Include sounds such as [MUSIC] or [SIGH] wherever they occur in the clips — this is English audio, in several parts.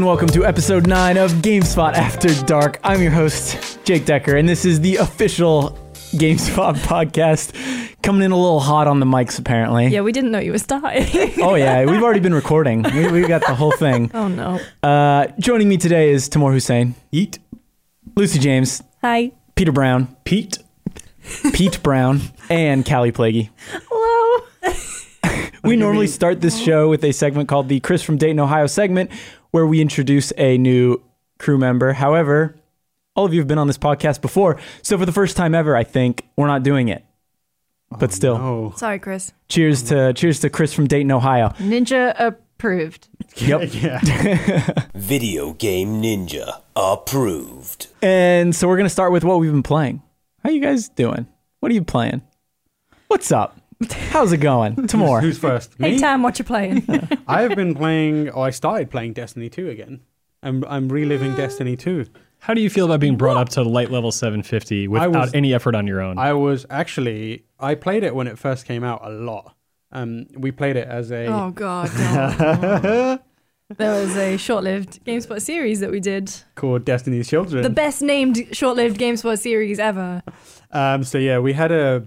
welcome to episode 9 of GameSpot After Dark. I'm your host, Jake Decker, and this is the official GameSpot [LAUGHS] podcast. Coming in a little hot on the mics, apparently. [LAUGHS] Yeah, we didn't know you was [LAUGHS] dying. Oh, yeah, we've already been recording. We, we got the whole thing. oh no. Uh, joining me today is Tamor Hussein, Eat Lucy James, Hi. Peter Brown, Pete. Pete Brown, and Callie Plaguey. Hello. We normally start this show with a segment called the Chris from Dayton, Ohio segment, where we introduce a new crew member. However, all of you have been on this podcast before. So for the first time ever, I think we're not doing it. But still, Oh, Sorry, Chris. cheers to cheers to Chris from Dayton, Ohio. Ninja approved. Yep. yeah. Video Game Ninja approved. And so we're gonna start with what we've been playing. How you guys doing? What are you playing? What's up? How's it going? Tamor. [LAUGHS] Who's first? Hey, Me. Tam, what you [LAUGHS] playing? I've been playing. Oh, I started playing Destiny 2 again. I'm I'm Ah. reliving Destiny 2. How do you feel about being brought up to light level 750 without was- any effort on your own? I was actually I played it when it first came out a lot. Um, we played it as a oh god. [LAUGHS] No. there was a short-lived GameSpot series that we did. called Destiny's Children. The best named short-lived GameSpot series ever. Um, so yeah, we had a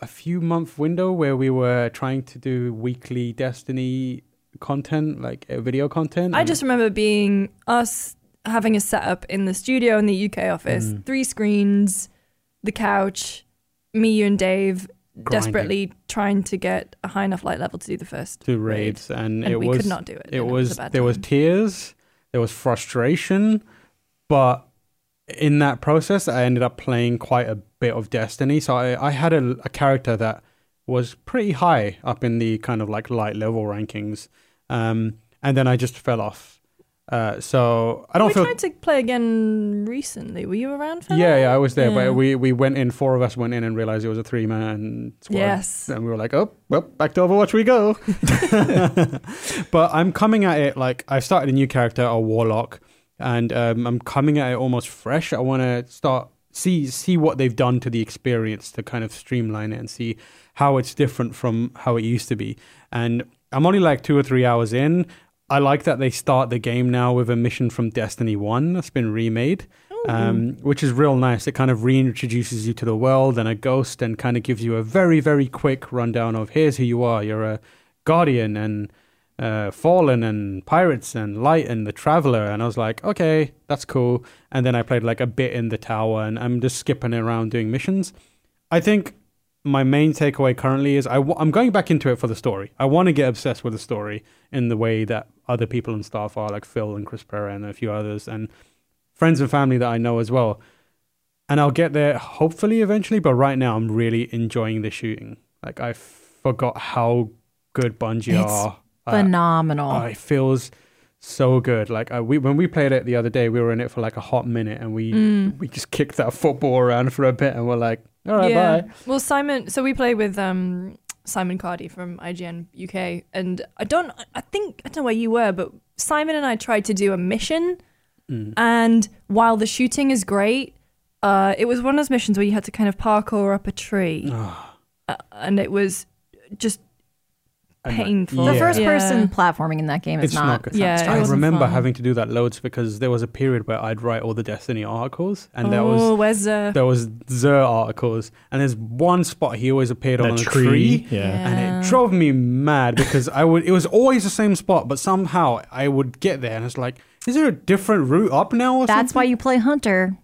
a few month window where we were trying to do weekly Destiny content, like uh, video content. I and- just remember being us having a setup in the studio in the UK office, Mm. three screens, the couch, me, you, and Dave Grinding. desperately trying to get a high enough light level to do the first to raids, and, and it we was could not do it. It and was, a bad there was time. tears, there was frustration, but in that process, I ended up playing quite a bit of Destiny. So I, I had a, a character that was pretty high up in the kind of like light level rankings, um, and then I just fell off. Uh, so I don't we feel tried to play again recently. Were you around for yeah, that? yeah, I was there, Yeah. but we, we went in, four of us went in and realized it was a three man squad. Yes. And we were like, oh, well, back to Overwatch we go. but I'm coming at it like I've started a new character, a warlock, and um, I'm coming at it almost fresh. I want to start see see what they've done to the experience to kind of streamline it and see how it's different from how it used to be. And I'm only like two or three hours in. I like that they start the game now with a mission from Destiny One that's been remade um, which is real nice. It kind of reintroduces you to the world and a ghost, and kind of gives you a very, very quick rundown of here's who you are. You're a guardian and uh, fallen and pirates and light and the traveler. And I was like, okay, that's cool. And then I played like a bit in the tower, and I'm just skipping around doing missions. I think my main takeaway currently is I w- I'm going back into it for the story. I want to get obsessed with the story in the way that other people and staff are, like Phil and Chris Pereira and a few others, and friends and family that I know as well. And I'll get there hopefully eventually, but right now I'm really enjoying the shooting. Like I forgot how good Bungie It's are. at- Phenomenal. Oh, it feels so good. Like I, we when we played it the other day, we were in it for like a hot minute, and we Mm. we just kicked that football around for a bit, and we're like, all right, yeah. bye. Well, Simon. So we play with um, Simon Cardy from IGN UK, and I don't. I think I don't know where you were, but Simon and I tried to do a mission, Mm. and while the shooting is great, uh, it was one of those missions where you had to kind of parkour up a tree, Ah. uh, and it was just And that- painful. the yeah. first Yeah. person platforming in that game is It's not good. Yeah, it I wasn't remember fun. having to do that loads because there was a period where I'd write all the Destiny articles, and there oh, was where's uh, there was Zer articles, and there's one spot he always appeared on that a tree. tree. Yeah. and it drove me mad because I would. It was always the same spot, but somehow I would get there, and it's like, is there a different route up now? Or That's something? why you play Hunter.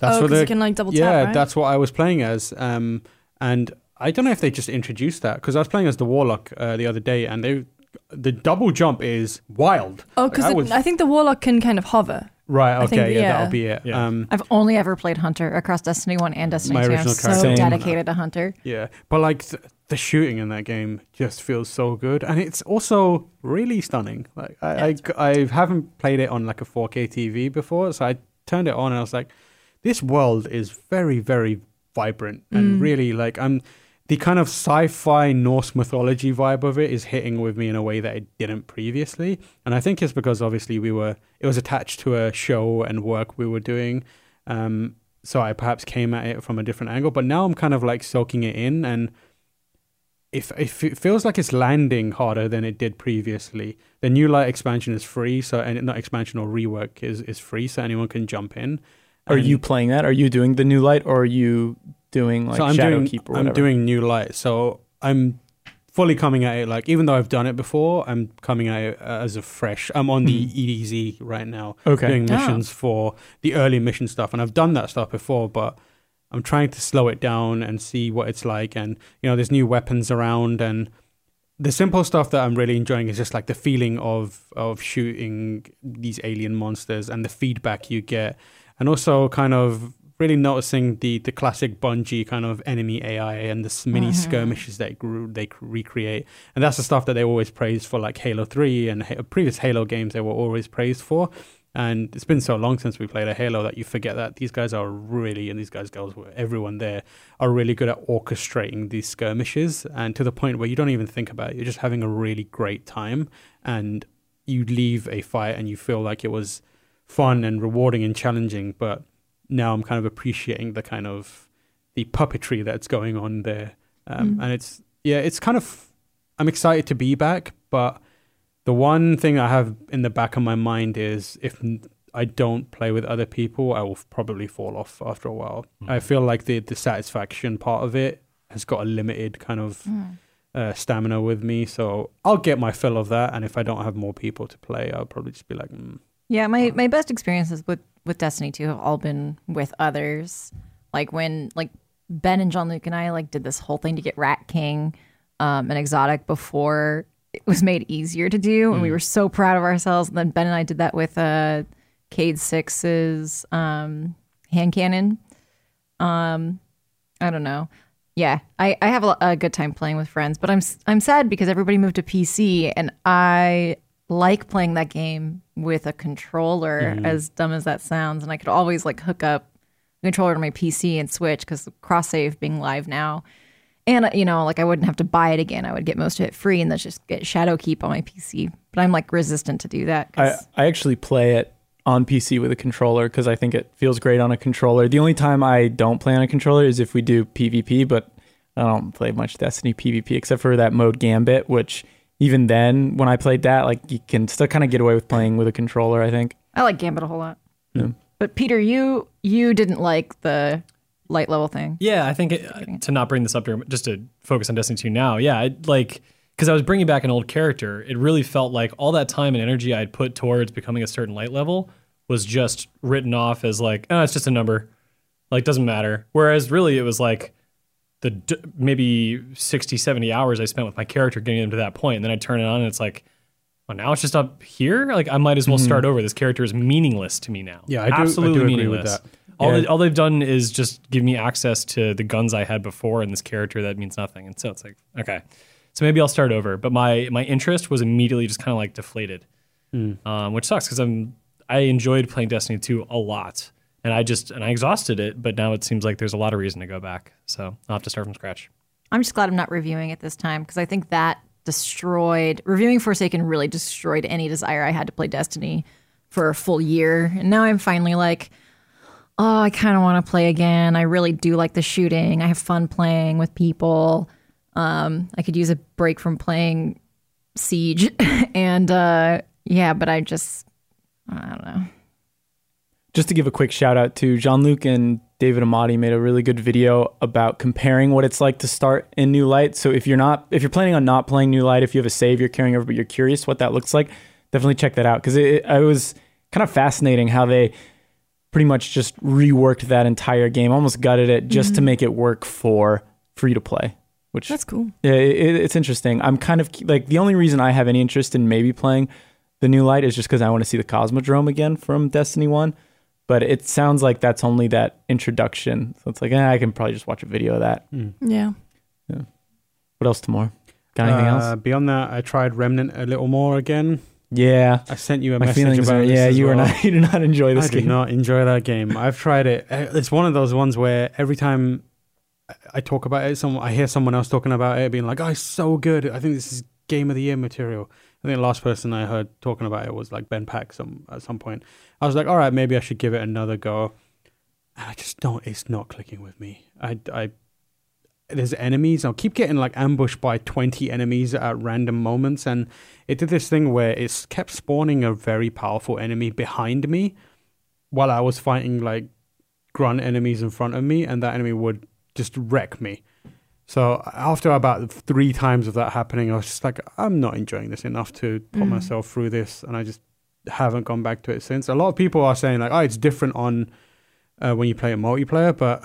That's Oh, what 'cause you the- can, like, double tap, Yeah, right? that's what I was playing as. Um, and I don't know if they just introduced that because I was playing as the warlock uh, the other day, and they the double jump is wild. Oh, Like, because I was- I think the warlock can kind of hover. right. I Okay, think- yeah, yeah. that'll be it. Yeah. Um, I've only ever played Hunter across Destiny 1 and Destiny My 2. I'm original so character. Same. dedicated to Hunter. yeah, but like th- the shooting in that game just feels so good, and it's also really stunning. Like I, I, I haven't played it on like a 4K TV before, so I turned it on and I was like, this world is very, very vibrant and really like I'm the kind of sci-fi Norse mythology vibe of it is hitting with me in a way that it didn't previously, and I think it's because obviously we were it was attached to a show and work we were doing, um, so I perhaps came at it from a different angle. But now I'm kind of like soaking it in and if if it feels like it's landing harder than it did previously, the new light expansion is free, so and not expansion or rework is is free, so anyone can jump in. Are And- you playing that? Are you doing the new light, or are you doing like so I'm Shadow doing Keep or whatever? I'm doing new light, so I'm fully coming at it like even though I've done it before, I'm coming at it uh, as a fresh. I'm on the EDZ right now, Hmm. Okay. doing Ah. missions for the early mission stuff, and I've done that stuff before, but I'm trying to slow it down and see what it's like, and you know, there's new weapons around and. The simple stuff that I'm really enjoying is just like the feeling of of shooting these alien monsters and the feedback you get and also kind of really noticing the the classic Bungie kind of enemy AI and this mini skirmishes that grew, they c- recreate, and that's the stuff that they always praise for, like Halo Three and ha- previous Halo games. They were always praised for, and it's been so long since we played a Halo that you forget that these guys are really and these guys girls everyone there are really good at orchestrating these skirmishes, and to the point where you don't even think about it, you're just having a really great time, and you leave a fight and you feel like it was fun and rewarding and challenging, but now I'm kind of appreciating the kind of the puppetry that's going on there. Um, And it's yeah, it's kind of I'm excited to be back, but the one thing I have in the back of my mind is if n- I don't play with other people, I will f- probably fall off after a while. I Mm. feel like the the satisfaction part of it has got a limited kind of uh, stamina with me, so I'll get my fill of that. And if I don't have more people to play, I'll probably just be like, mm, Yeah, my, my best experiences with, with Destiny 2 have all been with others. Like when like Ben and John Luke and I like did this whole thing to get Rat King um, an exotic before it was made easier to do and Mm. we were so proud of ourselves. And then Ben and I did that with uh Cade Six's um hand cannon. I don't know. Yeah, I, I have a, a good time playing with friends, but I'm s- I'm sad because everybody moved to PC, and I like playing that game with a controller. As dumb as that sounds, and I could always like hook up the controller to my PC and Switch because cross save being live now, and uh, you know like I wouldn't have to buy it again. I would get most of it free, and then just get Shadow Keep on my PC. But I'm like resistant to do that. 'cause- I, I actually play it on PC with a controller because I think it feels great on a controller. The only time I don't play on a controller is if we do PvP, but I don't play much Destiny PvP except for that mode Gambit, which even then, when I played that, like you can still kind of get away with playing with a controller. I think I like Gambit a whole lot. But Peter, you you didn't like the light level thing. Yeah, I think it, to not bring this up to just to focus on Destiny 2 now. Yeah, I, like because I was bringing back an old character, it really felt like all that time and energy I had put towards becoming a certain light level was just written off as like, oh, it's just a number, like doesn't matter. Whereas really it was like the d- maybe 60, 70 hours I spent with my character getting them to that point, and then I turn it on and it's like. Well, now it's just up here. Like I might as well start over. This character is meaningless to me now. Mm-hmm. Yeah, I do- I do absolutely agree with meaningless. that. All, Yeah. they, all they've done is just give me access to the guns I had before and this character that means nothing. And so it's like, okay, so maybe I'll start over. But my my interest was immediately just kind of like deflated, um, which sucks because I'm I enjoyed playing Destiny 2 a lot, and I just and I exhausted it. But now it seems like there's a lot of reason to go back, so I'll have to start from scratch. I'm just glad I'm not reviewing it this time because I think that destroyed reviewing Forsaken really destroyed any desire I had to play Destiny for a full year. And now I'm finally like, oh, I kind of want to play again. I really do like the shooting. I have fun playing with people. Um, I could use a break from playing Siege, [LAUGHS] and uh, yeah, but I just I don't know. just to give a quick shout out to Jean Luc and David Amati made a really good video about comparing what it's like to start in New Light. So if you're not, if you're planning on not playing New Light, if you have a save you're carrying over, but you're curious what that looks like, definitely check that out because it, it, I was kind of fascinating how they pretty much just reworked that entire game, almost gutted it just to make it work for free to play, which That's cool. yeah, it, it's interesting. I'm kind of like the only reason I have any interest in maybe playing the new light is just because I want to see the Cosmodrome again from Destiny One. But it sounds like that's only that introduction. So it's like, eh, I can probably just watch a video of that. Hmm. Yeah. What else tomorrow? Got anything Uh, else? Beyond that, I tried Remnant a little more again. Yeah. I sent you a My message feelings about are, this yeah, as you are well. not, [LAUGHS] you do not enjoy this I game. did not enjoy that game. I've tried it. Uh, It's one of those ones where every time I- I talk about it, some I hear someone else talking about it, being like, "Oh, it's so good! I think this is game of the year material." I think the last person I heard talking about it was like Ben Pack. Some at some point, I was like, "All right, maybe I should give it another go." And I just don't. It's not clicking with me. I, I there's enemies. I'll keep getting like ambushed by 20 enemies at random moments. And it did this thing where it kept spawning a very powerful enemy behind me while I was fighting like grunt enemies in front of me. And that enemy would just wreck me. So after about three times of that happening, I was just like, I'm not enjoying this enough to Mm. put myself through this. And I just haven't gone back to it since. A lot of people are saying like, oh, it's different on uh, when you play a multiplayer, but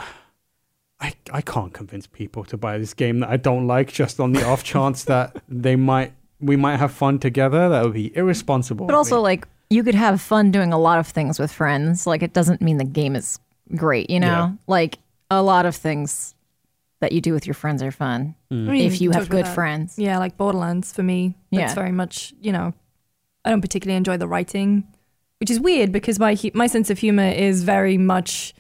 I, I can't convince people to buy this game that I don't like just on the [LAUGHS] off chance that they might we might have fun together. That would be irresponsible. But of also, me. like, you could have fun doing a lot of things with friends. Like, it doesn't mean the game is great, you know? Yeah. Like, a lot of things that you do with your friends are fun I mean, if you talk have about good that. [LAUGHS] friends. Yeah, like Borderlands for me. That's Yeah. very much, you know, I don't particularly enjoy the writing, which is weird because my hu- my sense of humor is very much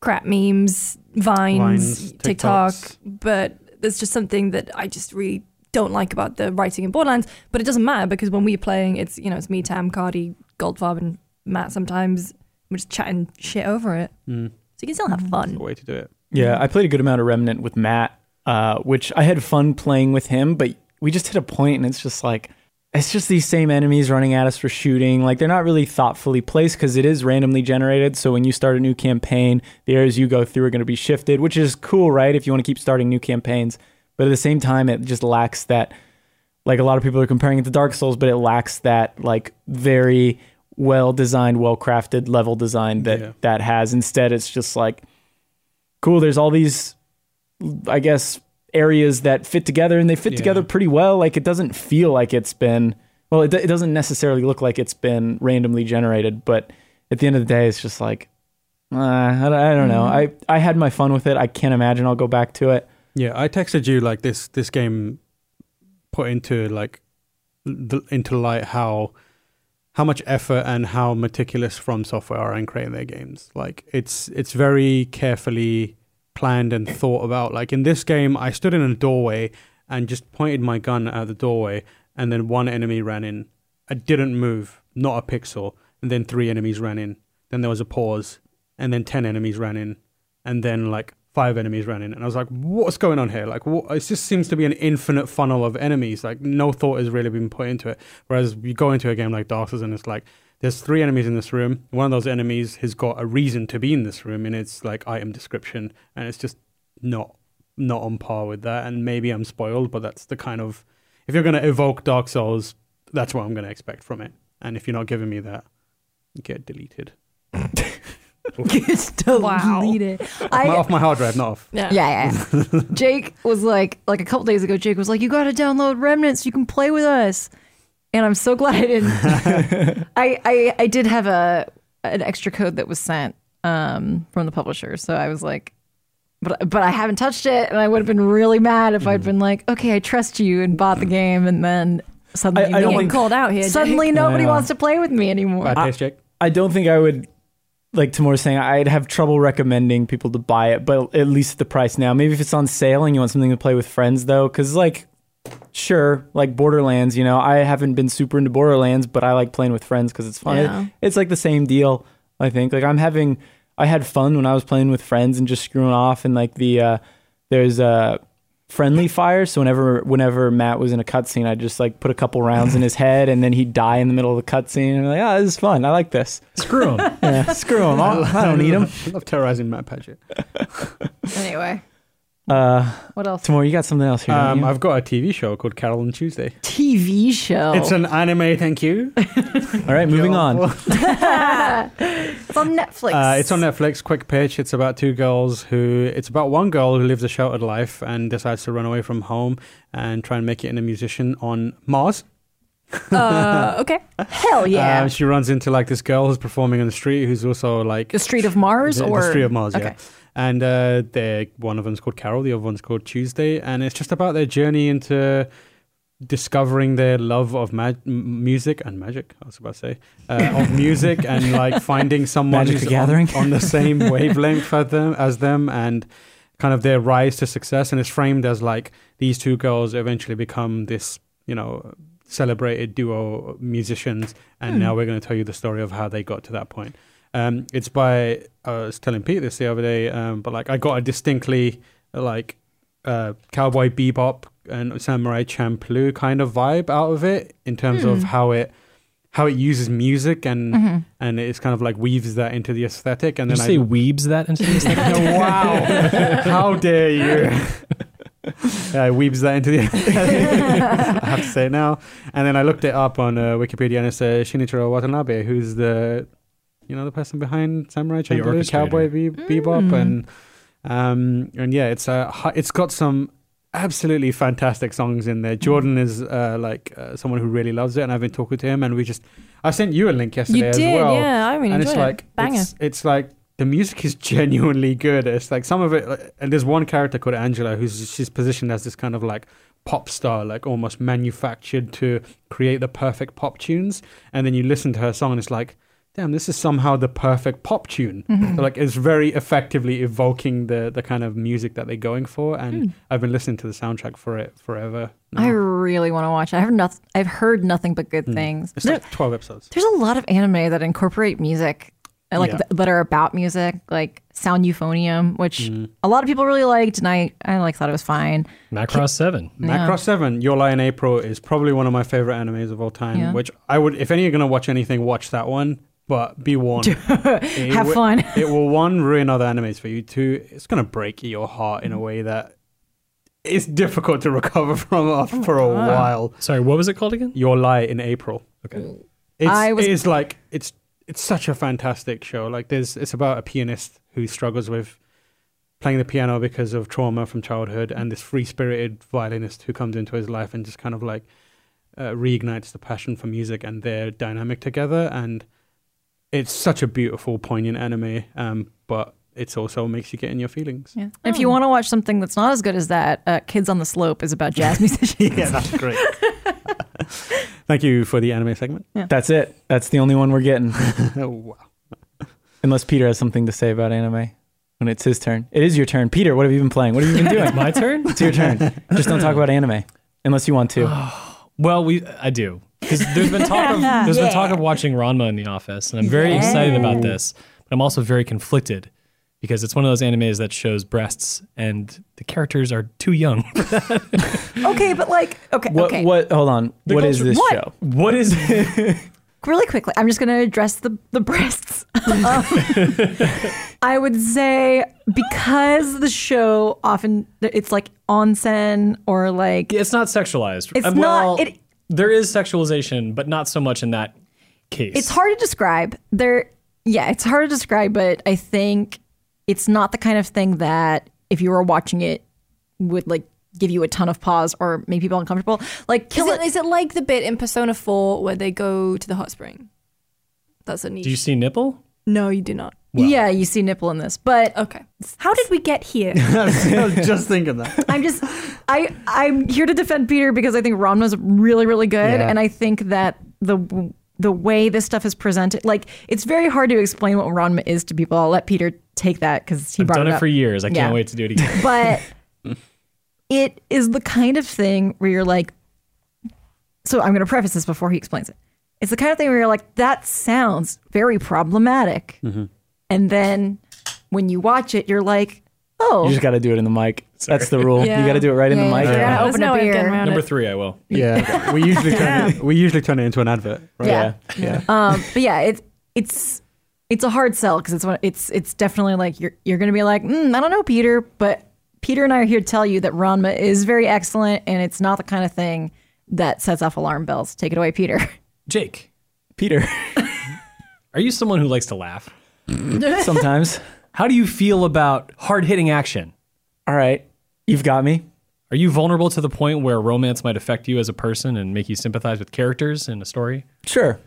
crap memes, vines, Vines, TikTok, TikToks. but there's just something that I just really don't like about the writing in Borderlands, but it doesn't matter because when we're playing, it's, you know, it's me, Tam, Cardi, Goldfarb, and Matt sometimes. We're just chatting shit over it. So you can still have Mm. That's fun. the way to do it. Yeah, I played a good amount of Remnant with Matt, uh, which I had fun playing with him, but we just hit a point and it's just like, it's just these same enemies running at us for shooting. Like, they're not really thoughtfully placed because it is randomly generated. So, when you start a new campaign, the areas you go through are going to be shifted, which is cool, right? If you want to keep starting new campaigns. But at the same time, it just lacks that like a lot of people are comparing it to Dark Souls, but it lacks that like very well designed, well crafted level design that Yeah. that has. Instead, it's just like cool. There's all these, I guess, areas that fit together, and they fit Yeah. together pretty well. Like it doesn't feel like it's been well. It, do- it doesn't necessarily look like it's been randomly generated, but at the end of the day, it's just like. Uh, I don't, I don't know. I, Mm. I had my fun with it. I can't imagine I'll go back to it. Yeah, I texted you like this. This game put into like the, into light how how much effort and how meticulous From Software are in creating their games. Like it's it's very carefully planned and thought about. Like in this game, I stood in a doorway and just pointed my gun at the doorway, and then one enemy ran in. I didn't move, not a pixel, and then three enemies ran in. Then there was a pause, and then ten enemies ran in, and then like five enemies ran in, and I was like, "What's going on here?" Like, what? it just seems to be an infinite funnel of enemies. Like, no thought has really been put into it. Whereas you go into a game like Dark Souls, and it's like, there's three enemies in this room. One of those enemies has got a reason to be in this room, and it's like item description, and it's just not not on par with that. And maybe I'm spoiled, but that's the kind of if you're going to evoke Dark Souls, that's what I'm going to expect from it. And if you're not giving me that, get deleted. Just don't Wow. [LAUGHS] delete it. [LAUGHS] I, My- off my hard drive, not off. Yeah, yeah. yeah. Jake was like, like a couple days ago, Jake was like, "You got to download Remnant so you can play with us." And I'm so glad I didn't. I, I I did have a an extra code that was sent um, from the publisher, so I was like, but but I haven't touched it, and I would have been really mad if I'd been like, "Okay, I trust you," and bought the game, and then suddenly I don't no- think- Getting called out here. Jake. suddenly nobody Yeah. wants to play with me anymore. Bad taste, Jake. I don't think I would like Tamora's saying I'd have trouble recommending people to buy it, but at least the price now. Maybe if it's on sale and you want something to play with friends though, because like sure, like Borderlands, you know, I haven't been super into Borderlands, but I like playing with friends because it's fun. It- Yeah. it's like the same deal, I think. Like I'm having I had fun when I was playing with friends and just screwing off and like the uh there's uh friendly fire so whenever whenever matt was in a cutscene i'd just like put a couple rounds in his head and then he'd die in the middle of the cutscene and I'm like oh this is fun i like this Screw them. [LAUGHS] yeah, screw them. [LAUGHS] I don't need them. I love terrorizing Matt Padgett. anyway, Uh, what else? Tamora, you got something else here? don't Um, you? I've got a TV show called Carol on Tuesday. TV show. It's an anime, thank you. All right, Oh. [LAUGHS] moving on. It's on Netflix. Uh, it's on Netflix. Quick pitch. It's about two girls who. It's about one girl who lives a sheltered life and decides to run away from home and try and make it in a musician on Mars. [LAUGHS] Uh, okay. Hell yeah. Um, she runs into like this girl who's performing on the street who's also like the Street of Mars, the, the or Street of Mars. Yeah. Okay. And uh, they one of them's called Carol, the other one's called Tuesday, and it's just about their journey into discovering their love of mag- m- music and magic. I was about to say uh, of music and like finding someone Magic the who's on- Gathering. on, the same wavelength as them as them and kind of their rise to success. And it's framed as like these two girls eventually become this, you know, celebrated duo musicians. And now we're going to tell you the story of how they got to that point. Um, it's by I was telling Pete this the other day, um, but like I got a distinctly like uh, Cowboy Bebop and Samurai Champloo kind of vibe out of it in terms of how it how it uses music and and it's kind of like weaves that into the aesthetic. And Did you say then weebs that into [LAUGHS] this thing? I [LAUGHS] wow, how dare you! Yeah, it weaves that into the. [LAUGHS] I have to say it now. And then I looked it up on uh, Wikipedia, and it's uh, Shinichiro Watanabe, who's the, you know, the person behind Samurai Champloo, orchestrator. Cowboy Be- Mm. Bebop, and um, and yeah, it's uh, hi- it's got some absolutely fantastic songs in Mm. there. Jordan is uh, like uh, someone who really loves it, and I've been talking to him, and we just I sent you a link yesterday You as did, well yeah. I really enjoyed and it's it. like Banger. It's, it's like the music is [LAUGHS] genuinely good. It's like some of it, like- and there's one character called Angela who's she's positioned as this kind of like pop star, like almost manufactured to create the perfect pop tunes. And then you listen to her song, and it's like, damn, this is somehow the perfect pop tune. Mm-hmm. So, like it's very effectively evoking the the kind of music that they're going for. Hmm. And I've been listening to the soundtrack for it forever. now. I really want to watch. it. I have not. I've heard nothing but good things. it's like 12 episodes. There's a lot of anime that incorporate music, uh, like Yeah. th- that are about music, like Sound Euphonium, which a lot of people really liked, and I, I like thought it was fine. [LAUGHS] Macross 7. Macross Seven, Your Lie in April is probably one of my favorite animes of all time. Yeah. Which I would, if any, you're gonna watch anything, watch that one. But be [LAUGHS] warned, it Have wi- fun. it [LAUGHS] will one ruin other animes for you. Two, it's gonna break your heart Mm. in a way that it's difficult to recover [LAUGHS] from after for Oh. a while. Sorry, what was it called [LAUGHS] again? Your Lie in April. Mm. Okay. It's, I was- it's like it's it's such a fantastic show. Like there's it's about a pianist who struggles with playing the piano because of trauma from childhood, and this free spirited violinist who comes into his life and just kind of like uh, reignites the passion for music and their dynamic together. And it's such a beautiful, poignant anime, um, but it also makes you get in your feelings. Yeah. And Oh. if you want to watch something that's not as good as that, uh, Kids on the Slope is about [LAUGHS] jazz musicians. [LAUGHS] Yeah, that's great. [LAUGHS] Thank you for the anime segment. That's it. That's the only one we're getting. Oh, wow. Unless Peter has something to say about anime when it's his turn. It is your turn. Peter, what have you been playing? What have you been doing? [LAUGHS] My turn? it's your turn. Just don't talk about anime unless you want [GASPS] to. Well, we I do because there's been talk of there's been talk of watching Ranma in the office, and I'm very excited about this. But I'm also very conflicted because it's one of those animes that shows breasts, and the characters are too young. [LAUGHS] okay, but like, okay, What okay. what hold on. what is culture- this What? show? what [LAUGHS] is really quickly, I'm just going to address the, the breasts. [LAUGHS] Um, I would say because the show often it's like onsen or like it's not sexualized. It's Uh, not- well, it- there is sexualization, but not so much in that case. it's hard to describe. There, yeah, it's hard to describe, but I think it's not the kind of thing that if you were watching it would like give you a ton of pause or make people uncomfortable. Like Is kill it, is it like the bit in Persona 4 where they go to the hot spring? That's a niche. Do you see nipple? no, you do not. yeah, you see nipple in this, but Okay. How did we get here? I was just thinking that. I'm just I I'm here to defend Peter because I think Ron was really really good Yeah. and I think that the the way this stuff is presented like it's very hard to explain what Ranma is to people. I'll let Peter take that cuz he I've brought done it it up. for years. I Yeah. can't wait to do it [LAUGHS] again. but it is the kind of thing where you're like so i'm going to preface this before he explains it it's the kind of thing where you're like that sounds very problematic and then when you watch it you're like You oh just got to do it in the mic. That's the rule. Yeah. You got to do it right in the Yeah, mic. yeah, yeah. [LAUGHS] There's Open no a way of getting beer. around Number it. three, I will. [LAUGHS] Yeah, we usually turn it, we usually turn it into an advert. Right? Yeah. yeah. um, but yeah it, it's it's a hard sell because it's one it's it's definitely like you're you're going to be like mm, i don't know peter but peter and i are here to tell you that ranma is very excellent and it's not the kind of thing that sets off alarm bells take it away peter [LAUGHS] Jake, Peter, are you someone who likes to laugh? sometimes. How do you feel about hard hitting action? All right. You've got me. Are you vulnerable to the point where romance might affect you as a person and make you sympathize with characters in a story? Sure.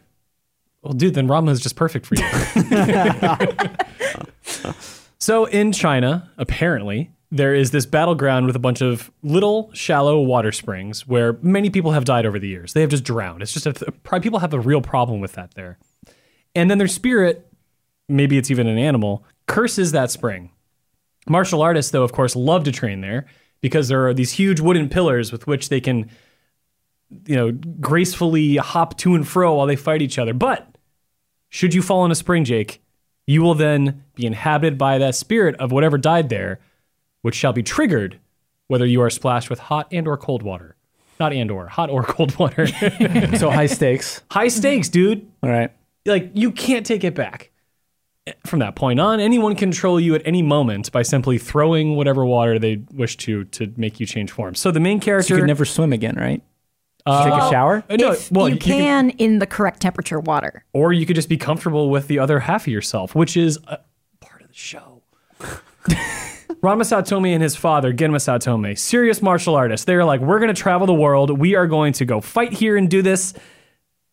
Well, dude, then Ramla is just perfect for you. so in China, apparently, there is this battleground with a bunch of little shallow water springs where many people have died over the years. They have just drowned. It's just a th- pri- people have a real problem with that there. And then their spirit, maybe it's even an animal, curses that spring. Martial artists, though, of course, love to train there because there are these huge wooden pillars with which they can, you know, gracefully hop to and fro while they fight each other. But should you fall in a spring, Jake, you will then be inhabited by that spirit of whatever died there, which shall be triggered whether you are splashed with hot and or cold water. Not and or, hot or [LAUGHS] cold water. So high stakes. High stakes, dude. All right. Like you can't take it back. From that point on, anyone can troll you at any moment by simply throwing whatever water they wish to to make you change form. So the main character So you could never swim again, right? Take a shower. Uh, no, if well, you, you could- can in the correct temperature water. or you could just be comfortable with the other half of yourself, which is a part of the show. Ranma Satome and his father, Genma Satome, serious martial artists. They are like, we're going to travel the world. We are going to go fight here and do this.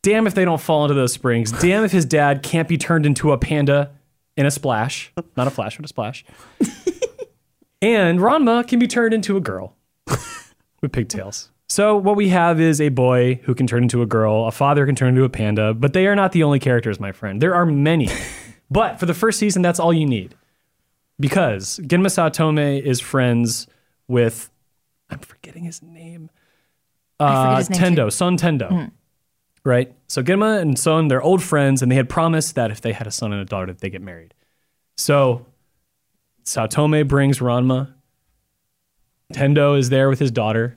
Damn if they don't fall into those springs. Damn if his dad can't be turned into a panda in a splash. Not a flash, but a splash. and Ranma can be turned into a girl with pigtails. So what we have is a boy who can turn into a girl, a father who can turn into a panda, but they are not the only characters, my friend. There are [LAUGHS] many. but for the first season, that's all you need. Because Genma Satome is friends with I'm forgetting his name. Uh, I forget his name too. Hmm. Tendo, Son Tendo. Right? So Genma and Son, they're old friends, and they had promised that if they had a son and a daughter, that they get married. So Satome brings Ranma. Tendo is there with his daughter,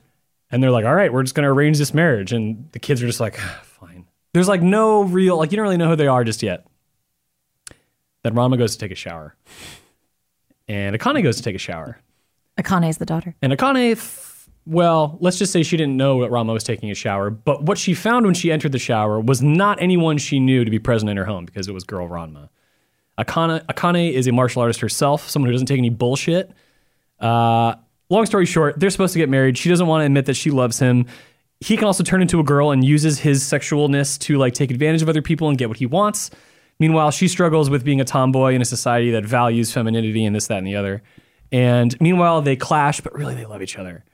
and they're like, "All right, we're just going to arrange this marriage." And the kids are just like, "Ah, "Fine." There's like no real like you don't really know who they are just yet. Then Ranma goes to take a shower, and Akane goes to take a shower, Akane is the daughter. and Akane. F- well, let's just say she didn't know that Ranma was taking a shower, but what she found when she entered the shower was not anyone she knew to be present in her home because it was girl Ranma. Akane, Akane is a martial artist herself, someone who doesn't take any bullshit. Uh, long story short, they're supposed to get married. She doesn't want to admit that she loves him. He can also turn into a girl and uses his sexualness to like take advantage of other people and get what he wants. Meanwhile, she struggles with being a tomboy in a society that values femininity and this, that, and the other. And meanwhile, they clash, but really they love each other.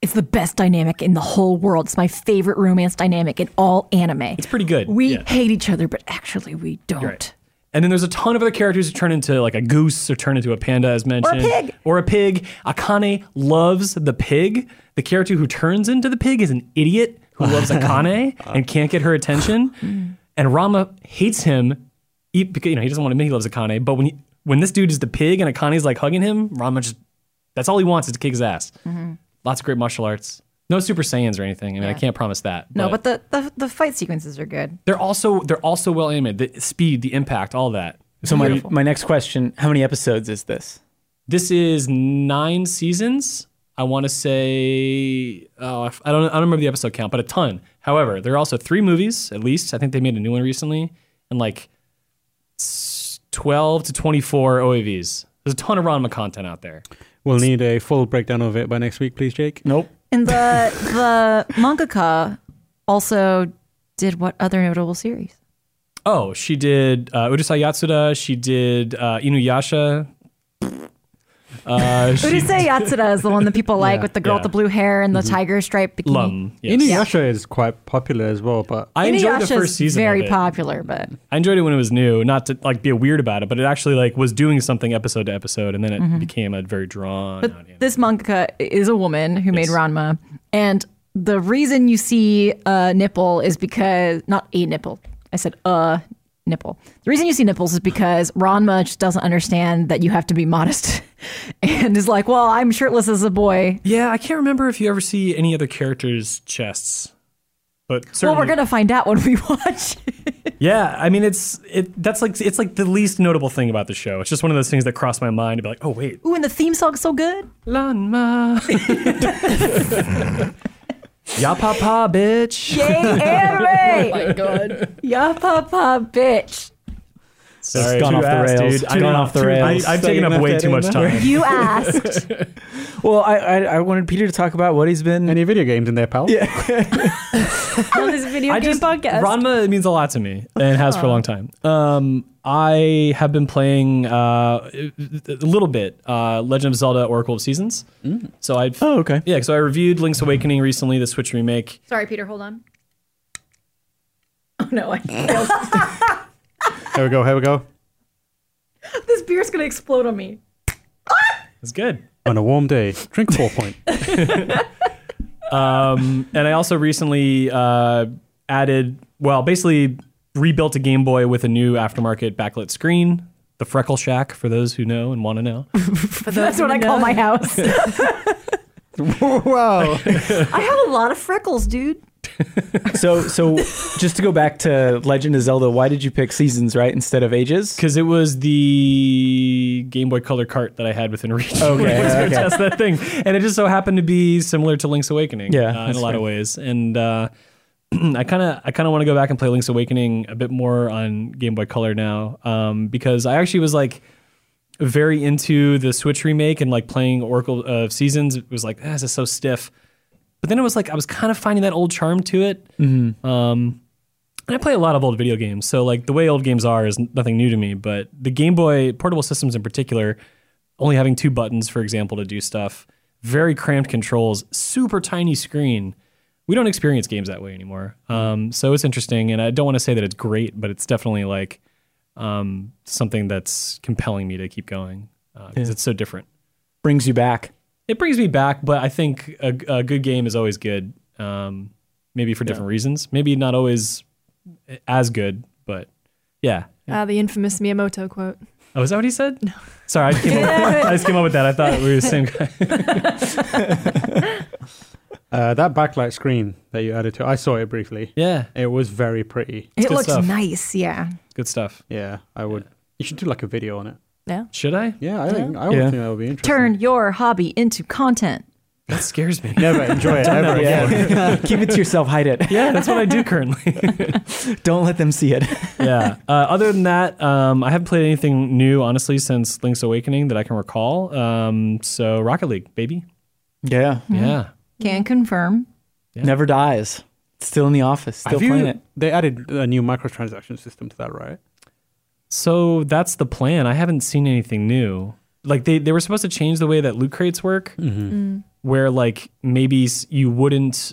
It's the best dynamic in the whole world. It's my favorite romance dynamic in all anime. It's pretty good, We yeah. hate each other, but actually we don't. And then there's a ton of other characters who turn into like a goose or turn into a panda, as mentioned. pig. Or a pig. Akane loves the pig. The character who turns into the pig is an idiot who [LAUGHS] loves Akane and can't get her attention. and Rama hates him e- because you know he doesn't want to admit he loves Akane. But when he, when this dude is the pig and Akane's like hugging him, Rama just that's all he wants is to kick his ass. Mm-hmm. Lots of great martial arts. No Super Saiyans or anything. I mean, I can't promise that. No, but the, the the fight sequences are good. they're also they're also well animated. The speed, the impact, all that. So my my next question: How many episodes is this? This is nine seasons. I want to say, oh, I f- I don't, I don't remember the episode count, but a ton. However, there are also three movies, at least. I think they made a new one recently, and like s- 12 to 24 OAVs. There's a ton of Ranma content out there. We'll need a full breakdown of it by next week, please, Jake. Nope. And the [LAUGHS] the mangaka also did what other notable series? Oh, she did uh, Urusei Yatsuda. She did uh, Inuyasha. Uh, she, Urusei Yatsura is the one that people like with the [LAUGHS] girl yeah. Mm-hmm. with the blue hair and the tiger stripe bikini. Lum. Yes. Inuyasha is quite popular as well, but I enjoyed the Inuyasha first is season. very of it. popular, but I enjoyed it when it was new, not to like be weird about it, but it actually like was doing something episode to episode, and then it became a very drawn. out anime. this mangaka is a woman who made Yes. Ranma, and the reason you see a nipple is because not a nipple. I said a nipple. The reason you see nipples is because Ranma just doesn't understand that you have to be modest, [LAUGHS] and is like, "Well, I'm shirtless as a boy." yeah, I can't remember if you ever see any other characters' chests, but certainly, Well, we're gonna find out when we [LAUGHS] watch. yeah, I mean, it's it that's like it's like the least notable thing about the show. It's just one of those things that crossed my mind to be like, oh wait, Ooh, and the theme song's so good. [LAUGHS] Lanma, Yapapa, bitch. Yay, [LAUGHS] anime! oh my god, ya papa bitch. Sorry, gone too off the ass, rails. dude. Too gone off the rails. I, have So taken you up left way that too in much there? time. You asked. [LAUGHS] Well, I, I I wanted Peter to talk about what he's been. any video games in there, pal? Yeah. on this video I game just podcast. Ranma means a lot to me and has for a long time. Um, I have been playing uh, a little bit uh, Legend of Zelda: Oracle of Seasons. So I have Oh, [LAUGHS] okay. yeah, so I reviewed Link's Awakening recently, the Switch remake. Sorry, Peter. Hold on. Oh no! [LAUGHS] I, Here we go, here we go. this beer's gonna explode on me. It's good. On a warm day, drink four [LAUGHS] point. Um, and I also recently uh, added, well, basically rebuilt a Game Boy with a new aftermarket backlit screen, the [LAUGHS] Freckle Shack for those who know and want to know. That's what I call my house. wow. I have a lot of freckles, dude. So, so just to go back to Legend of Zelda, why did you pick seasons right instead of ages? Because it was the Game Boy Color cart that I had within reach. [LAUGHS] Okay, okay. That's that thing. And it just so happened to be similar to Link's Awakening Yeah, uh, in that's a lot fair. of ways. And uh, [CLEARS THROAT] I kind of I kind of want to go back and play Link's Awakening a bit more on Game Boy Color now um, because I actually was like very into the Switch remake and like playing Oracle of Seasons. It was like, ah, this is so stiff. But then it was like I was kind of finding that old charm to it. Um, and I play a lot of old video games, so like the way old games are is nothing new to me. But the Game Boy portable systems in particular, only having two buttons, for example, to do stuff, very cramped controls, super tiny screen. We don't experience games that way anymore. Um, so it's interesting, and I don't want to say that it's great, but it's definitely like um, something that's compelling me to keep going because it's so different Brings you back. it brings me back, but I think a, a good game is always good. Um, maybe for different reasons. Maybe not always as good, but yeah. Ah, the infamous Miyamoto quote. Oh, is that what he said? No. Sorry, I, came up, I just came up with that. I thought we were the same guy. [LAUGHS] Uh, that backlight screen that you added to, I saw it briefly. Yeah, It was very pretty. it good looks stuff. nice, yeah. good stuff. Yeah, I would. You should do like a video on it. No. Should I? Yeah, I think I would Yeah. think that would be interesting. Turn your hobby into content. That scares me. Never enjoy it ever again. Oh, Yeah. [LAUGHS] Keep it to yourself. Hide it. [LAUGHS] yeah, that's what I do currently. Don't let them see it. [LAUGHS] yeah. Uh, other than that, um, I haven't played anything new, honestly, since Link's Awakening that I can recall. Um, so Rocket League, baby. Yeah. Yeah. Can confirm. Never dies. Still in the office. Still Have you- playing it. They added a new microtransaction system to that, right? So that's the plan. I haven't seen anything new. Like they, they were supposed to change the way that loot crates work, where like maybe s- you wouldn't,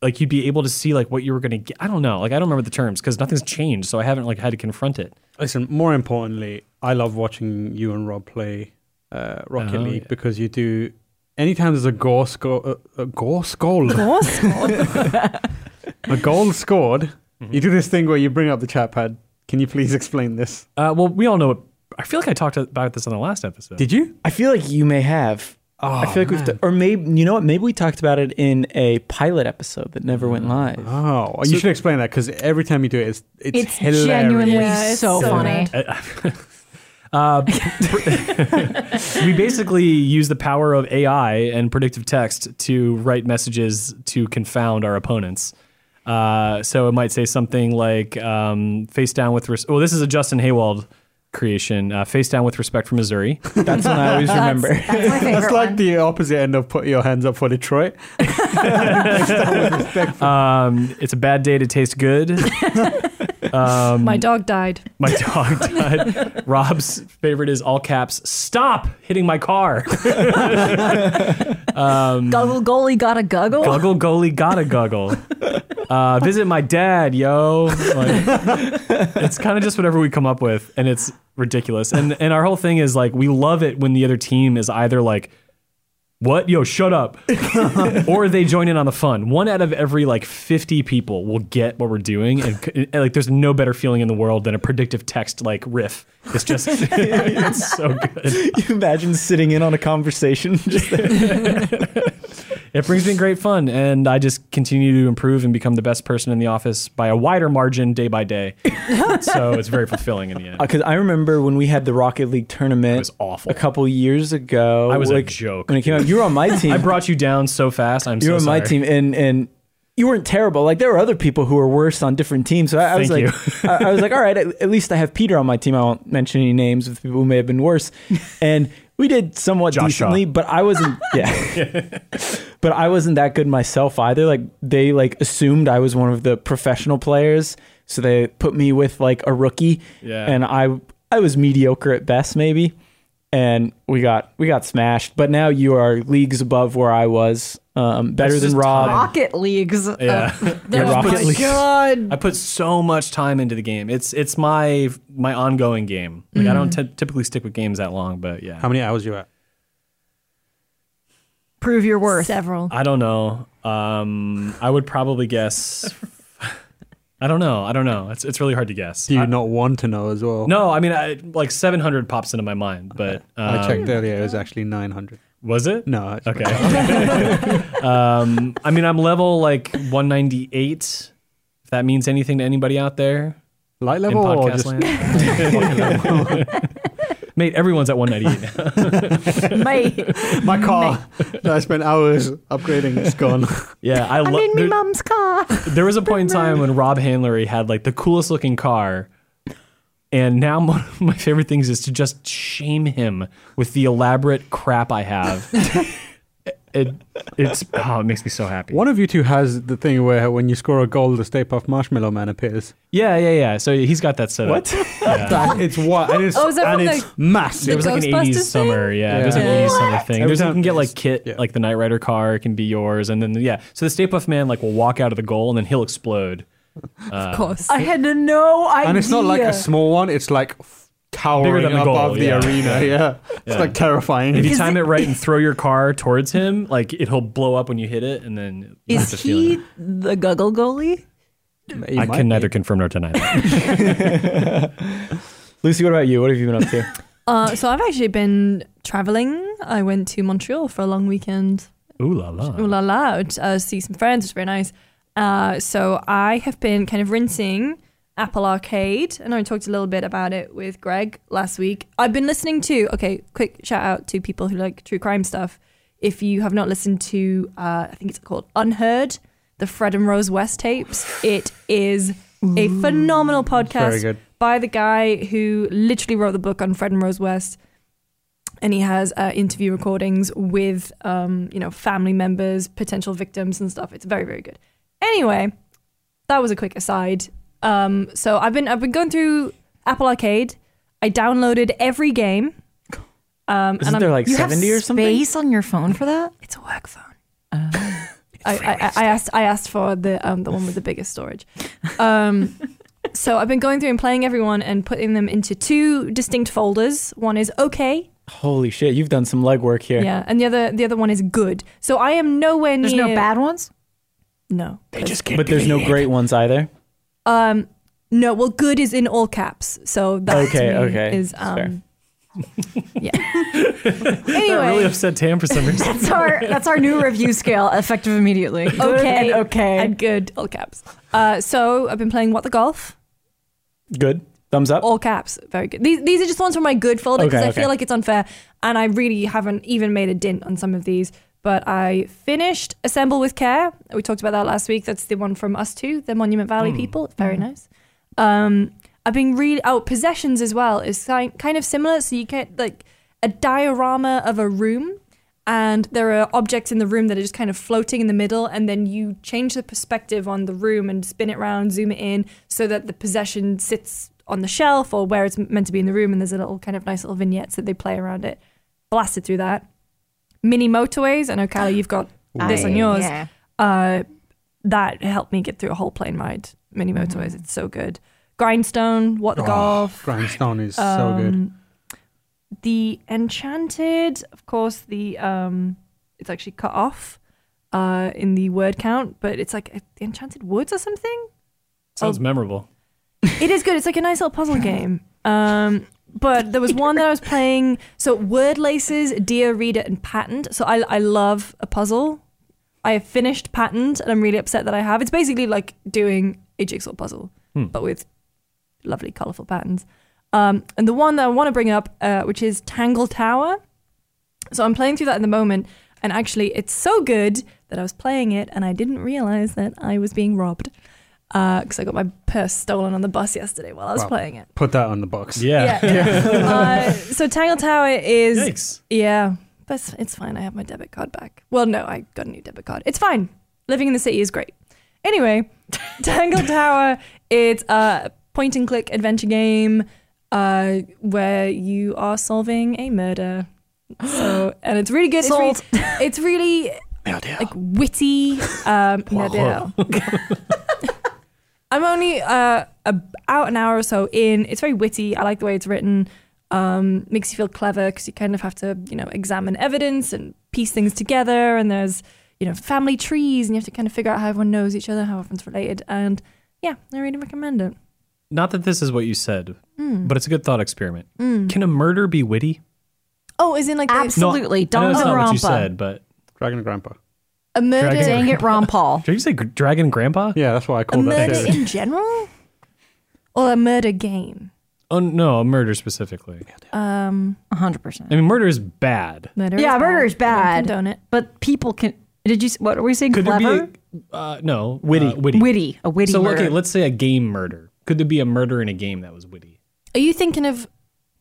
like you'd be able to see like what you were gonna get. I don't know. Like I don't remember the terms because nothing's changed, so I haven't like had to confront it. Listen, more importantly, I love watching you and Rob play uh, Rocket Oh, League yeah. because you do. Anytime there's a goal score, a, a goal scored, a goal scored, you do this thing where you bring up the chat pad. Can you please explain this? Uh, well, we all know. What, I feel like I talked about this on the last episode. Did you? I feel like you may have. I feel like we've, t- or maybe you know what? Maybe we talked about it in a pilot episode that never went live. Oh, you should explain that because every time you do it, it's it's, It's hilarious. genuinely Yeah, it's so, so funny. good. Uh, pr- we basically use the power of AI and predictive text to write messages to confound our opponents. Uh, so it might say something like um, "face down with." Res- well, this is a Justin Haywald creation. Uh, "Face down with respect for Missouri." That's when I always remember. That's [LAUGHS] my [LAUGHS] favorite That's like one. the opposite end of put your hands up for Detroit. Um, it's a bad day to taste good. Um, My dog died. my dog died. Rob's favorite is all caps. Stop hitting my car. Guggle goalie got a guggle. Guggle goalie gotta guggle. Uh, visit my dad, yo. Like, it's kind of just whatever we come up with, and it's ridiculous. And and our whole thing is like we love it when the other team is either like, "What, yo, shut up," [LAUGHS] or they join in on the fun. One out of every like fifty people will get what we're doing, and, c- and like there's no better feeling in the world than a predictive text like riff. It's just [LAUGHS] it's so good. [LAUGHS] you imagine sitting in on a conversation. [LAUGHS] Just, It brings me great fun, and I just continue to improve and become the best person in the office by a wider margin day by day. so it's very fulfilling in the end. because Uh, I remember when we had the Rocket League tournament. It was awful. A couple years ago. I was a joke. When it came out, you were [LAUGHS] on my team. I brought you down so fast. I'm you so were on my sorry. team, and and you weren't terrible. Like there were other people who were worse on different teams. So I, I was Thank like, [LAUGHS] I, I was like, all right, at, at least I have Peter on my team. I won't mention any names of people who may have been worse. [LAUGHS] And we did somewhat Josh Shaw. decently, but I wasn't. [LAUGHS] Yeah, but I wasn't that good myself either. Like they like assumed I was one of the professional players, so they put me with like a rookie. Yeah. and I I was mediocre at best, maybe. And we got we got smashed, but now you are leagues above where I was, um, better That's than just Rob. time. Rocket leagues. [LAUGHS] Yeah. Oh, they're Rocket my Leagues. God. [LAUGHS] I put so much time into the game. It's it's my my ongoing game. Like I don't t- typically stick with games that long, but yeah. How many hours you at? Prove your worth. Several. I don't know. Um, I would probably guess. I don't know. I don't know. It's it's really hard to guess. Do you I- not want to know as well? no, I mean, I, like 700 pops into my mind, but um, I checked earlier. It was actually nine hundred. Was it? No. it's- [LAUGHS] Okay. um, I mean, I'm level like 198. If that means anything to anybody out there Light in level or podcast just land, mate, everyone's at 198 now. [LAUGHS] Mate, my car [LAUGHS] that I spent hours upgrading is gone. Yeah, I I'm love. in my There, mum's car. there was a point in time when Rob Handlery had like the coolest looking car. And now [LAUGHS] one of my favorite things is to just shame him with the elaborate crap I have. it it's oh, it makes me so [LAUGHS] happy. One of you two has the thing where when you score a goal, the Stay Puft Marshmallow Man appears. Yeah, yeah, yeah. So he's got that set up. What? That- it's what and [LAUGHS] it's, Oh, is that and from it's the- massive. the It was like an Ghostbusters 80s thing? summer. Yeah, it Yeah. was like an 80s summer thing. Every There's, you time- can get yes, like kit, yeah. like the Knight Rider car can be yours. And then, yeah. So the Stay Puft Man like will walk out of the goal and then he'll explode. of course. I had no idea. and it's not like a small one. It's like f- towering than the above goal, the [LAUGHS] yeah. arena. Yeah, it's like terrifying. If you time it right and throw your car towards him, like it'll blow up when you hit it. And then you have Is to feel he it. the guggle goalie? He I might [LAUGHS] can be. neither confirm nor deny that. Lucy, what about you? What have you been up [LAUGHS] to? Uh, so I've actually been traveling. I went to Montreal for a long weekend. Ooh la la. Ooh la la, uh, see some friends, which is very nice. Uh, so I have been kind of rinsing Apple Arcade, and I talked a little bit about it with Greg last week. I've been listening to, okay, quick shout out to people who like true crime stuff. If you have not listened to, uh, I think it's called Unheard, the Fred and Rose West tapes, it is a phenomenal podcast Very good. by the guy who literally wrote the book on Fred and Rose West. And he has uh, interview recordings with, um, you know, family members, potential victims, and stuff. It's very, very good. Anyway, that was a quick aside. Um, so I've been I've been going through Apple Arcade. I downloaded every game. Um, Isn't there like You have 70 or something? space on your phone for that? it's a work phone. Uh, [LAUGHS] I, I, I asked I asked for the um, the one with the biggest storage. [LAUGHS] Um, so I've been going through and playing everyone and putting them into two distinct folders. One is okay, Holy shit, you've done some legwork here. yeah, and the other the other one is good. So I am nowhere There's near no bad ones. No, they just But there's no great ones either. um no. Well, good is in all caps. So that to Okay, me okay, is that's fair. um yeah. anyway, That really upset Tam for some reason. That's our that's our new review scale, effective immediately. okay, and okay. and good, all caps. Uh, so I've been playing what the golf, Good. Thumbs up. Oh. all caps, very good. These these are just ones from my good folder because Okay, I okay. feel like it's unfair, and I really haven't even made a dint on some of these. But I finished Assemble with Care. We talked about that last week. That's the one from us too, the Monument Hmm. Valley people. It's Hmm. very nice. Um, I've been really oh possessions as well is ki- kind of similar. So you get like a diorama of a room, and there are objects in the room that are just kind of floating in the middle, and then you change the perspective on the room and spin it around, zoom it in, so that the possession sits on the shelf or where it's meant to be in the room, and there's a little kind of nice little vignettes that they play around it. Blasted through that. Mini motorways. I know, Callie, you've got this on yours Yeah. uh, that helped me get through a whole plane ride. Mini motorways, it's so good. Grindstone, What the Golf, Oh, Grindstone is so good. The Enchanted, of course. The um, it's actually cut off uh, in the word count, but it's like uh, the Enchanted Woods or something. Sounds memorable. It is good. It's like a nice little puzzle game. Um, but there was one that I was playing. So word laces, dear reader, and patent. So I, I love a puzzle. I have finished patent, and I'm really upset that I have. It's basically like doing a jigsaw puzzle, but with lovely, colorful patterns. Um, and the one that I want to bring up, uh, which is Tangle Tower. So I'm playing through that at the moment, and actually, it's so good that I was playing it and I didn't realize that I was being robbed because Uh, I got my purse stolen on the bus yesterday while I was Wow. playing it. Put that on the box. [LAUGHS] Yeah. [LAUGHS] uh, so Tangle Tower is Yikes. yeah, but it's, it's fine. I have my debit card back. Well, no, I got a new debit card. It's fine. Living in the city is great. [LAUGHS] Anyway, Tangle Tower. It's a point and click adventure game uh, where you are solving a murder. So and it's really good. Sold. It's really, it's really like witty. Um, no deal. I'm only uh, about an hour or so in. It's very witty. I like the way it's written. Um, makes you feel clever because you kind of have to, you know, examine evidence and piece things together. And there's, you know, family trees, and you have to kind of figure out how everyone knows each other, how everyone's related. And yeah, I really recommend it. Not that this is what you said, but it's a good thought experiment. Can a murder be witty? Oh, is in like the, Absolutely. I know Don that's not what you Rampa. said, but Dragon Grandpa. a murder, Dragon- Dang it, Ron Paul. did you say gr- Dragon Grandpa? Yeah, that's why I a called that murder series. in general, or a murder game. Oh no, murder specifically. Um, 100%. I mean, murder is bad. murder. Yeah, is murder bad. is bad. Don't condone it. But people can. Did you. What were we saying? Could Clever? there be a, uh, no witty? witty. witty. A witty So murder. okay, let's say a game murder. Could there be a murder in a game that was witty? Are you thinking of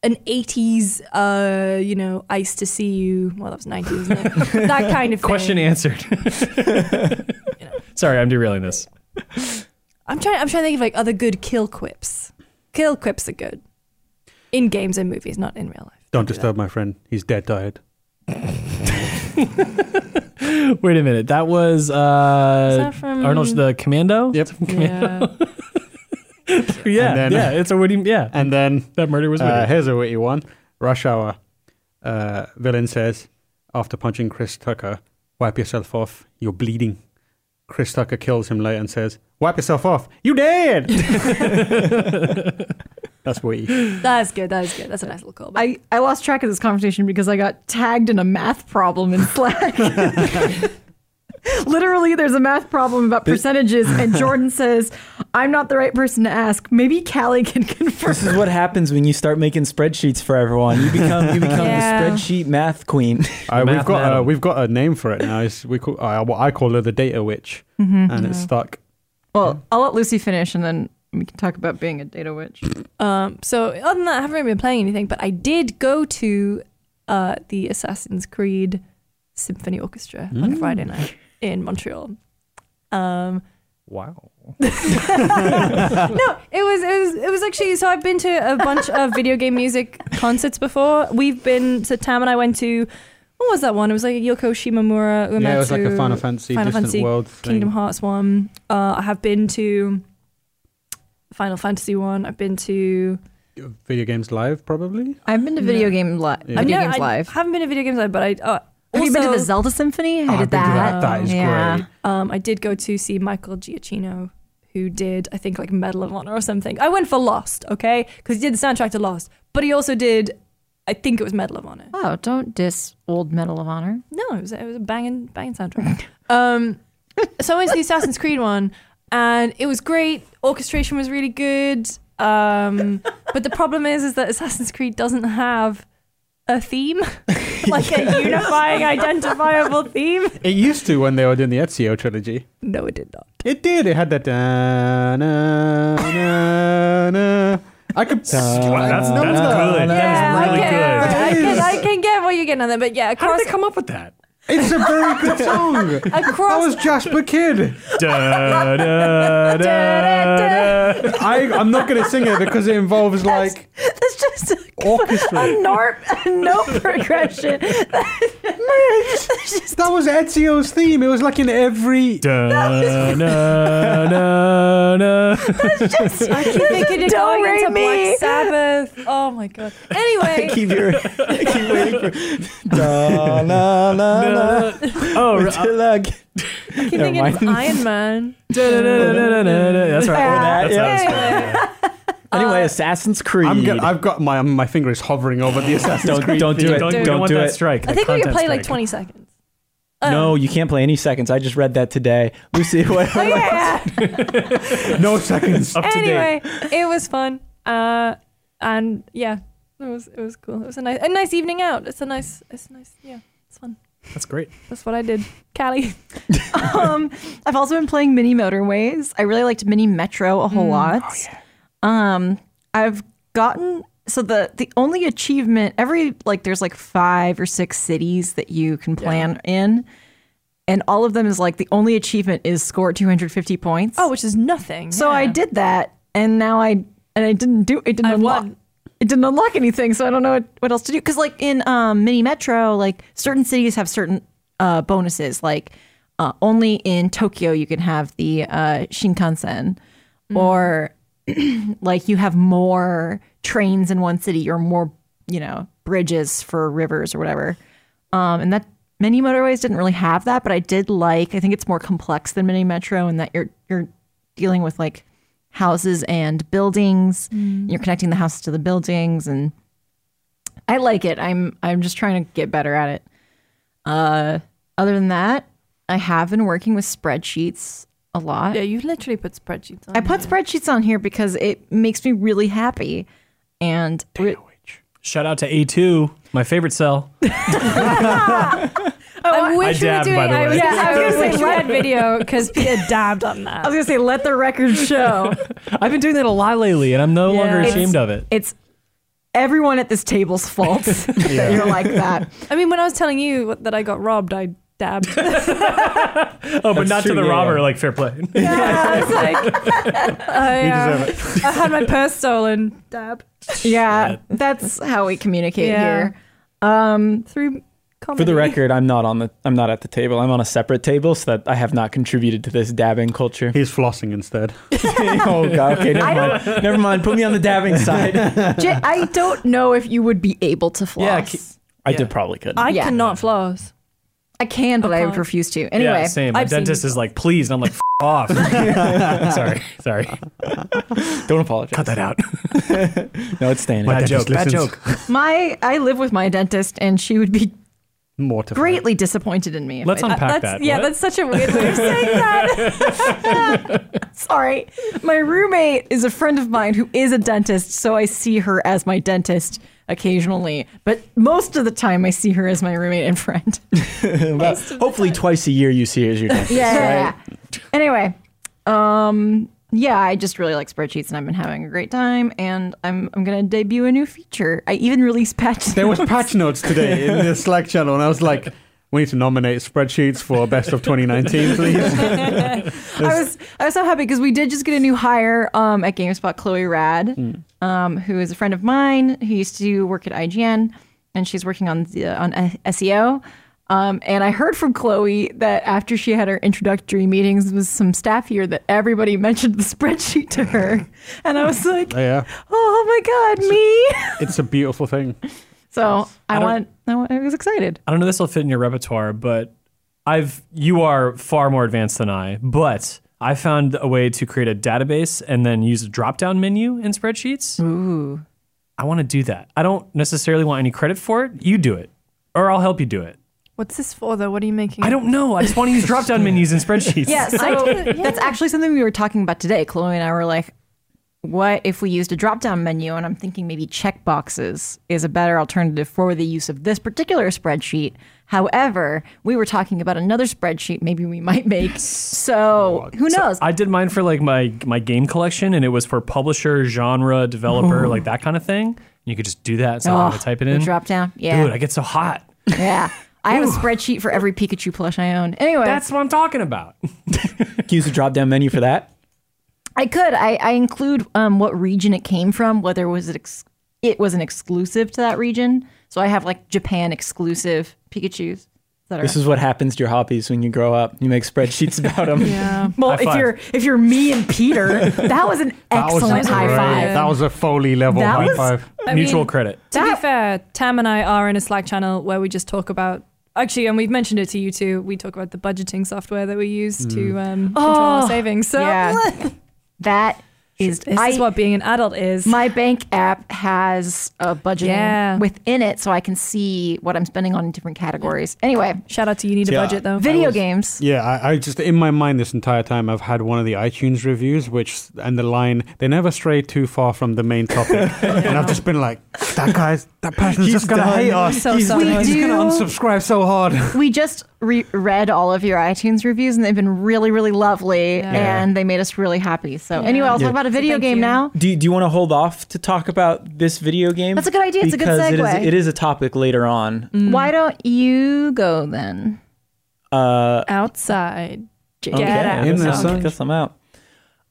an 80s, uh, you know, Ice to See You? Well, that was 90s, wasn't it? that kind of Question thing. [LAUGHS] answered. [LAUGHS] Sorry, I'm derailing this. I'm trying. I'm trying to think of like other good kill quips. Kill quips are good in games and movies, not in real life. Don't disturb my friend. He's dead tired. Wait a minute. That was uh, Is that from- Arnold the Commando. Yep. Yeah. Yeah. And then- yeah. It's a witty. Yeah. And then that murder was witty. [LAUGHS] uh, here's a witty one. Rush hour. Uh, villain says, after punching Chris Tucker, wipe yourself off. You're bleeding. Chris Tucker kills him later and says, wipe yourself off. You [LAUGHS] dead. That's witty. That's good. That's good. That's a nice little callback. I, I lost track of this conversation because I got tagged in a math problem in Slack. Literally, there's a math problem about percentages, and Jordan says, I'm not the right person to ask. Maybe Callie can [LAUGHS] confirm. This is what happens when you start making spreadsheets for everyone. You become you become Yeah. the [LAUGHS] spreadsheet math queen. Uh, we've Math got uh, madam. we've got a name for it now. It's, we call, uh, what I call her the data witch, and it's stuck. Well, I'll let Lucy finish, and then we can talk about being a data witch. Um, so other than that, I haven't really been playing anything, but I did go to uh, the Assassin's Creed Symphony Orchestra Mm. on Friday night in Montreal. Um, [LAUGHS] wow. no, it was it was it was actually so I've been to a bunch of video game music concerts before. We've been so Tam and I went to what was that one? It was like a Yoko Shimomura Uematsu. Yeah, it was like a Final Fantasy Final Distant Fantasy World Kingdom Hearts one. Uh, I have been to Final Fantasy one. I've been to thing. Video games live, probably. I've been to video game li- I've video never- games I live. haven't been to video games live, but I. Uh, Have you been to also, the Zelda Symphony? I I've did been to that. Oh, That is yeah. great. Um, I did go to see Michael Giacchino, who did I think like Medal of Honor or something. I went for Lost, okay, because he did the soundtrack to Lost, but he also did, I think it was Medal of Honor. Oh, don't diss old Medal of Honor. No, it was it was a banging banging [LAUGHS] soundtrack. um, so I went to the Assassin's Creed one, and it was great. Orchestration was really good. Um, but the problem is, is that Assassin's Creed doesn't have a theme, [LAUGHS] like [LAUGHS] a unifying, identifiable theme. It used to when they were doing the Ezio trilogy. No, it did not. It did. It had that. Da, na, na, na. I could. That's, no, that's no. good. that is really okay, good. alright, I can, Yes. I can get what you're getting on that, but yeah, How across did they come up with that? It's a very good song. that was across Jasper Kidd. da, da, [LAUGHS] da, da. I, I'm not going to sing it because it involves like That's just [LAUGHS] orchestra. norp, [LAUGHS] no progression. That was Ezio's theme. It was like in every. Da, Uh, na, na, na. I keep thinking you're Don't going rate into me. Black Sabbath. Oh my god. Anyway, keep [LAUGHS] your I keep waiting for da, na, na, na, [LAUGHS] Oh, right. till uh, I get- I keep Never thinking it's mind. Iron Man. Da, da, da, da, da, da, da. That's right. Yeah. That's how it's Anyway. going. Anyway, Assassin's Creed. uh, I'm go- I've got my my finger is hovering over [LAUGHS] the Assassin's don't Creed. don't do it. Don't, Don't, don't, want do that it. strike. I the think we could content play like strike. 20 seconds. Um, [LAUGHS] Oh. No, you can't play any seconds. I just read that today. [LAUGHS] Lucy, what, what am I- oh, Yeah. No [LAUGHS] seconds. Up to date. anyway, it was fun. Uh, and yeah, it was it was cool. It was a nice a nice evening out. It's a nice it's a nice yeah. It's fun. That's great. That's what I did. Callie. um, I've also been playing Mini Motorways. I really liked Mini Metro a whole lot. Um, I've gotten so the the only achievement every like there's like five or six cities that you can plan in, and all of them is like the only achievement is score 250 points. Oh, which is nothing. so I yeah. did that, and now I and I didn't do it didn't I unlock. won. It didn't unlock anything, so I don't know what, what else to do. Because like in um, Mini Metro, like certain cities have certain uh, bonuses. Like uh, only in Tokyo you can have the uh, Shinkansen, Mm. or like you have more trains in one city or more you know bridges for rivers or whatever um, and that many motorways didn't really have that but i did like i think it's more complex than mini metro in that you're you're dealing with like houses and buildings you're connecting the houses to the buildings and I like it. I'm I'm just trying to get better at it. Uh, other than that, I have been working with spreadsheets a lot. Yeah, you literally put spreadsheets on. I put spreadsheets on here because it makes me really happy. And re- Shout out to A2, my favorite cell. I wish Oh, I dabbed, we were by doing. the I way. was, Yeah, I I was was like, like that video because [LAUGHS] Peter dabbed on I that. was gonna say, let the record show. I've been doing that a lot lately, and I'm no longer It's- ashamed of it. [LAUGHS] It's everyone at this table's [LAUGHS] fault that you're like that. I mean, when I was telling you what- that I got robbed, I dabbed. [LAUGHS] Oh, but not true, to the yeah, robber. yeah. Like fair play. I was like, [LAUGHS] I, uh, You deserve it. I had my [LAUGHS] purse stolen. Dab Yeah, that's how we communicate Yeah. here. Um, through. Comedy. For the record, I'm not on the I'm not at the table. I'm on a separate table so that I have not contributed to this dabbing culture. He's flossing instead. oh god, [LAUGHS] okay, never mind. Never mind. Put me on the [LAUGHS] dabbing side. J- I don't know if you would be able to floss. Yeah, ki- I Yeah. did probably could. I Yeah. cannot floss. I can, but I Okay. refuse to. Anyway, Oh, yeah, same. My I've seen dentist you is like, please, and I'm like, F- off. sorry, sorry. Don't apologize. Cut that out. No, it's staying. in. Bad dentist joke. Bad listens. joke. my I live with my dentist, and she would be [LAUGHS] Mortified. greatly disappointed in me. if Let's I- that's, unpack that. Yeah, What? that's such a weird way of saying [LAUGHS] that. Sorry, my roommate is a friend of mine who is a dentist, so I see her as my dentist occasionally, but most of the time I see her as my roommate and friend. About- hopefully twice a year you see [LAUGHS] it as your dentist. Yeah. [LAUGHS] Anyway, um, yeah, I just really like spreadsheets, and I've been having a great time. And I'm I'm gonna debut a new feature. I even released patch. There [LAUGHS] was patch notes today in the Slack channel, and I was like, we need to nominate spreadsheets for best of [LAUGHS] 2019, please. I was I was so happy because we did just get a new hire um, at GameSpot, Chloe Rad, um, who is a friend of mine who used to work at IGN, and she's working on the, on uh, SEO. Um, and I heard from Chloe that after she had her introductory meetings with some staff here, that everybody [LAUGHS] mentioned the spreadsheet to her, and I was like, yeah. "Oh my god, me!" It's a beautiful thing. [LAUGHS] So I, don't- want, I want. I was excited. I don't know this will fit in your repertoire, but I've you are far more advanced than I, but I found a way to create a database and then use a drop-down menu in spreadsheets. Ooh. I want to do that. I don't necessarily want any credit for it. You do it. Or I'll help you do it. What's this for, though? What are you making? I don't know. I just want to use drop-down menus in spreadsheets. [LAUGHS] Yeah. So that's actually something we were talking about today. Chloe and I were like, "What if we used a drop-down menu?" And I'm thinking maybe checkboxes is a better alternative for the use of this particular spreadsheet. However, we were talking about another spreadsheet. Maybe we might make. So who knows? I did mine for like my my game collection, and it was for publisher, genre, developer, like that kind of thing. And you could just do that. So I Oh, had to type it the in. drop-down. Yeah. Dude, I get so hot. yeah. I have a spreadsheet for every Pikachu plush I own. Anyway, That's what I'm talking about. [LAUGHS] Can you use a drop down menu for that? I could. I, I include um, what region it came from, whether it was it, ex- it was an exclusive to that region. So I have like Japan exclusive Pikachu's. That This is what happens to your hobbies when you grow up. You make spreadsheets [LAUGHS] about them. Yeah. well, High if five. you're if you're me and Peter, that was an excellent high great. five. That was a Foley level That high was- five. Mutual mean- credit. To be fair, Tam and I are in a Slack channel where we just talk about. Actually, and we've mentioned it to you too. We talk about the budgeting software that we use to um, control Oh, our savings. So [LAUGHS] yeah. That is, this I, is what being an adult is. my bank app has a budget Yeah. within it, so I can see what I'm spending on different categories. Anyway, Shout out to you need a Yeah. budget though. video games. Yeah, I, I just in my mind this entire time I've had one of the iTunes reviews, which and the line they never stray too far from the main topic, [LAUGHS] and I've just been like, that guy's that person's He's just gonna done. hate us. So He's sorry. done. He's gonna We do- unsubscribe so hard. we just re- read all of your iTunes reviews, and they've been really, really lovely, and they made us really happy. So anyway, I'll Yeah. talk about a video thank game you. now. Do you, do you want to hold off to talk about this video game? That's a good idea. It's a good because It segue. Mm-hmm. is, it is a topic later on. Why don't you go then? Uh, Outside. Get okay. out. In there, guess, son. I'm, guess I'm out.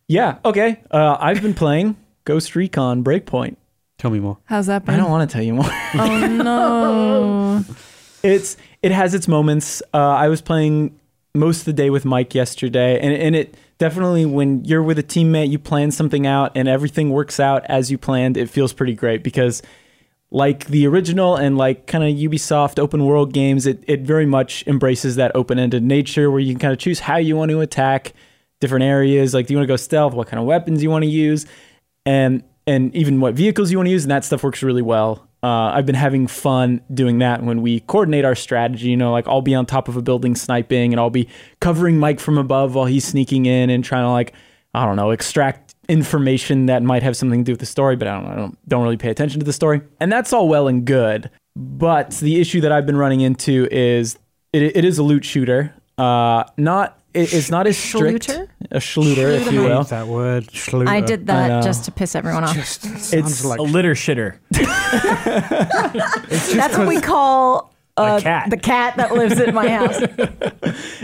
Yeah. Okay. Uh, I've been playing Ghost Recon Breakpoint. Tell me more. How's that I been? don't want to tell you more. Oh no. [LAUGHS] it's it has its moments. Uh, I was playing most of the day with Mike yesterday, and and it definitely when you're with a teammate, you plan something out, and everything works out as you planned. It feels pretty great because, like the original and like kind of Ubisoft open world games, it it very much embraces that open ended nature where you can kind of choose how you want to attack different areas. Like, do you want to go stealth? What kind of weapons you want to use? And and even what vehicles you want to use, and that stuff works really well. uh, I've been having fun doing that when we coordinate our strategy. You know, like I'll be on top of a building sniping and I'll be covering Mike from above while he's sneaking in and trying to like, I don't know, extract information that might have something to do with the story, but I don't, I don't, don't really pay attention to the story. And that's all well and good. But the issue that I've been running into is it, it is a loot shooter. Uh, not, it, it's not as strict. Schluter? A schluter, if you will. that word. I did I know. that just to piss everyone off. It's like a litter shitter. That's what we call uh, cat. the cat that lives in my house.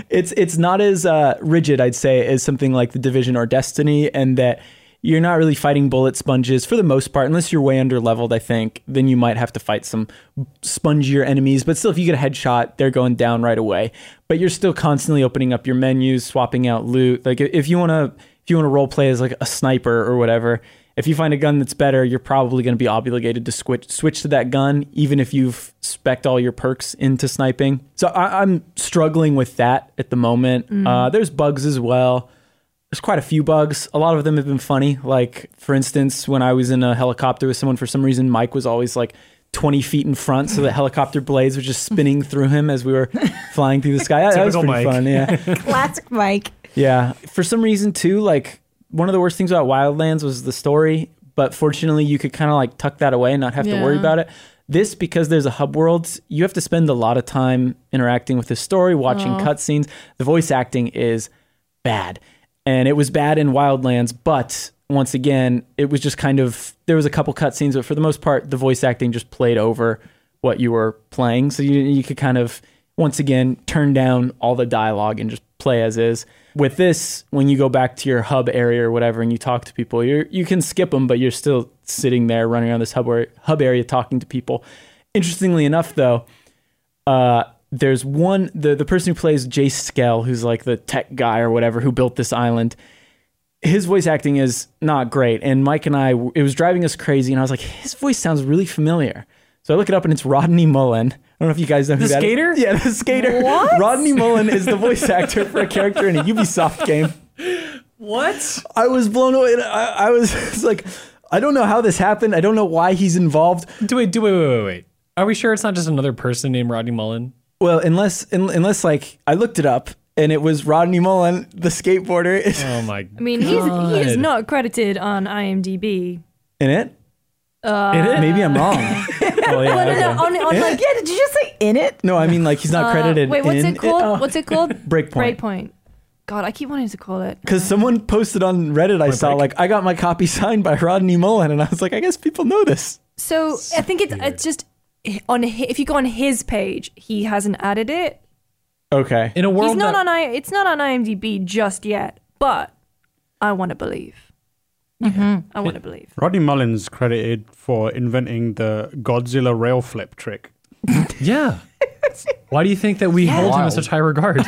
it's it's not as uh, rigid, I'd say, as something like the Division or Destiny, and that you're not really fighting bullet sponges for the most part, unless you're way under leveled. I think then you might have to fight some spongier enemies, but still, if you get a headshot, they're going down right away. But you're still constantly opening up your menus, swapping out loot. Like i- if you want to, if you want to role play as like a sniper or whatever. If you find a gun that's better, you're probably going to be obligated to switch switch to that gun, even if you've specced all your perks into sniping. So I, I'm struggling with that at the moment. Mm. Uh, there's bugs as well. There's quite a few bugs. A lot of them have been funny. Like for instance, when I was in a helicopter with someone, for some reason Mike was always like 20 feet in front, [LAUGHS] so the helicopter blades were just spinning through him as we were flying through the sky. That, that was pretty Typical Mike. fun. Yeah. Classic Mike. Yeah. For some reason too, like one of the worst things about Wildlands was the story, but fortunately you could kind of like tuck that away and not have to worry Yeah. about it. This because there's a hub world, you have to spend a lot of time interacting with the story, watching cutscenes. The voice acting is bad. And it was bad in Wildlands, but once again, it was just kind of there was a couple cutscenes, but for the most part, the voice acting just played over what you were playing. So you you could kind of once again turn down all the dialogue and just play as is. With this, when you go back to your hub area or whatever, and you talk to people, you are you can skip them, but you're still sitting there running around this hub area, hub area talking to people. Interestingly enough, though, uh, there's one the the person who plays Jace Skell, who's like the tech guy or whatever who built this island. His voice acting is not great, and Mike and I it was driving us crazy, and I was like, his voice sounds really familiar. So I look it up, and it's Rodney Mullen. I don't know if you guys know who The that is. skater? [LAUGHS] Yeah, the skater. Rodney Mullen is the [LAUGHS] voice actor for a character in a Ubisoft game. What? I was blown away. and I, I was [LAUGHS] it's like, I don't know how this happened. I don't know why he's involved. [LAUGHS] Do wait, do wait, wait, wait, wait. Are we sure it's not just another person named Rodney Mullen? Well, unless un, unless like I looked it up and it was Rodney Mullen, the skateboarder, Oh my! I mean, he's, he is not credited on IMDb. in it. it? Maybe I'm [LAUGHS] wrong. oh yeah. No, no, okay. on, on like, yeah, did you just say in it? No, I mean like he's not credited. Uh, wait, what's in Oh. it called? what's it called? [LAUGHS] Breakpoint. Breakpoint. God, I keep wanting to call it. Because Oh, someone posted on Reddit, I saw break. like I got my copy [LAUGHS] signed by Rodney Mullen, and I was like, I guess people know this. So I think it's it's just on hi- if you go on his page, he hasn't added it. Okay. In a world He's not that on I. It's not on IMDb just yet, but I want to believe. I want to believe. Rodney Mullen's credited for inventing the Godzilla rail flip trick. yeah. Why do you think that we hold him in Wild. such high regard?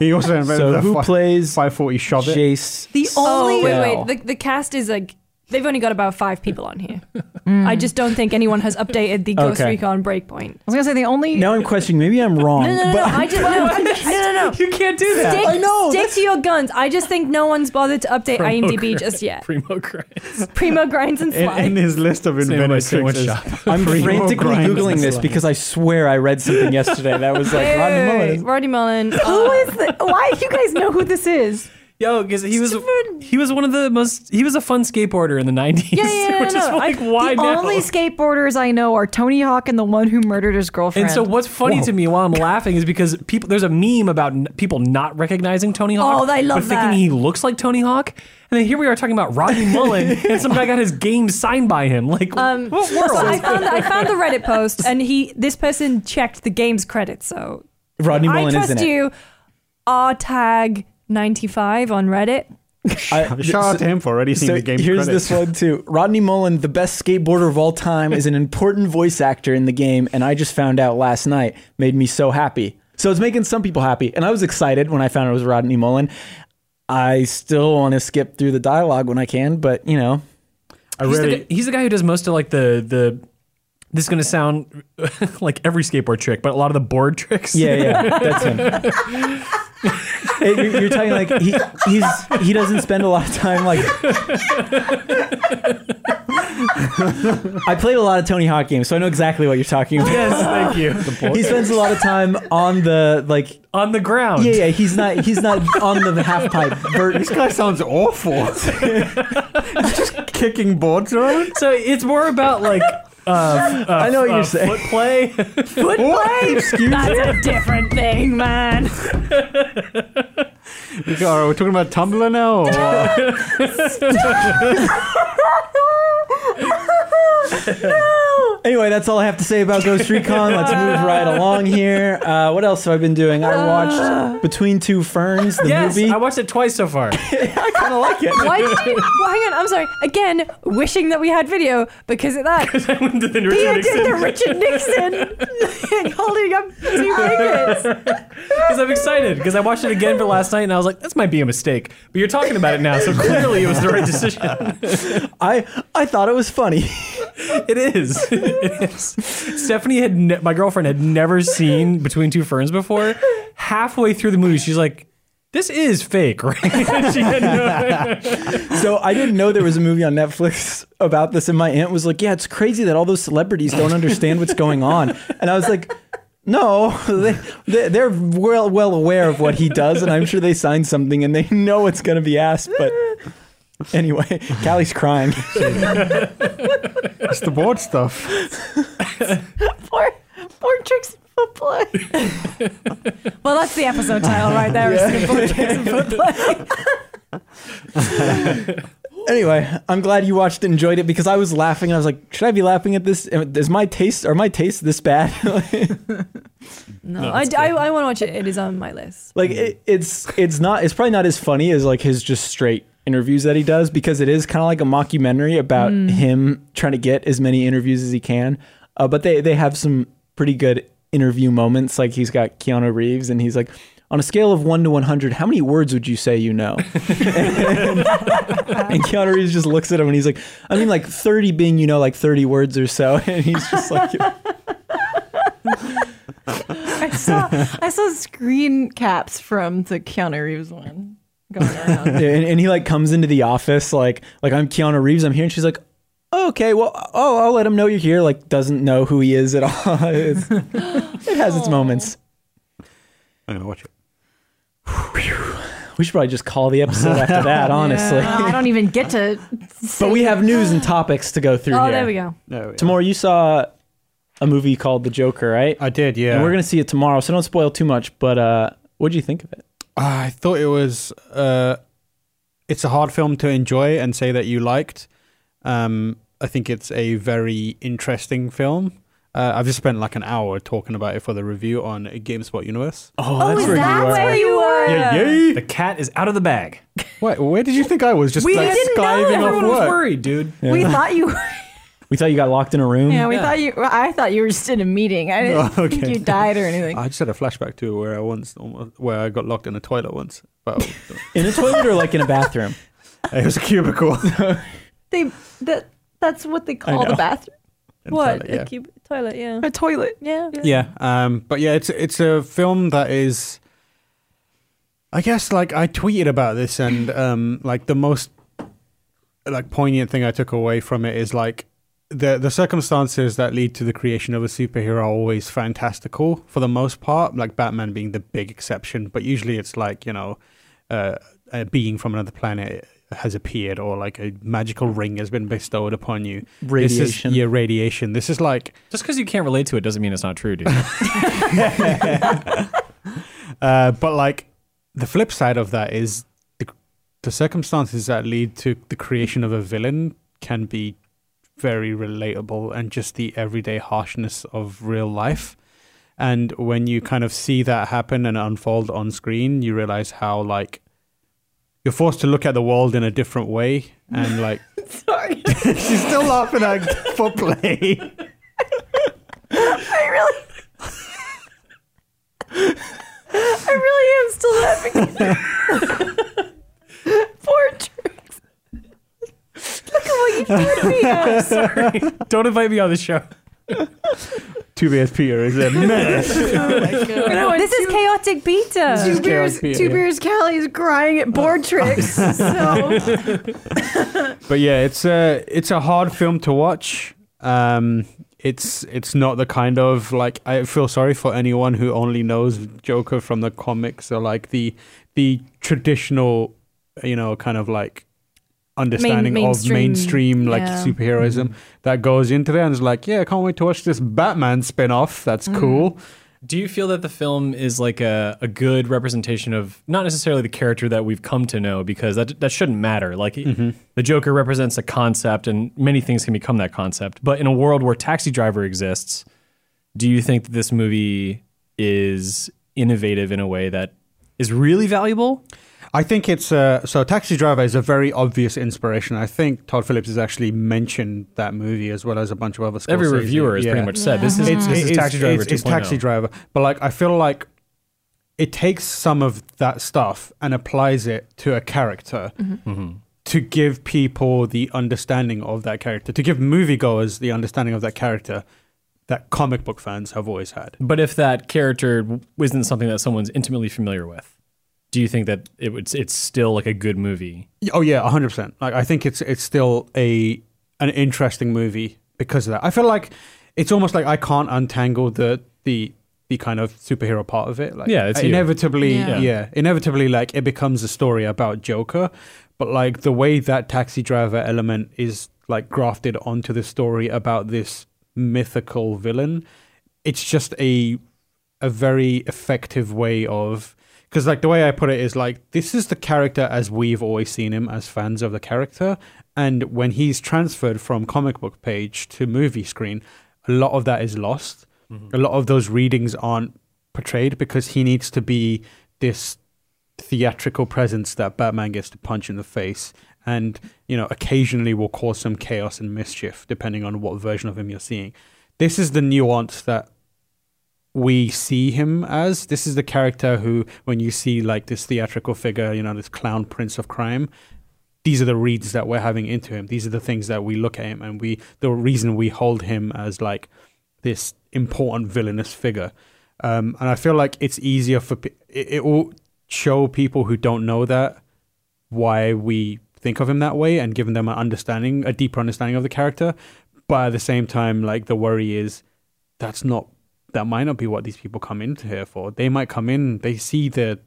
He also [LAUGHS] invented So the who fi- plays 540 shove it. Jace. The Oh only wait, wait. The, the cast is like they've only got about five people on here. I just don't think anyone has updated the Ghost Okay. Recon Breakpoint. I was gonna say the only Now I'm questioning. Maybe I'm wrong. No, no, no. no, but I just no, I just- no, no, no. you can't do that. Stick, I know, stick to your guns. I just think no one's bothered to update IMDb Grind. just yet. Primo Grimes. Primo grinds and In, in slides. his list of Name of my invented sandwich tricks, is- [LAUGHS] shop. I'm frantically Grimes googling is this like- because I swear I read something yesterday that was like Rodney Mullen. Hey, is- Roddy Mullen. who is the, why do you guys know who this is? Yo, because he was he was one of the most he was a fun skateboarder in the nineties. yeah, yeah, yeah, [LAUGHS] which is no, I- like why the now? only skateboarders I know are Tony Hawk and the one who murdered his girlfriend. and so what's funny to me while I'm laughing is because people there's a meme about n- people not recognizing Tony Hawk. Oh, they love but that. thinking he looks like Tony Hawk. And then here we are talking about [LAUGHS] Rodney Mullen and some guy got his game signed by him. Like Um, what world? So I found I found the Reddit post, and he this person checked the game's credits. So Rodney I Mullen is in trust it. you. R tag ninety five on Reddit. I- Shout out to him for already seeing So the game here's credits. this one too. Rodney Mullen, the best skateboarder of all time, is an important voice actor in the game, and I just found out last night. Made me so happy. So it's making some people happy, and I was excited when I found it was Rodney Mullen. I still want to skip through the dialogue when I can, but you know, I He's, really, the, guy- he's the guy who does most of like the the. This is gonna [LAUGHS] sound like every skateboard trick, but a lot of the board tricks. yeah, yeah, that's him. And you're, you're talking like he he's he doesn't spend a lot of time like. I played a lot of Tony Hawk games, so I know exactly what you're talking about. [LAUGHS] Yes, thank you. He spends a lot of time on the like. On the ground. Yeah, yeah. He's not. He's not on the half pipe. vert- [LAUGHS] This guy [LAUGHS] sounds awful. [LAUGHS] He's just kicking boards [LAUGHS] around. So it's more about like uh, uh, I know what you're uh, saying. foot play. Excuse me. That's a different thing, [LAUGHS] man. Are we talking about Tumblr now? Or what? Anyway, that's all I have to say about Ghost Recon. Let's move right along here. Uh, what else have I been doing? I watched Between Two Ferns, the Uh. yes, movie. I watched it twice [LAUGHS] so far. [LAUGHS] I kind of like it. Why did you? Well, hang on, I'm sorry. Again, wishing that we had video because of that. I went to the Richard Peter Nixon. did the Richard Nixon holding up two fingers. because I'm excited because I watched it again for last night and I was like, this might be a mistake. But you're talking about it now, so clearly it was the right [LAUGHS] decision. I I thought it was funny. [LAUGHS] It is. [LAUGHS] It is. Stephanie had ne- my girlfriend had never seen Between Two Ferns before. Halfway through the movie, she's like, "This is fake, [LAUGHS] right?" she had no- so I didn't know there was a movie on Netflix about this, and my aunt was like, "Yeah, it's crazy that all those celebrities don't understand what's going on," and I was like. No, [LAUGHS] they, they- they're well well aware of what he does, and I'm sure they signed something and they [LAUGHS] know it's going to be asked. But [LAUGHS] anyway, [LAUGHS] Callie's crying. [LAUGHS] It's the board stuff. Poor, poor tricks in foot play. Well, that's the episode title right there. is Simple Tricks and Foot Play. Anyway, I'm glad you watched it, enjoyed it because I was laughing. I was like, should I be laughing at this? Is my taste are my tastes this bad? [LAUGHS] No, No, I, that's I, want to watch it. It is on my list. like it, it's it's not it's probably not as funny as like his just straight interviews that he does because it is kind of like a mockumentary about him trying to get as many interviews as he can. Uh, but they they have some pretty good interview moments. Like he's got Keanu Reeves and he's like, on a scale of one to one hundred, how many words would you say you know? and Keanu Reeves just looks at him and he's like, I mean, like 30 being, you know, like 30 words or so. [LAUGHS] And he's just like, I saw, I saw screen caps from the Keanu Reeves one going [LAUGHS] around. Uh, and, and he like comes into the office, like, like I'm Keanu Reeves, I'm here. And she's like, okay, well, oh, I'll let him know you're here. Like, doesn't know who he is at all. [LAUGHS] It's- it has its moments. I'm gonna watch it. We should probably just call the episode [LAUGHS] after that, honestly. Oh, I don't even get to. But we have news and topics to go through. Oh, here. there we go. No, yeah. Tomorrow, you saw a movie called The Joker, right? I did, yeah. And we're gonna see it tomorrow, so don't spoil too much. But uh, what do you think of it? Ah, I thought it was. Uh, it's a hard film to enjoy and say that you liked. Um, I think it's a very interesting film. Uh, I've just spent like an hour talking about it for the review on GameSpot Universe. Oh, is that where you were? the cat is out of the bag. Wait, where did you think I was? Just We like didn't know skiving that. off Everyone was work. worried, dude. We thought you were. We thought you got locked in a room. Yeah, we thought you. well, I thought you were just in a meeting. I didn't Oh, think okay. you died [LAUGHS] or anything. I just had a flashback to where I once, almost, where I got locked in a toilet once. But [LAUGHS] In a toilet or like in a [LAUGHS] bathroom? it was a cubicle. [LAUGHS] They that that's what they call the know. bathroom, What? Toilet, yeah. A cube, toilet, yeah. a toilet. Yeah. yeah um but yeah it's it's a film that is i guess like i tweeted about this and um like the most like poignant thing i took away from it is like the the circumstances that lead to the creation of a superhero are always fantastical for the most part like batman being the big exception but usually it's like you know uh, a being from another planet has appeared or like a magical ring has been bestowed upon you This is- Radiation. yeah radiation this is like Just because you can't relate to it doesn't mean it's not [LAUGHS] true, dude. Uh, but like the flip side of that is the, the circumstances that lead to the creation of a villain can be very relatable and just the everyday harshness of real life. And when you kind of see that happen and unfold on screen, you realize how like you're forced to look at the world in a different way. And like Sorry, [LAUGHS] she's still laughing at [LAUGHS] foot play. I really, I really am still laughing. [LAUGHS] Poor tricks. Look at what you did to me. I'm sorry. Don't invite me on the show. Two Bears Peter is a mess. this is chaotic beta. Two [LAUGHS] is beers, chaos, two yeah. Oh, beers. Callie is crying at [LAUGHS] board tricks. So but yeah, it's a it's a hard film to watch. Um, it's it's not the kind of like I feel sorry for anyone who only knows Joker from the comics or like the the traditional, you know, kind of like understanding of mainstream, mainstream like yeah. superheroism that goes into there and is like, yeah, I can't wait to watch this Batman spin-off. That's Mm-hmm. cool. Do you feel that the film is like a, a good representation of not necessarily the character that we've come to know because that that shouldn't matter. Like the Joker represents a concept and many things can become that concept. But in a world where Taxi Driver exists, do you think that this movie is innovative in a way that is really valuable? I think it's uh, so. Taxi Driver is a very obvious inspiration. I think Todd Phillips has actually mentioned that movie as well as a bunch of other. Every Scorsese. reviewer has pretty Yeah. much said this is, It's, this it's, is Taxi Driver oh. It's, it's 2.0. Taxi Driver, but like I feel like it takes some of that stuff and applies it to a character Mm-hmm. to give people the understanding of that character, to give moviegoers the understanding of that character that comic book fans have always had. But if that character w- isn't something that someone's intimately familiar with, do you think that it would, it's still like a good movie? Oh yeah, hundred percent. Like I think it's it's still a an interesting movie because of that. I feel like it's almost like I can't untangle the the the kind of superhero part of it. Like Yeah, it's you. inevitably Yeah. yeah. Inevitably like it becomes a story about Joker. But like the way that taxi driver element is like grafted onto the story about this mythical villain, it's just a a very effective way of because like the way I put it is like this is the character as we've always seen him as fans of the character, and when he's transferred from comic book page to movie screen, a lot of that is lost. A lot of those readings aren't portrayed because he needs to be this theatrical presence that Batman gets to punch in the face, and you know occasionally will cause some chaos and mischief depending on what version of him you're seeing. This is the nuance that we see him as. This is the character who, when you see like this theatrical figure, you know, this clown prince of crime, these are the reads that we're having into him. These are the things that we look at him and we, the reason we hold him as like this important villainous figure. Um, and I feel like it's easier for, pe- it, it will show people who don't know that why we think of him that way and giving them an understanding, a deeper understanding of the character. But at the same time, like the worry is that's not that might not be what these people come into here for. They might come in, they see the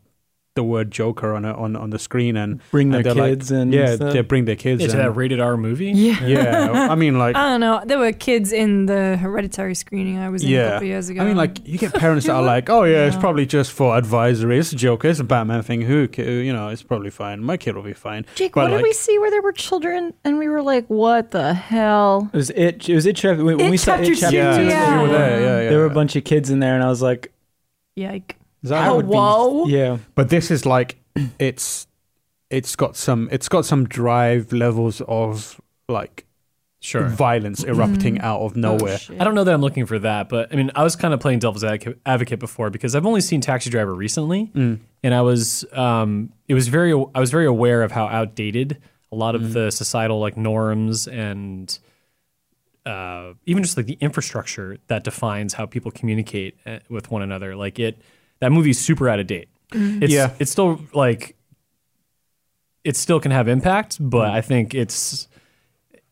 the word Joker on a, on on the screen and Bring their and they're like- kids and yeah, stuff. they bring their kids. Into that and, rated R movie? yeah, [LAUGHS] I mean like. I don't know. There were kids in the hereditary screening I was in a Yeah, couple years ago. I mean, like you get [LAUGHS] parents that are like, "Oh yeah, it's probably just for advisory. It's a Joker. It's a Batman thing. Who, ca- you know, it's probably fine. My kid will be fine." Jake, But, what did like, we see where there were children and we were like, what the hell? It was it. It was it. Chapter, when It we saw Chapter it, chapter Yeah, two, yeah. Yeah. We were there. yeah, yeah. there were a bunch of kids in there, and I was like, yike. Is that how it would be? yeah. but this is like it's it's got some it's got some drive levels of like Sure. violence erupting out of nowhere. I don't know that I'm looking for that, but I mean, I was kind of playing devil's advoca- advocate before because I've only seen Taxi Driver recently, and I was um, it was very I was very aware of how outdated a lot of the societal like norms and uh, even just like the infrastructure that defines how people communicate eh, with one another. Like it, that movie's super out of date. It's, Yeah. it's still like it still can have impact, but Mm. I think it's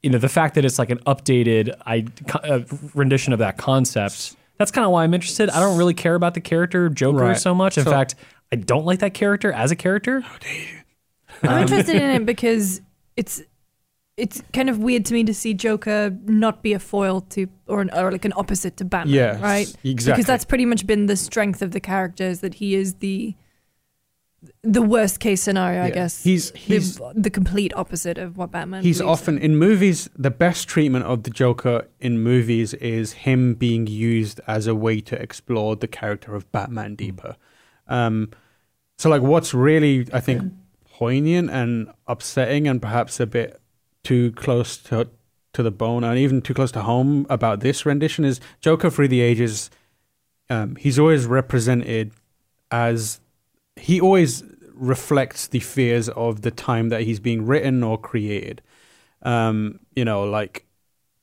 you know the fact that it's like an updated I, co- uh, rendition of that concept. That's kind of why I'm interested. I don't really care about the character Joker Right. so much. In So- fact, I don't like that character as a character. um, I'm interested in it because it's it's kind of weird to me to see Joker not be a foil to or an, or like an opposite to Batman, Yes, right? exactly. Because that's pretty much been the strength of the character is that he is the the worst case scenario, I Yeah. guess. He's- he's- the, the complete opposite of what Batman. He's believes often in movies. The best treatment of the Joker in movies is him being used as a way to explore the character of Batman deeper. Um, so, like, what's really I think poignant and upsetting, and perhaps a bit too close to to the bone, and even too close to home about this rendition is Joker through the ages. Um, he's always represented as he always reflects the fears of the time that he's being written or created. Um, you know, like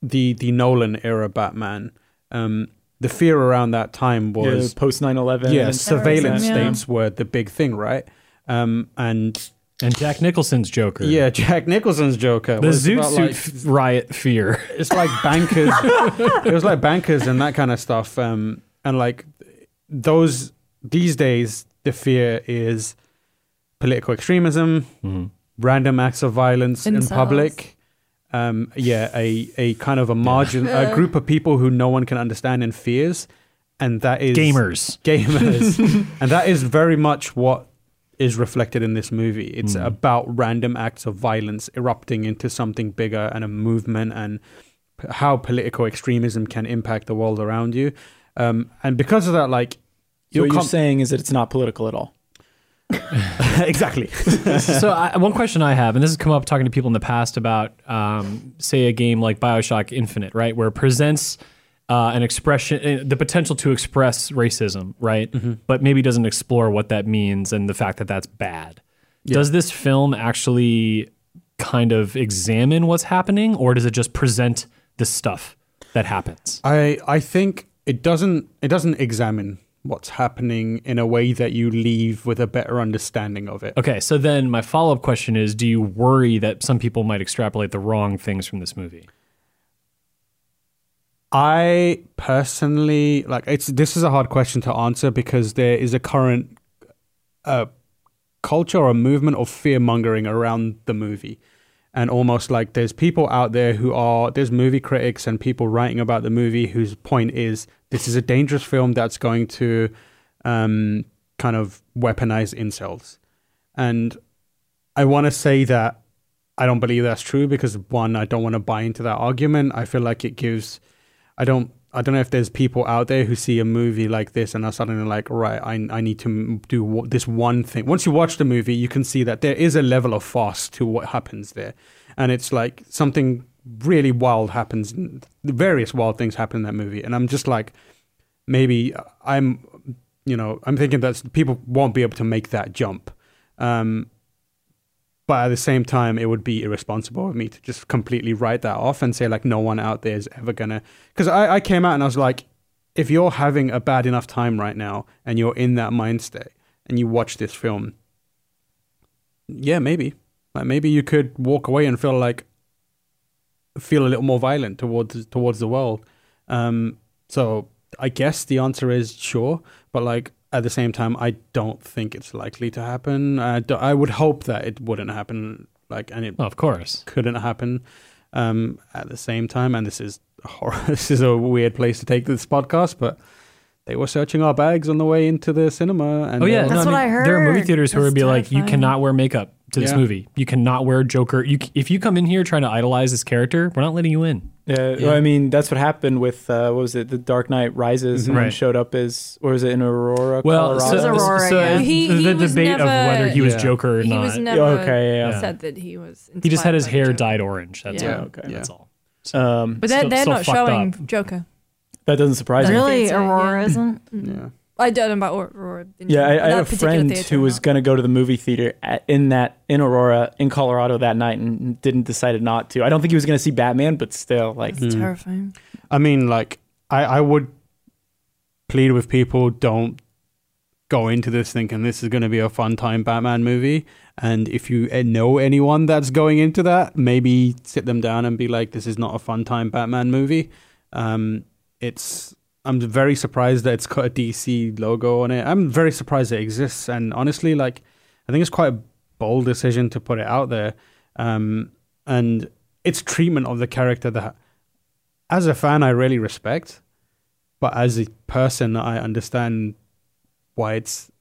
the the Nolan era Batman. Um, the fear around that time was post 9-11. yeah, surveillance Terrorism, yeah. states were the big thing, right? Um, and And Jack Nicholson's Joker. yeah, Jack Nicholson's Joker. The was Zoot about, Suit like- f- riot fear. it's like [LAUGHS] bankers. it was like bankers and that kind of stuff. Um, and like those these days, the fear is political extremism, random acts of violence in Incels. public. Um, yeah, a a kind of a margin, [LAUGHS] a group of people who no one can understand and fears, and that is Gamers. [LAUGHS] gamers, and that is very much what is reflected in this movie. It's Mm. about random acts of violence erupting into something bigger and a movement, and p- how political extremism can impact the world around you. Um, and because of that, like what you're can't- saying is that it's not political at all. [LAUGHS] [LAUGHS] exactly, so I, one question I have, and this has come up talking to people in the past about, um, say, a game like Bioshock Infinite, right, where it presents uh, an expression, uh, the potential to express racism, right, but maybe doesn't explore what that means and the fact that that's bad. Does this film actually kind of examine what's happening, or does it just present the stuff that happens? I I think it doesn't it doesn't examine what's happening in a way that you leave with a better understanding of it. Okay, so then my follow up question is Do you worry that some people might extrapolate the wrong things from this movie? I personally like it's this is a hard question to answer because there is a current uh, culture or movement of fear mongering around the movie. And almost like there's people out there who are there's movie critics and people writing about the movie whose point is this is a dangerous film that's going to um, kind of weaponize incels. And I want to say that I don't believe that's true because one, I don't want to buy into that argument. I feel like it gives, I don't, I don't know if there's people out there who see a movie like this and are suddenly like, right, I, I need to m- do w- this one thing. Once you watch the movie, you can see that there is a level of farce to what happens there, and it's like something really wild happens. Various wild things happen in that movie, and I'm just like, maybe I'm, you know, I'm thinking that people won't be able to make that jump. Um, but at the same time, it would be irresponsible of me to just completely write that off and say like no one out there is ever gonna. Because I, I came out and I was like, if you're having a bad enough time right now and you're in that mind state and you watch this film, yeah, maybe, like maybe you could walk away and feel like feel a little more violent towards towards the world. Um, so I guess the answer is sure, but like at the same time, I don't think it's likely to happen. I, do- I would hope that it wouldn't happen, like, and it Oh, of course. couldn't happen um, at the same time. And this is [LAUGHS] a hor- this is a weird place to take this podcast, but they were searching our bags on the way into the cinema. And Oh yeah, they were- That's no, what I There are movie heard. theaters who That's would be like, you terrifying. cannot wear makeup to this Yeah. movie. You cannot wear Joker. You c- if you come in here trying to idolize this character, we're not letting you in. Yeah, Uh, well, I mean that's what happened with uh, what was it? The Dark Knight Rises, and then Right. showed up as or was it in Aurora? Colorado? Well, It was so, Aurora, so yeah. He- the, he the was debate of never- whether he was Yeah. Joker or He not. was never okay, yeah. said that he was. he just had his inspired by hair Joker. dyed orange. That's Yeah. all. Okay. Yeah. That's all. um, But they're, Still- they're still not fucked showing up. Joker. that doesn't surprise me. Really? Really, Yeah. Aurora isn't. yeah. I don't know about Aur- Aurora. in Yeah, general, I, I had that a particular friend theater who or was not. going to go to the movie theater at, in that in Aurora in Colorado that night and didn't decided not to. I don't think he was going to see Batman, but still, like, It's terrifying. I mean, like, I, I would plead with people don't go into this thinking this is going to be a fun time Batman movie. And if you eh, know anyone that's going into that, maybe sit them down and be like, this is not a fun time Batman movie. Um, it's. I'm very surprised that it's got a DC logo on it. I'm very surprised it exists. And honestly, like, I think it's quite a bold decision to put it out there. Um, and its treatment of the character that as a fan I really respect, but as a person I understand why it's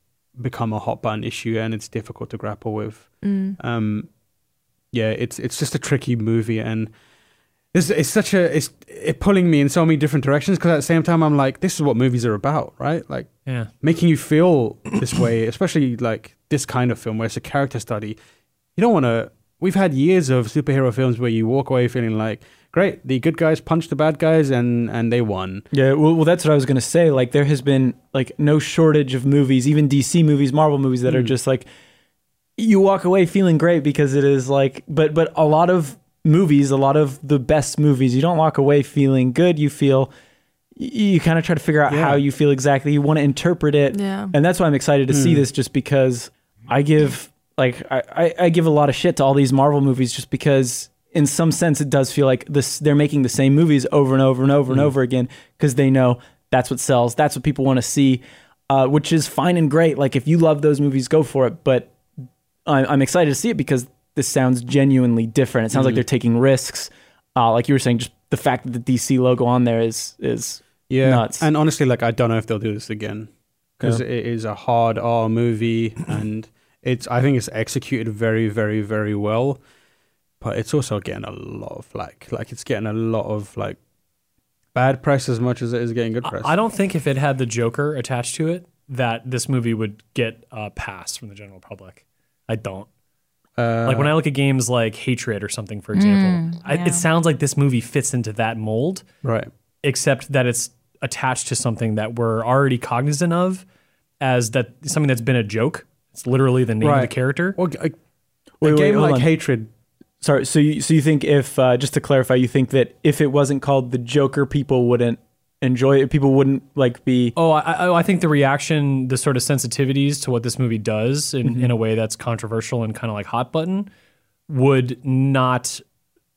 become a hot button issue and it's difficult to grapple with. Um, yeah, it's it's just a tricky movie and it's, it's such a it's it pulling me in so many different directions because at the same time I'm like this is what movies are about, right? Like Yeah. making you feel this way, especially like this kind of film where it's a character study. You don't want to. We've had years of superhero films where you walk away feeling like, great, the good guys punched the bad guys and and they won. Yeah, well, well, that's what I was gonna say. Like, there has been like no shortage of movies, even DC movies, Marvel movies that are just like you walk away feeling great because it is like, but but a lot of movies, a lot of the best movies, you don't walk away feeling good. You feel y- you kind of try to figure out Yeah. how you feel exactly. You want to interpret it, Yeah. and that's why I'm excited to see this, just because I give like I, I, I give a lot of shit to all these Marvel movies, just because in some sense it does feel like this they're making the same movies over and over and over and over again because they know that's what sells, that's what people want to see, uh, which is fine and great. Like if you love those movies, go for it, but I- I'm excited to see it because this sounds genuinely different. It sounds like they're taking risks. Uh, like you were saying, just the fact that the DC logo on there is is yeah. nuts. And honestly, like I don't know if they'll do this again because it is a hard R movie, and it's I think it's executed very, very, very well, but it's also getting a lot of flack. Like it's getting a lot of like bad press as much as it is getting good press. I don't think if it had the Joker attached to it, that this movie would get a pass from the general public. I don't. Uh, like when I look at games like Hatred or something, for example, I, yeah. it sounds like this movie fits into that mold, right. except that it's attached to something that we're already cognizant of as that something that's been a joke. It's literally the name of Right. the character. Well, a, a Wait, wait, game hold like on. Hatred. Sorry. So you so you think if uh, just to clarify, you think that if it wasn't called the Joker, people wouldn't enjoy it. People wouldn't like be. Oh, I- I, I think the reaction, the sort of sensitivities to what this movie does in, Mm-hmm. in a way that's controversial and kind of like hot button, would not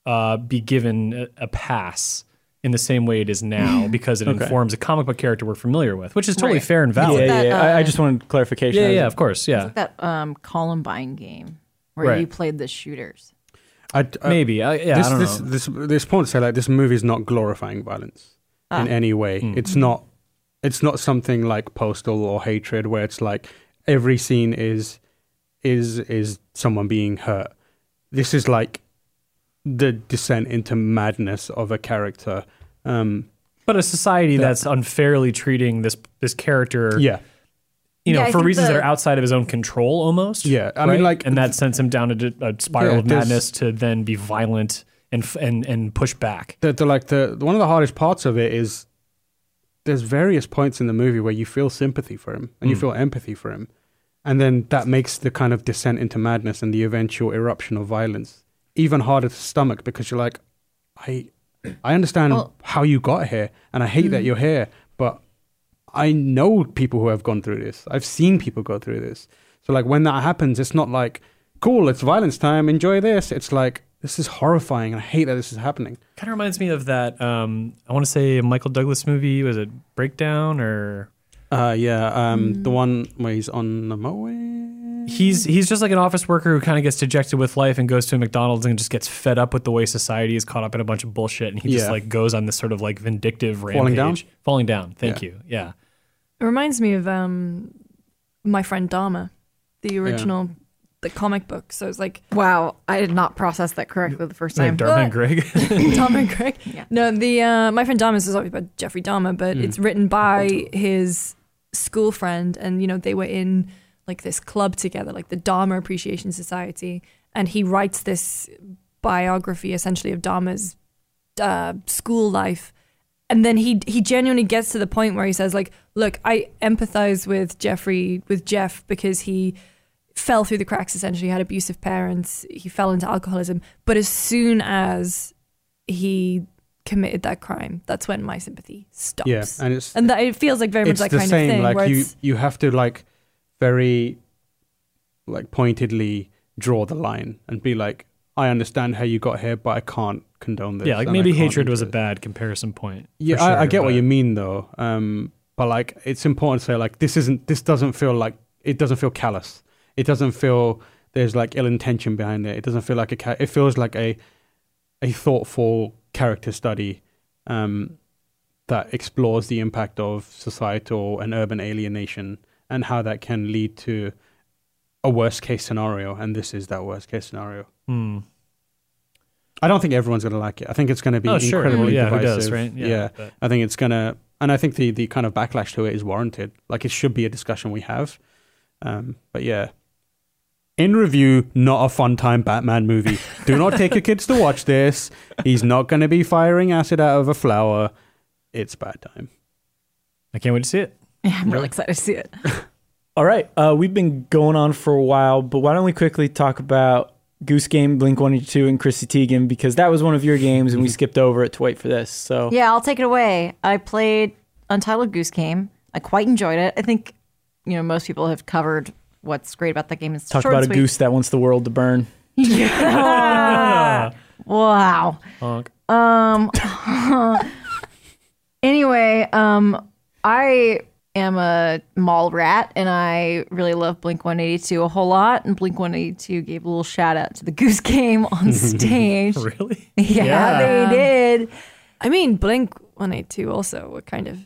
uh, be given a, a pass in the same way it is [LAUGHS] now because it informs a comic book character we're familiar with, which is totally Right. fair and valid. yeah, yeah. that, yeah. uh, I, I just wanted clarification. Yeah, I yeah, was- of course, yeah, That um, Columbine game where Right. you played the shooters. I, uh, I, maybe. I, yeah, this, I don't this, know. this this point to say like this movie is not glorifying violence in any way. Hmm. It's not it's not something like Postal or Hatred where it's like every scene is is is someone being hurt. This is like the descent into madness of a character. Um, but a society that's unfairly treating this this character, yeah, you know, Yeah, I for think reasons that the- are outside of his own control, almost. Yeah, I mean, like- and that sends him down a, d- a spiral Yeah, of there's- madness to then be violent and f- and and push back. the, the like the one of the hardest parts of it is there's various points in the movie where you feel sympathy for him and you feel empathy for him and then that makes the kind of descent into madness and the eventual eruption of violence even harder to stomach because you're like i i understand Well- how you got here and i hate that you're here but i know people who have gone through this i've seen people go through this so like when that happens it's not like cool it's violence time enjoy this it's like this is horrifying and i hate that this is happening Kind of reminds me of that. Um, I want to say a Michael Douglas movie was it Breakdown or Uh, yeah. Um, Hmm. the one where he's on the motorway. he's he's just like an office worker who kind of gets dejected with life and goes to a McDonald's and just gets fed up with the way society is caught up in a bunch of bullshit and he just Yeah. like goes on this sort of like vindictive rampage. Falling down? Falling down. Thank Yeah. you. Yeah. It reminds me of um, my friend Dharma, the original, the comic book. So it's like Wow, I did not process that correctly the first time. Dharma and Greg. [LAUGHS] Dharma and Greg. Yeah. No, the uh, my friend Dharma is obviously by Jeffrey Dahmer, but it's written by his school friend, and you know they were in like this club together, like the Dharma Appreciation Society, and he writes this biography essentially of Dharma's uh, school life. And then he he genuinely gets to the point where he says like, look, I empathize with Jeffrey with Jeff because he fell through the cracks essentially, had abusive parents, he fell into alcoholism, but as soon as he committed that crime, that's when my sympathy stops. Yeah, and it's and that it feels like very much it's that the kind same. of thing where like you, it's you have to like very like pointedly draw the line and be like, I understand how you got here, but I can't condone this. yeah, like and I maybe can't hatred was a endorse bad comparison point. Yeah, for I, I sure, get what but- you mean though. Um, but like, it's important to say like this isn't. This doesn't feel like it doesn't feel callous. It doesn't feel there's like ill intention behind it. It doesn't feel like a. Ca- it feels like a, a thoughtful character study, um, that explores the impact of societal and urban alienation and how that can lead to a worst case scenario. And this is that worst case scenario. Hmm. I don't think everyone's going to like it. I think it's going to be Oh, sure. incredibly Yeah, who does, divisive. right? Yeah, Yeah, but- I think it's going to, and I think the the kind of backlash to it is warranted. Like it should be a discussion we have. Um, but yeah, in review, not a fun time Batman movie. Do not take your kids to watch this. He's not going to be firing acid out of a flower. It's bad time. I can't wait to see it. Yeah, I'm really excited to see it. All right. Uh, we've been going on for a while, but why don't we quickly talk about Goose Game, Blink 182, and Chrissy Teigen because that was one of your games and we skipped over it to wait for this. So Yeah, I'll take it away. I played Untitled Goose Game. I quite enjoyed it. I think you know most people have covered what's great about that game. It's talk short about and a sweet. goose that wants the world to burn. Wow. Um, Honk. [LAUGHS] Anyway, um, I am a mall rat, and I really love Blink One Eighty Two a whole lot. And Blink One Eighty Two gave a little shout out to the Goose Game [LAUGHS] on stage. Really? yeah, they did. I mean, Blink 182 also were kind of.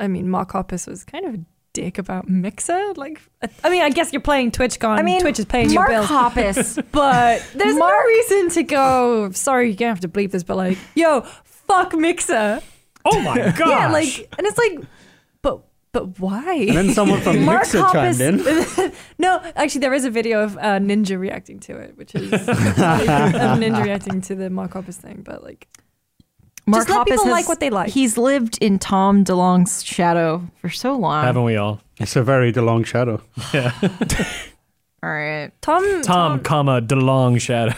I mean, Mark Hoppus was kind of a dick about Mixer. Like, I mean, I guess you're playing TwitchCon. I mean, Twitch is paying Mark your bills. [LAUGHS] Hoppus. but there's Mark- no reason to go. Sorry, you're gonna have to bleep this, but like, yo, fuck Mixer. Oh my gosh. Yeah, like, and it's like, but but And why? then someone [LAUGHS] from Mark Mixer chimed in. no, actually, there is a video of uh, Ninja reacting to it, which [LAUGHS] is like, of Ninja reacting to the Mark Hoppus thing. But like, Mark let people Hoppus like what they like. He's lived in Tom DeLong's shadow for so long. Haven't we all? It's a very DeLong shadow. All right. Tom, Tom, comma, DeLong Shadow.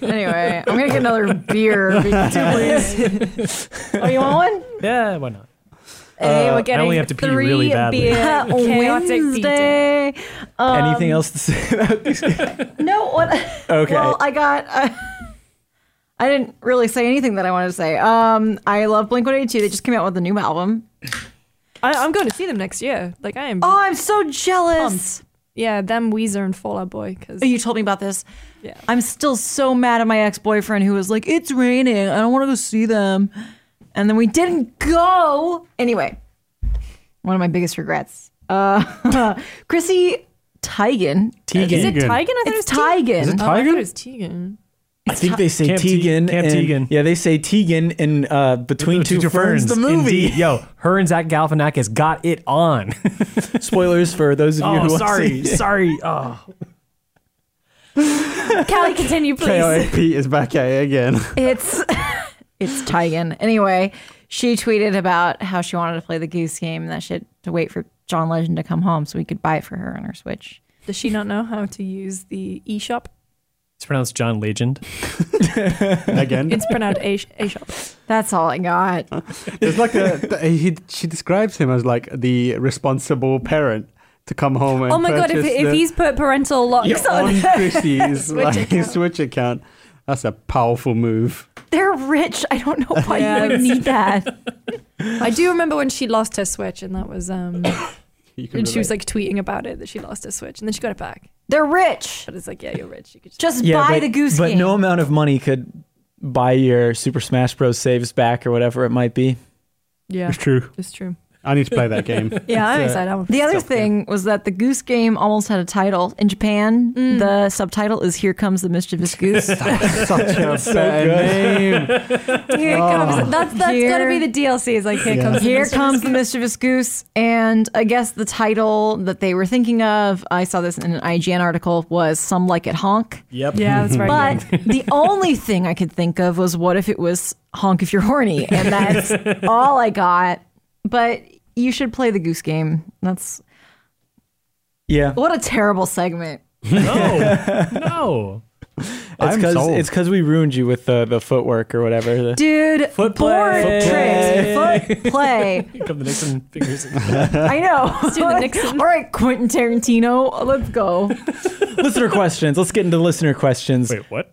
Anyway, I'm gonna get [LAUGHS] another beer. Two, please. [LAUGHS] oh, you want one? yeah, why [LAUGHS] not? Hey, we're uh, I getting only have to pee three really badly. [LAUGHS] beer chaotic beating. Wednesday. Um, Anything else to say? about Goose Game? No, what? Okay. Well, I got. Uh, [LAUGHS] I didn't really say anything that I wanted to say. Um, I love Blink One Eighty Two. They just came out with a new album. I, I'm going to see them next year. Like I am. Oh, I'm so jealous. Oh, Yeah, them Weezer and Fall Out Boy. Because You told me about this. Yeah. I'm still so mad at my ex boyfriend who was like, "It's raining. I don't want to go see them," and then we didn't go. Anyway, one of my biggest regrets. Uh, [LAUGHS] Chrissy Teigen. Tegan. is it Tigan? I thought It's it was Tegan. Teigen. Oh, I thought it was Tegan. I think they say Camp Te- Tegan. Camp and- Tegan. Yeah, they say Tegan in uh, Between Two, Ferns, the movie. Indeed. Yo, her and Zach Galifianakis got it on. [LAUGHS] Spoilers for those of you who oh, want to sorry, see it. sorry. Oh, Callie, continue, please. KOAP is back at it again. It's [LAUGHS] it's Tigan. Anyway, she tweeted about how she wanted to play the Goose Game and that she had to wait for John Legend to come home so we could buy it for her on her Switch. Does she not know how to use the e shop? it's pronounced John Legend. again. It's pronounced a shop. That's all I got. It's like a, th- he, she describes him as like the responsible parent to come home and Oh my god! If, purchase if the- he's put parental locks your on, [LAUGHS] own Christie's Switch like, account. Switch account. That's a powerful move. [LAUGHS] They're rich. I don't know why Yeah. you would need that. I do remember when she lost her switch, and that was um, You can and she was relate. like tweeting about it that she lost her switch, and then she got it back. They're rich. But it's like, yeah, you're rich. You could just [LAUGHS] Just Yeah, buy but, the Goose but Game. no amount of money could buy your Super Smash Bros. saves back or whatever it might be. yeah, it's true. it's true. I need to play [LAUGHS] that game. Yeah, I'm It's, uh, excited. I'm the other thing was that the Goose Game almost had a title. In Japan, Mm. the subtitle is Here Comes the Mischievous [LAUGHS] Goose. Such a better name. Here comes that's that's gotta Here- be the DLC. Is like here Yeah. comes the Here mystery. comes the mischievous goose, and I guess the title that they were thinking of, I saw this in an IGN article, was "Some Like It Honk." Yep. yeah, that's right. But [LAUGHS] the only thing I could think of was, "What if it was honk if you're horny?" And [LAUGHS] that's all I got. But you should play the goose game. That's Yeah. what a terrible segment. No, no. It's I'm because sold. it's because we ruined you with the, the footwork or whatever. The- Dude, Foot board play. tricks, foot play. Here come the Nixon fingers. [LAUGHS] I know. do the Nixon. All right, Quentin Tarantino, let's go. listener questions. Let's get into listener questions. [LAUGHS] Wait, what?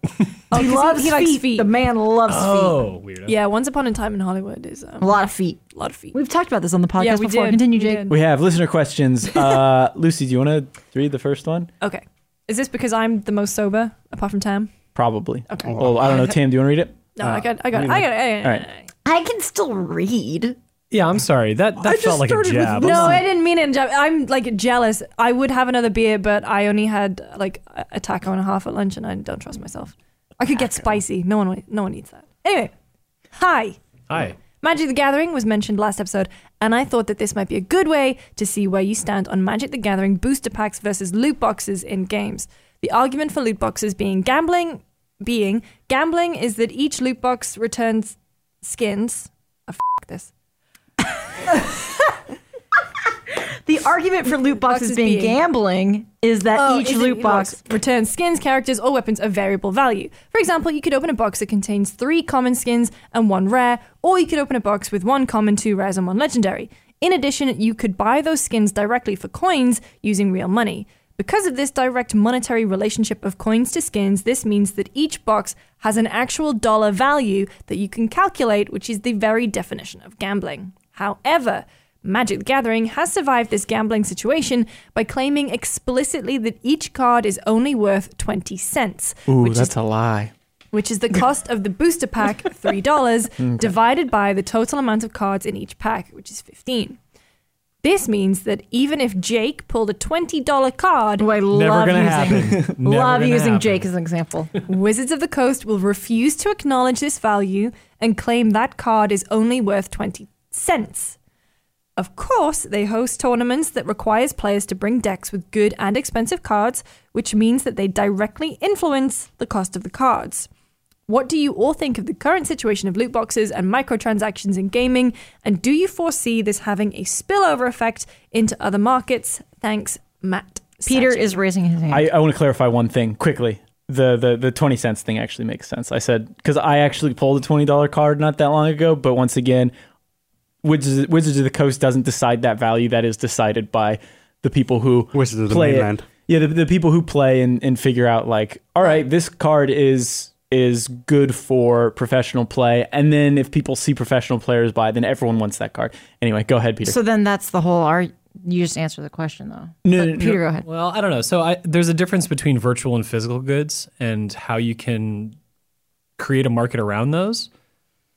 Oh, he 'cause loves he feet. likes feet. The man loves feet. Oh, weird. yeah, Once Upon a Time in Hollywood is um, A lot of feet. a lot of feet. We've talked about this on the podcast yeah, we before. did. Continue, We Jake. did. We have listener questions. Uh, Lucy, do you want to read the first one? Okay, is this because I'm the most sober apart from Tam? Probably. Okay. Well, I don't know. Tam, do you want to read it? No, I got, I got, I got. I, All got. right. I can still read. Yeah, I'm sorry. That that just felt like a started with jab. Lucy. No, I didn't mean it. in je- I'm like jealous. I would have another beer, but I only had like a a taco and a half at lunch, and I don't trust myself. I could get spicy. No one, no one needs that. Anyway, hi. Hi. Magic the Gathering was mentioned last episode, and I thought that this might be a good way to see where you stand on Magic the Gathering booster packs versus loot boxes in games. The argument for loot boxes being gambling being gambling is that each loot box returns Ah, skins. Oh, f- this. The the argument for loot boxes Boxes being being- gambling is that Oh, each is it loot loot box returns skins, characters, or weapons of variable value. For example, you could open a box that contains three common skins and one rare, or you could open a box with one common, two rares, and one legendary. In addition, you could buy those skins directly for coins using real money. Because of this direct monetary relationship of coins to skins, this means that each box has an actual dollar value that you can calculate, which is the very definition of gambling. However, Magic the Gathering has survived this gambling situation by claiming explicitly that each card is only worth 20 cents, Ooh, which, that's is, a lie. which is the cost of the [LAUGHS] booster pack, $3, divided by the total amount of cards in each pack, which is 15. This means that even if Jake pulled a $20 card, Oh, I Never love gonna using [LAUGHS] happen. Never love gonna using happen. Jake as an example. Wizards of the Coast will refuse to acknowledge this value and claim that card is only worth 20 cents. Of course, they host tournaments that requires players to bring decks with good and expensive cards, which means that they directly influence the cost of the cards. What do you all think of the current situation of loot boxes and microtransactions in gaming? And do you foresee this having a spillover effect into other markets? Thanks, Matt. Peter Sachin. is raising his hand. I, I want to clarify one thing quickly. The, the the 20 cents thing actually makes sense. I said because I actually pulled a $20 card not that long ago, but once again, Wizards, Wizards of the Coast doesn't decide that value. That is decided by the people who Wizards of the play it. mainland. Yeah, the, the people who play and, and figure out like, all right, this card is is good for professional play, and then if people see professional players buy, then everyone wants that card. Anyway, go ahead, Peter. so then that's the whole ar You just answer the question though. No, no, But no. Peter, go [LAUGHS] ahead. Well, I don't know. So I, there's a difference between virtual and physical goods and how you can create a market around those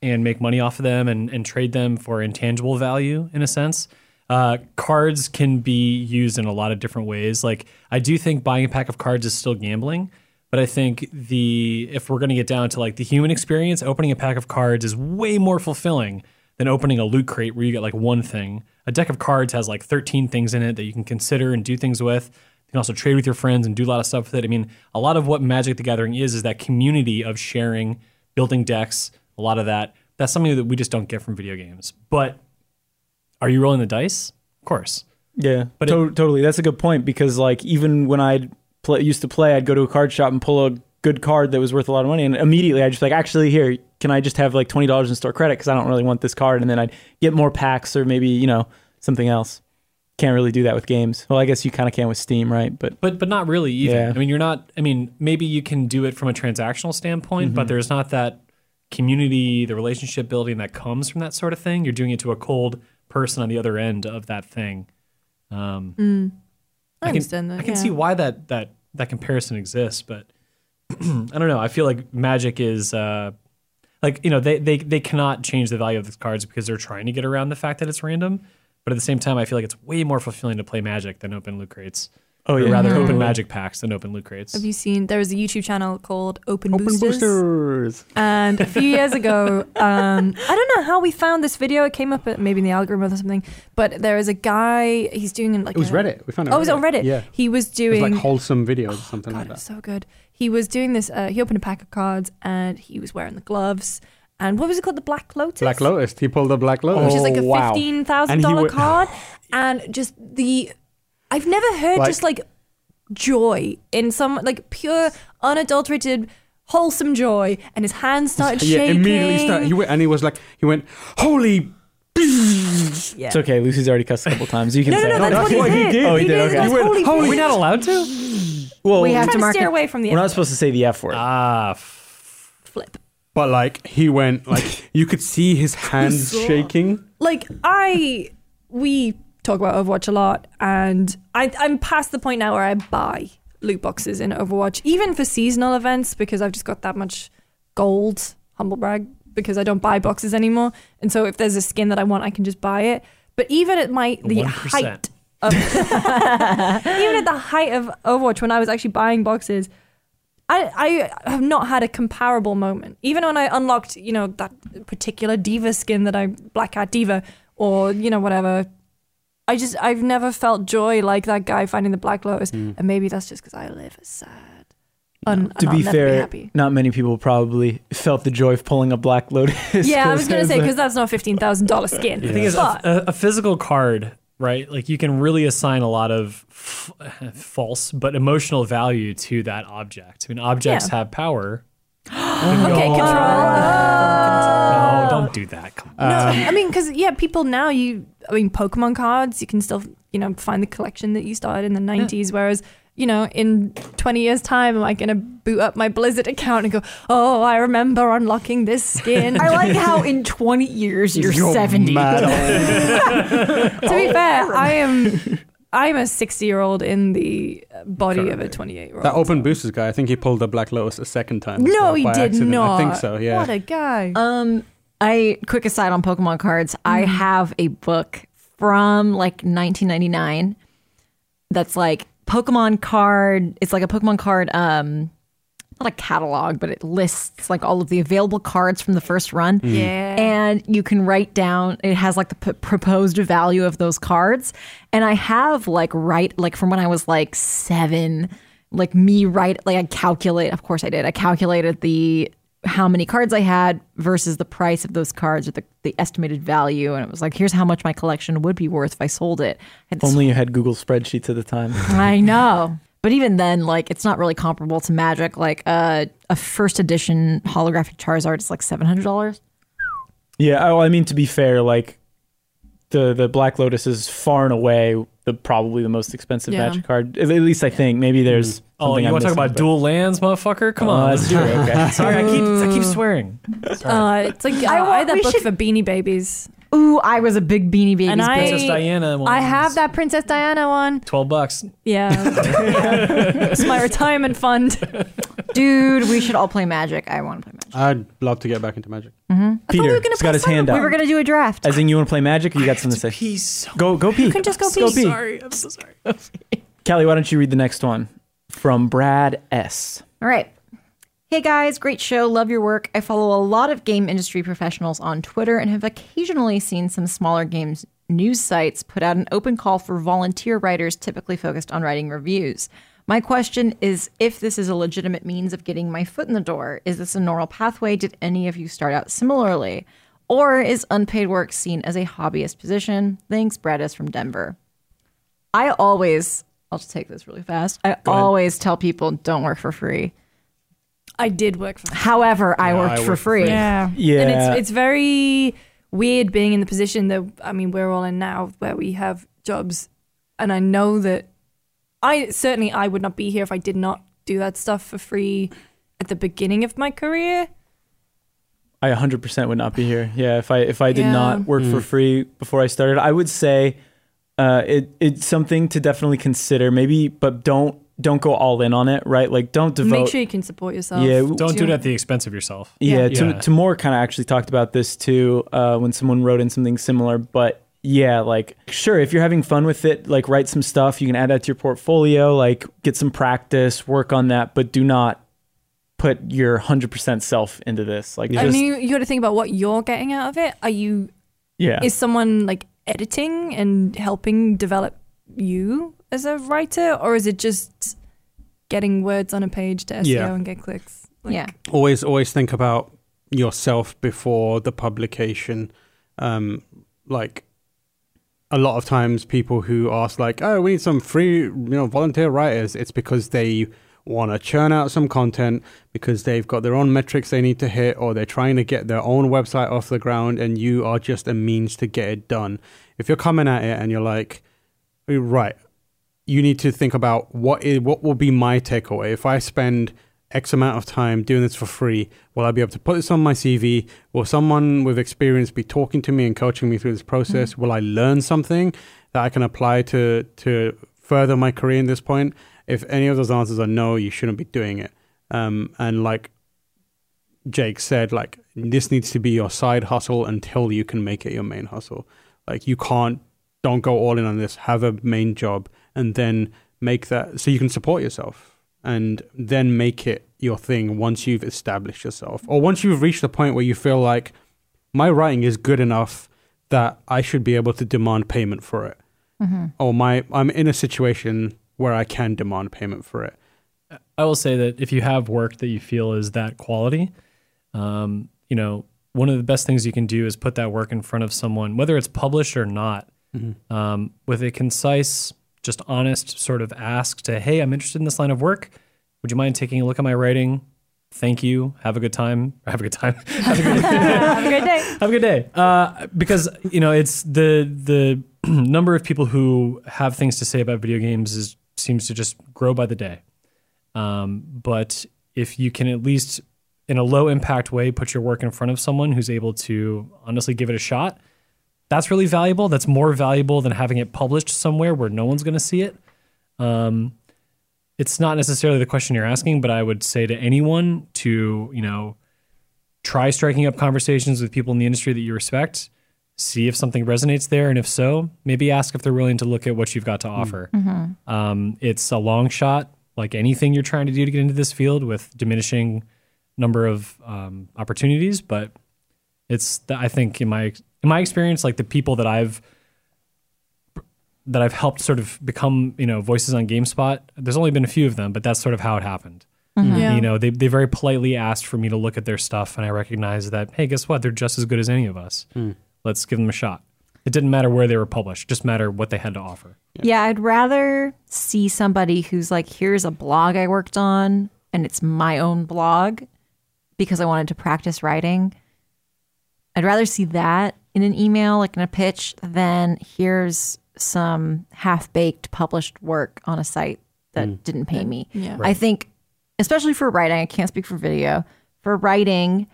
and make money off of them and, and trade them for intangible value in a sense. Uh, cards can be used in a lot of different ways. Like I do think buying a pack of cards is still gambling, but I think the if we're going to get down to like the human experience, opening a pack of cards is way more fulfilling than opening a loot crate where you get like one thing. A deck of cards has like 13 things in it that you can consider and do things with. You can also trade with your friends and do a lot of stuff with it. I mean, a lot of what Magic the Gathering is is that community of sharing, building decks, a lot of that. That's something that we just don't get from video games. But are you rolling the dice? Of course. Yeah, But to- totally. That's a good point because like even when I play, used to play, I'd go to a card shop and pull a good card that was worth a lot of money, and immediately I just like actually here can I just have like twenty dollars in store credit because I don't really want this card, and then I'd get more packs or maybe you know something else. Can't really do that with games. Well, I guess you kind of can with Steam, right? But But but not really either. Yeah. I mean, you're not. I mean, maybe you can do it from a transactional standpoint, but there's not that community, the relationship building that comes from that sort of thing. You're doing it to a cold person on the other end of that thing. Um, Mm. I can, understand that, I can yeah. see why that that that comparison exists, but I don't know. I feel like Magic is. Uh, like you know they, they they cannot change the value of these cards because they're trying to get around the fact that it's random but at the same time i feel like it's way more fulfilling to play magic than open loot crates Oh, Or yeah. rather Mhm. [LAUGHS] open magic packs than open loot crates Have you seen? There is a YouTube channel called Open, Open Boosters. boosters. And a few years ago, um, I don't know how we found this video. It came up at maybe in the algorithm or something. But there is a guy. He's doing like It was a- Reddit. We found it. Oh, it was on Reddit. Yeah. He was It doing was like wholesome videos or something God, like it was that. so good. He was doing this. Uh, he opened a pack of cards and he was wearing the gloves. And what was it called? The Black Lotus. Black Lotus. He pulled the Black Lotus. Which is like a Oh, wow. fifteen thousand And he dollar would- card. And just the, I've never heard Like- just like joy in some like pure unadulterated wholesome joy. And his hands started yeah, shaking. immediately started. He went, and he was like, he went, holy. Yeah. it's okay. Lucy's already cussed a couple times. You can [LAUGHS] No, no, say no, it. that's what he what he did. did. Oh, he did, it okay. as He went, holy "Holy crap." are we not [LAUGHS] allowed to Well, We have Trying to to mark steer it. away from the we're not F supposed to say the f word. ah f- flip. But like, he went, like, you could see [LAUGHS] his hands shaking. like I we talk about Overwatch a lot, and I, I'm past the point now where I buy loot boxes in Overwatch, even for seasonal events, because I've just got that much gold. Humble brag, because I don't buy boxes anymore, and so if there's a skin that I want, I can just buy it. But even at my the 1%. height of [LAUGHS] even at the height of Overwatch, when I was actually buying boxes, I, I have not had a comparable moment. Even when I unlocked, you know, that particular diva skin that I Black Hat Diva or, you know, whatever. I just I've never felt joy like that guy finding the Black Lotus. And maybe that's just because I live sad. Un- and Mm. to I'll be never fair, [LAUGHS] happy. not many people probably felt the joy of pulling a black lotus. Yeah, I was gonna [LAUGHS] say There's a- because that's not fifteen thousand dollar skin. the thing is a, but a, a physical card right? Like you can really assign a lot of f- [LAUGHS] false but emotional value to that object. I mean, objects Yeah. have power. [LAUGHS] Okay, control. Oh. Uh, No, don't do that. Come on. No, Um, I mean, because yeah, people now you, I mean, Pokemon cards you can still you know find the collection that you started in the '90s, whereas you know in 20 years time am i going to boot up my blizzard account and go oh i remember unlocking this [LAUGHS] skin I like how in 20 years you're, You're 70. mad [LAUGHS] old. to Oh, be fair i am i'm a 60 year old in the body of a 28 year old that open boosters guy, I think he pulled the Black Lotus a second time. as no well he by did accident. not I think so, yeah. what a guy Um, I quick aside on Pokemon cards. I have a book from like 1999 that's like Pokemon card. It's like a Pokemon card. Um, not a catalog, but it lists like all of the available cards from the first run. Yeah. and you can write down. It has like the p- proposed value of those cards, and I have like write like from when I was like seven. Like me, write like I calculate. Of course, I did. I calculated the how many cards I had versus the price of those cards or the, the estimated value, and it was like, here's how much my collection would be worth if I sold it. I had this Only you had Google spreadsheets at the time. [LAUGHS] I know. But even then, like it's not really comparable to Magic. Like uh, a first edition holographic Charizard is like seven hundred dollars. yeah, oh, I mean to be fair, like the the Black Lotus is far and away the probably the most expensive Yeah. Magic card. At at least I think. Maybe there's. Oh, something you I'm want to talk missing, about but- dual lands, motherfucker? Come Oh, on. let's do it. [LAUGHS] Okay. Sorry, I keep I keep swearing. uh, it's like i, want- I had that we book should- for beanie babies Ooh, I was a big Beanie Babies. and bro. i Princess Diana i ones. have that princess diana one Twelve bucks. [LAUGHS] Yeah. it's my retirement fund. dude, we should all play Magic. I want to play Magic. I'd love to get back into Magic. Peter, has got his hand up. We were gonna do a draft. As in, you want to play Magic, or [LAUGHS] you got something to say? Peace. Go, go pee. You can just go Go pee. pee. Sorry, I'm so sorry. Callie, why don't you read the next one from Brad S? All right. Hey guys, great show. Love your work. I follow a lot of game industry professionals on Twitter and have occasionally seen some smaller games news sites put out an open call for volunteer writers typically focused on writing reviews. My question is if this is a legitimate means of getting my foot in the door. Is this a normal pathway? Did any of you start out similarly? Or is unpaid work seen as a hobbyist position? Thanks, Brad is from Denver. I always, I'll just take this really fast. I always tell people don't work for free. I did work for However, I worked for free. Yeah. Yeah. And it's it's very weird being in the position that I mean we're all in now where we have jobs and I know that I certainly I would not be here if I did not do that stuff for free at the beginning of my career. I 100% would not be here. Yeah, if I if I did Yeah. not work Mm. for free before I started, I would say uh, it it's something to definitely consider. Maybe, but don't don't go all in on it. Right? Like, don't devote. Make sure you can support yourself. Yeah, Do Don't you do it know- at the expense of yourself. yeah, Yeah. To, Yeah. to more kind of actually talked about this too uh, when someone wrote in something similar but yeah like sure if you're having fun with it like write some stuff you can add that to your portfolio like get some practice work on that but do not put your 100% self into this like And just you, you got to think about what you're getting out of it. Are you yeah is someone like editing and helping develop you as a writer or is it just getting words on a page to SEO Yeah. and get clicks yeah. always always think about yourself before the publication um like a lot of times people who ask like oh we need some free you know volunteer writers it's because they want to churn out some content because they've got their own metrics they need to hit or they're trying to get their own website off the ground and you are just a means to get it done if you're coming at it and you're like "Oh, right you need to think about what is what will be my takeaway if I spend X amount of time doing this for free. Will I be able to put this on my CV? Will someone with experience be talking to me and coaching me through this process? Will I learn something that I can apply to to further my career in this point? If any of those answers are no, you shouldn't be doing it. Um, and like Jake said, like this needs to be your side hustle until you can make it your main hustle. Like you can't, don't go all in on this. Have a main job and then make that so you can support yourself and then make it your thing once you've established yourself or once you've reached the point where you feel like my writing is good enough that I should be able to demand payment for it. Or my I'm in a situation where I can demand payment for it. I will say that if you have work that you feel is that quality, um, you know, one of the best things you can do is put that work in front of someone, whether it's published or not. um, with a concise, just honest sort of ask to, hey, I'm interested in this line of work. Would you mind taking a look at my writing? Thank you. Have a good time. [LAUGHS] Have a good time. Have a good Have a great day. have a good day. Uh, because you know, it's the the [CLEARS THROAT] number of people who have things to say about video games is seems to just grow by the day. Um, but if you can at least, in a low impact way, put your work in front of someone who's able to honestly give it a shot, that's really valuable. That's more valuable than having it published somewhere where no one's going to see it. Um, it's not necessarily the question you're asking, but I would say to anyone to you know try striking up conversations with people in the industry that you respect see if something resonates there and if so maybe ask if they're willing to look at what you've got to offer um, it's a long shot like anything you're trying to do to get into this field with diminishing number of um, opportunities but it's the, i think in my in my experience like the people that i've that i've helped sort of become you know voices on gamespot there's only been a few of them but that's sort of how it happened Yeah. you know, they, they very politely asked for me to look at their stuff, and I recognized that, hey, guess what? They're just as good as any of us. Let's give them a shot. It didn't matter where they were published, just matter what they had to offer. [LAUGHS] Yeah, I'd rather see somebody who's like, here's a blog I worked on, and it's my own blog because I wanted to practice writing. I'd rather see that in an email, like in a pitch, than here's some half baked published work on a site that didn't pay me. yeah. I think, especially for writing, I can't speak for video, for writing,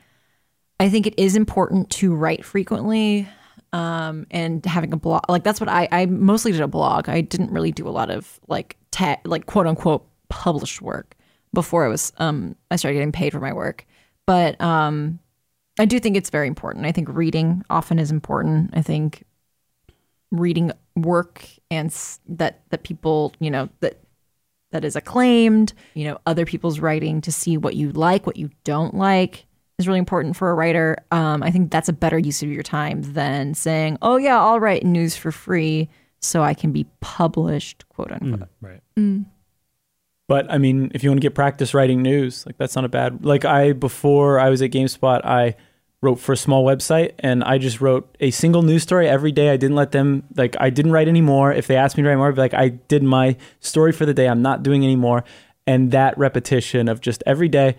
I think it is important to write frequently um, and having a blog. Like that's what I, I mostly did a blog. I didn't really do a lot of like tech, like quote unquote published work before I was um, I started getting paid for my work. But um, I do think it's very important. I think reading often is important. I think reading work and s- that that people you know that that is acclaimed, you know, other people's writing to see what you like, what you don't like is really important for a writer. Um, I think that's a better use of your time than saying, oh, yeah, I'll write news for free so I can be published, quote unquote. Mm. Right. But I mean, if you want to get practice writing news, like that's not a bad. Like I before I was at GameSpot, I wrote for a small website and I just wrote a single news story every day. I didn't let them like I didn't write any more. If they asked me to write more, I'd be like I did my story for the day. I'm not doing any more. And that repetition of just every day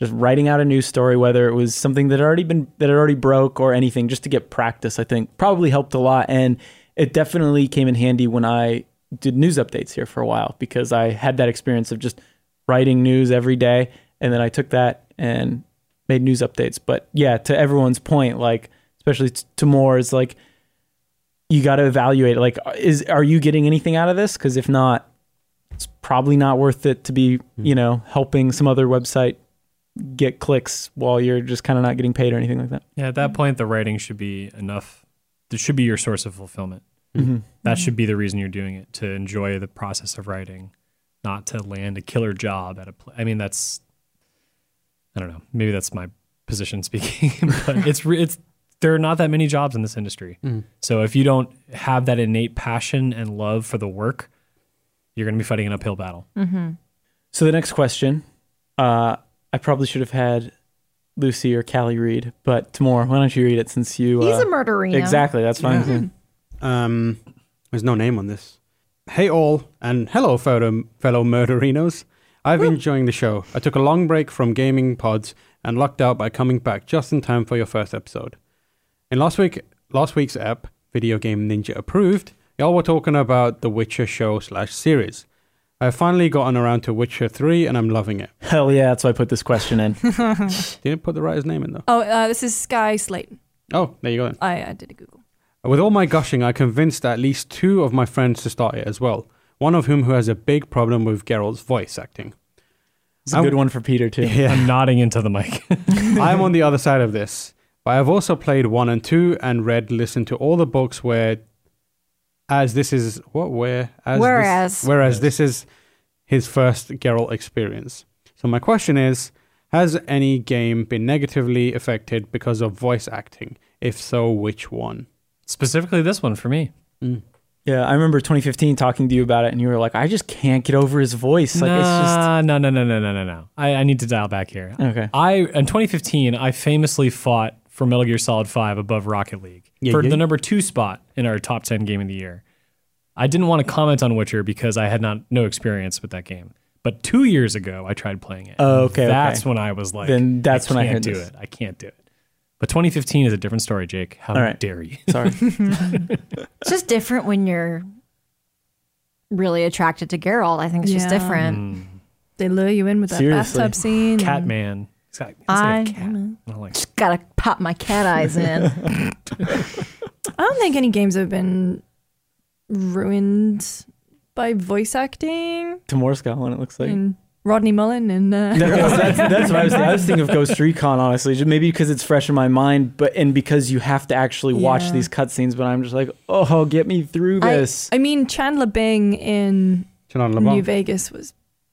just writing out a news story whether it was something that had already been that had already broke or anything just to get practice I think probably helped a lot and it definitely came in handy when I did news updates here for a while because I had that experience of just writing news every day and then I took that and made news updates but yeah to everyone's point like especially t- to more is like you got to evaluate like is are you getting anything out of this because if not it's probably not worth it to be you know helping some other website get clicks while you're just kind of not getting paid or anything like that. Yeah, at that point, the writing should be enough. It should be your source of fulfillment. That should be the reason you're doing it to enjoy the process of writing, not to land a killer job at a pl- I mean, that's, I don't know. Maybe that's my position speaking, [LAUGHS] but it's, re- it's, there are not that many jobs in this industry. So if you don't have that innate passion and love for the work, you're going to be fighting an uphill battle. So the next question, uh, I probably should have had Lucy or Callie read, but Tamor, why don't you read it since you? He's uh, a murderino. Exactly, that's fine. Um, there's no name on this. Hey all, and hello fellow, fellow murderinos. I've been enjoying the show. I took a long break from gaming pods and lucked out by coming back just in time for your first episode. In last week, last week's app, Video Game Ninja approved, y'all were talking about the Witcher show slash series. I've finally gotten around to Witcher 3 and I'm loving it. [LAUGHS] Hell yeah, that's why I put this question in. Didn't put the writer's name in though. Oh, uh, this is Sky Slate. Oh, there you go then. I, I did a Google. With all my gushing, I convinced at least two of my friends to start it as well, one of whom who has a big problem with Geralt's voice acting. It's a good one for Peter too. I'm nodding into the mic. [LAUGHS] I'm on the other side of this, but I've also played 1 and 2 and read, listened to all the books where, as this is, what, where? As this- Whereas. whereas this is his first Geralt experience. So my question is, has any game been negatively affected because of voice acting? If so, which one? Specifically, this one for me. Yeah, I remember 2015 talking to you about it, and you were like, "I just can't get over his voice. Like nah, no, no, no, no, no, no, no. I, I need to dial back here. Okay. I in 2015, I famously fought for Metal Gear Solid 5 above Rocket League. Yeah, for yeah. the number two spot in our top ten game of the year. I didn't want to comment on Witcher because I had not no experience with that game. But two years ago, I tried playing it. Oh, okay, That's okay. when I was like, Then that's I when I can't heard do this. it. I can't do it. But 2015 is a different story, Jake. How All right. dare you? [LAUGHS] Sorry. It's just different when you're really attracted to Geralt. I think it's just Yeah. different. Mm. They lure you in with that Seriously. bathtub scene. Catman. It's like, it's I- like a cat. I like Just gotta pop my cat eyes in. [LAUGHS] I don't think any games have been ruined by voice acting. Tomorrow's got one, it looks like. And Rodney Mullen and uh, [LAUGHS] That was- that's, that's what I was thinking. I was thinking of Ghost Recon, honestly, just maybe because it's fresh in my mind, but and because you have to actually watch Yeah. these cutscenes. But I'm just like, oh, get me through I- this. I mean Chandler Bing in Turn on New LeBlanc. Vegas was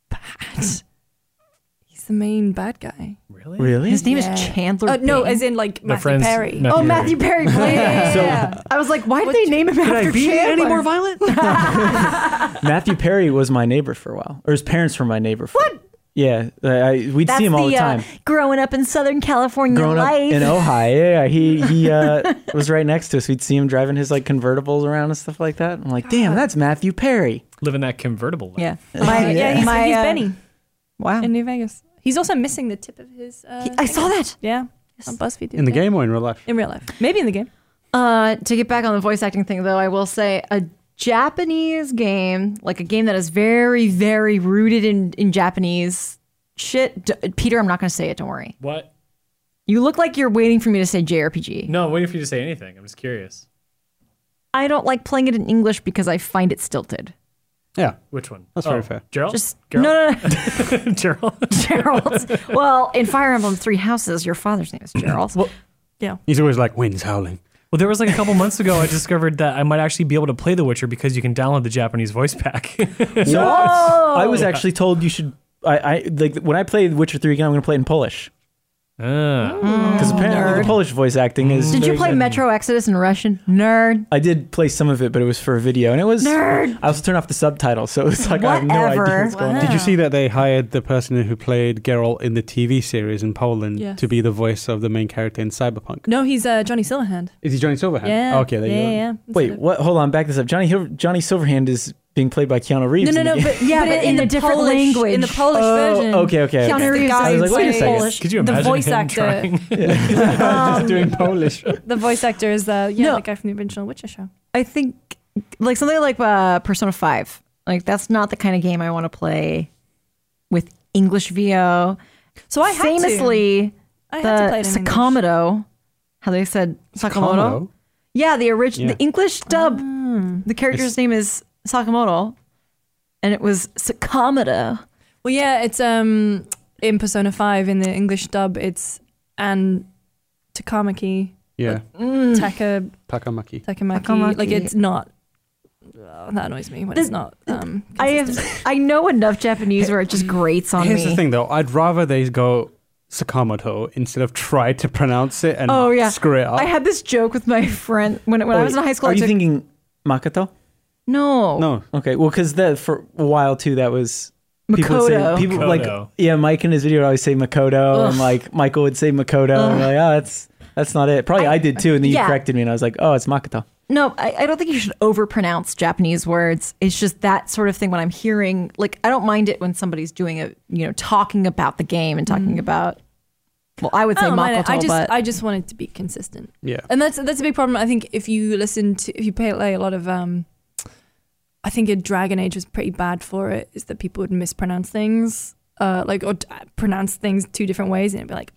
bad. He's the main bad guy. really? really? His name Yeah. is Chandler. Uh, no, Bing. as in like Matthew friends- Perry. Matthew oh Perry. Matthew [LAUGHS] Perry. yeah. I was like, why did they name him after I be Chandler? any more violent? Matthew Perry was my neighbor for a while, or his parents were my neighbor. For, what? Yeah, I, I, we'd That's see him all the, the time. Uh, growing up in Southern California Growing up life. in Ojai, yeah, he he [LAUGHS] uh, was right next to us. We'd see him driving his like convertibles around and stuff like that. I'm like, damn, that's Matthew Perry. Living that convertible. life. yeah. Uh, My, yeah, he's, my, he's uh, Benny Wow. in New Vegas. He's also missing the tip of his. Uh, He- I saw finger. that. Yeah, on BuzzFeed. In the yeah. game or in real life? In real life, maybe in the game. Uh, to get back on the voice acting thing, though, I will say a Japanese game, like a game that is very, very rooted in, in Japanese shit. D- Peter, I'm not going to say it. Don't worry. What? You look like you're waiting for me to say JRPG. No, I'm waiting for you to say anything. I'm just curious. I don't like playing it in English because I find it stilted. Yeah. Which one? That's Oh, very fair. Gerald? Just Gerald? no, no, [LAUGHS] no, [LAUGHS] Gerald? Gerald. well, in Fire Emblem Three Houses, your [CLEARS THROAT] father's name is Gerald. He's always like, wind's howling. Well, there was like a couple months ago, I discovered that I might actually be able to play The Witcher because you can download the Japanese voice [LAUGHS] pack. So I was actually told you should. I, I like when I play Witcher Three again. I'm going to play it in Polish Ah. because apparently the Polish voice acting is. Hmm. Did you very play good. Metro Exodus in Russian? Nerd. I did play some of it, but it was for a video, and it was. Nerd. I also turned off the subtitles, so it's like I have no idea Whatever. what's going on. Ah. Did you see that they hired the person who played Geralt in the TV series in Poland Yes. to be the voice of the main character in Cyberpunk? No, he's uh, Johnny Silverhand. Is he Johnny Silverhand? Uh, Yeah. oh, Okay, there yeah, you go. yeah. Wait, what? Hold on, back this up. Johnny Hil- Johnny Silverhand is being played by Keanu Reeves. No, no, in the no. game. But yeah, but, in, the, different Polish- language, in the Polish Oh, okay, okay. Keanu okay. Reeves I was like, is wait a second. Polish. Could you The imagine voice him actor. trying? Just doing Polish. The voice actor is the yeah, No. the guy from the original Witcher show. I think like something like uh, Persona Five. Like that's not the kind of game I want to play with English VO. So I had to- famously I the had to play it in English. Sakamoto. How they said Sakamoto? Komodo? Yeah, the original, Yeah. the English dub. The It's- character's name is Sakamoto, and it was Sakamoto. Well, yeah, it's um in Persona Five in the English dub, it's Anne Takamaki, Yeah. Mm. Taka Takamaki. Mm. Takamaki. Takamaki. Like it's not. Oh, that annoys me when it's The- not. Um, I have, I know enough Japanese where it just grates on Here's me. the thing, though. I'd rather they go Sakamoto instead of try to pronounce it and Oh yeah, screw it up. I had this joke with my friend when when I was in high school. I Are you took- thinking Makoto? no, no. Okay, well, because that for a while too, that was people would Makoto. say people Makoto. like yeah, Mike in his video would always say Makoto, and like Michael would say Makoto, and we're like, oh, that's that's not it. Probably I, did too, and then yeah. you corrected me, and I was like, oh, it's Makoto. No, I, I don't think you should overpronounce Japanese words. It's just that sort of thing when I'm hearing, like, I don't mind it when somebody's doing a, you know, talking about the game and talking about, well, Mm. Oh, I would Oh, I say don't mind it. Makoto, I just but I just wanted to be consistent. Yeah. and that's that's a big problem. I think if you listen to if you play like a lot of um, I think a Dragon Age was pretty bad for it. Is that people would mispronounce things, uh, like or d- pronounce things two different ways, and it'd be like,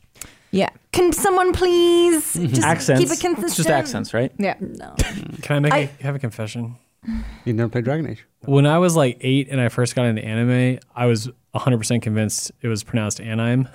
yeah. can someone please just accents, keep it it's consistent? just accents, right? Yeah. No, Can I make I- a, have a confession? You never played Dragon Age. When I was like eight and I first got into anime, I was 100% convinced it was pronounced [LAUGHS] anime.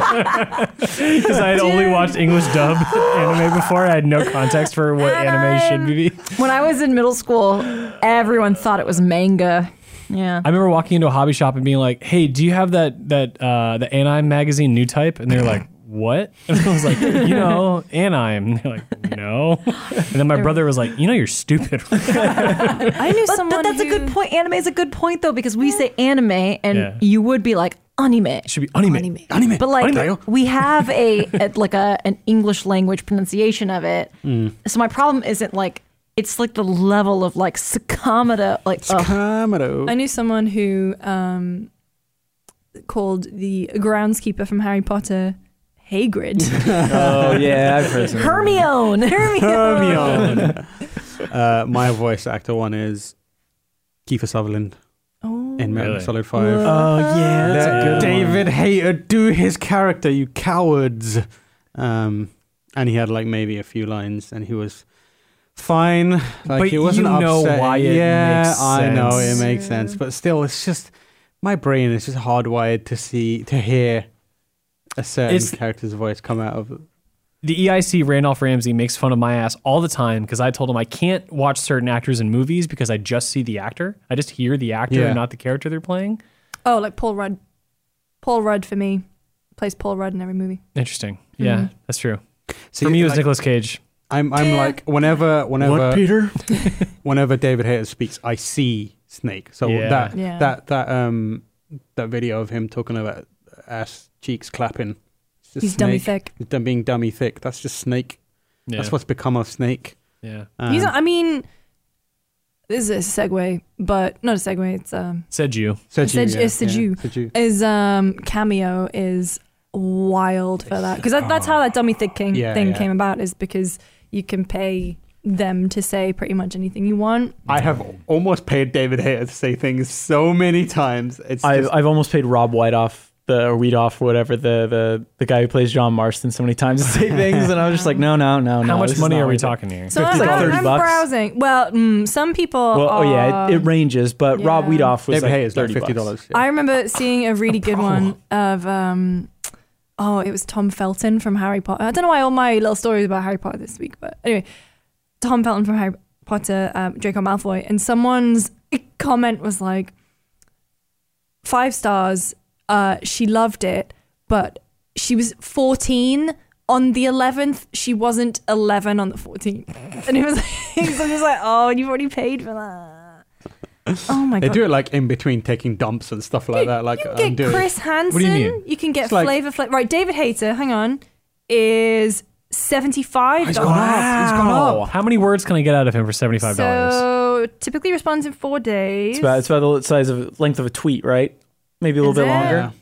Because I had only watched English dub anime before. I had no context for what anime should be. When I was in middle school, everyone thought it was manga. Yeah. I remember walking into a hobby shop and being like, "Hey, do you have that that uh, the Anime magazine new type?" And [LAUGHS] they're like, "What?" And I was like, "You know, Anime." And they're like, "No." And then my brother was like, "You know, you're stupid." [LAUGHS] I knew [LAUGHS] But, but someone. that's a who- good point. Anime is a good point, though, because we say anime and Yeah. you would be like, anime. It should be anime. Anime. Anime. But like anime. Oh. we have a, a- like a an English language pronunciation of it. Mm. So my problem isn't like it's like the level of like sakamata like ugh. I Kamado. knew someone who um, called the groundskeeper from Harry Potter Hagrid. [LAUGHS] Oh yeah, I've [LAUGHS] heard some. Hermione. Um, Hermione. uh, my voice actor one is Kiefer Sutherland oh, in Metal Gear Really? Solid Five. Oh yeah, that's Let a good David Hayter do his character, you cowards. Um, and he had like maybe a few lines, and he was fine. Like, But he wasn't you know upsetting. why it yeah, makes I know it sense. makes Yeah. sense, but still, it's just my brain is just hardwired to see to hear a certain It's- character's voice come out of. the EIC Randolph Ramsey makes fun of my ass all the time because I told him I can't watch certain actors in movies because I just see the actor. I just hear the actor, Yeah. and not the character they're playing. oh, like Paul Rudd. Paul Rudd for me plays Paul Rudd in every movie. Interesting. Yeah, that's true. See, For me, it was like, Nicolas Cage. I'm I'm like whenever whenever Peter? [LAUGHS] whenever David Hayter speaks, I see Snake. So Yeah. that Yeah. that that um that video of him talking about ass cheeks clapping. it's just He's dummy Snake. thick. He's done being dummy thick. That's just Snake. Yeah. That's what's become of Snake. Yeah. Um, He's. I mean, this is a segue, but not a segue. It's um, Said you. Seju, Sej- yeah, it's Seju. yeah, Seju. is um cameo is wild for that because that, that's how that dummy thick king Yeah, thing yeah. came about is because you can pay them to say pretty much anything you want. I have almost paid David Hayter to say things so many times. It's I've just, I've almost paid Rob White off the or Weed off whatever the the the guy who plays John Marston so many times to say things, and I was just like, no, no, no, no. How much this is money not are we worth it. talking here? So It's I'm, like I'm- 30 I'm bucks. browsing. Well, mm, some people. Well, oh yeah, are- it, it ranges, but Rob Uh, yeah. Weedoff was David like Hayter is like thirty fifty dollars. dollars. I remember seeing a really good one of um, oh, it was Tom Felton from Harry Potter. I don't know why all my little stories about Harry Potter this week, but anyway, Tom Felton from Harry Potter, um, Draco Malfoy, and someone's comment was like, five stars. Uh, she loved it, but she was fourteen. On the eleventh, she wasn't eleven on the fourteenth, and it was like, [LAUGHS] so it was like, oh, you've already paid for that. Oh my They god! do it like in between taking dumps and stuff like that. Like uh, you I'm can get doing. Chris Hansen. What do you mean? can get It's like- Flavor Flav. Right, David Hayter. Hang on, is seventy five It's gone Wow. How many words can I get out of him for seventy-five dollars? So typically responds in four days. It's about it's about the size of length of a tweet, right? Maybe a little Is bit it? longer.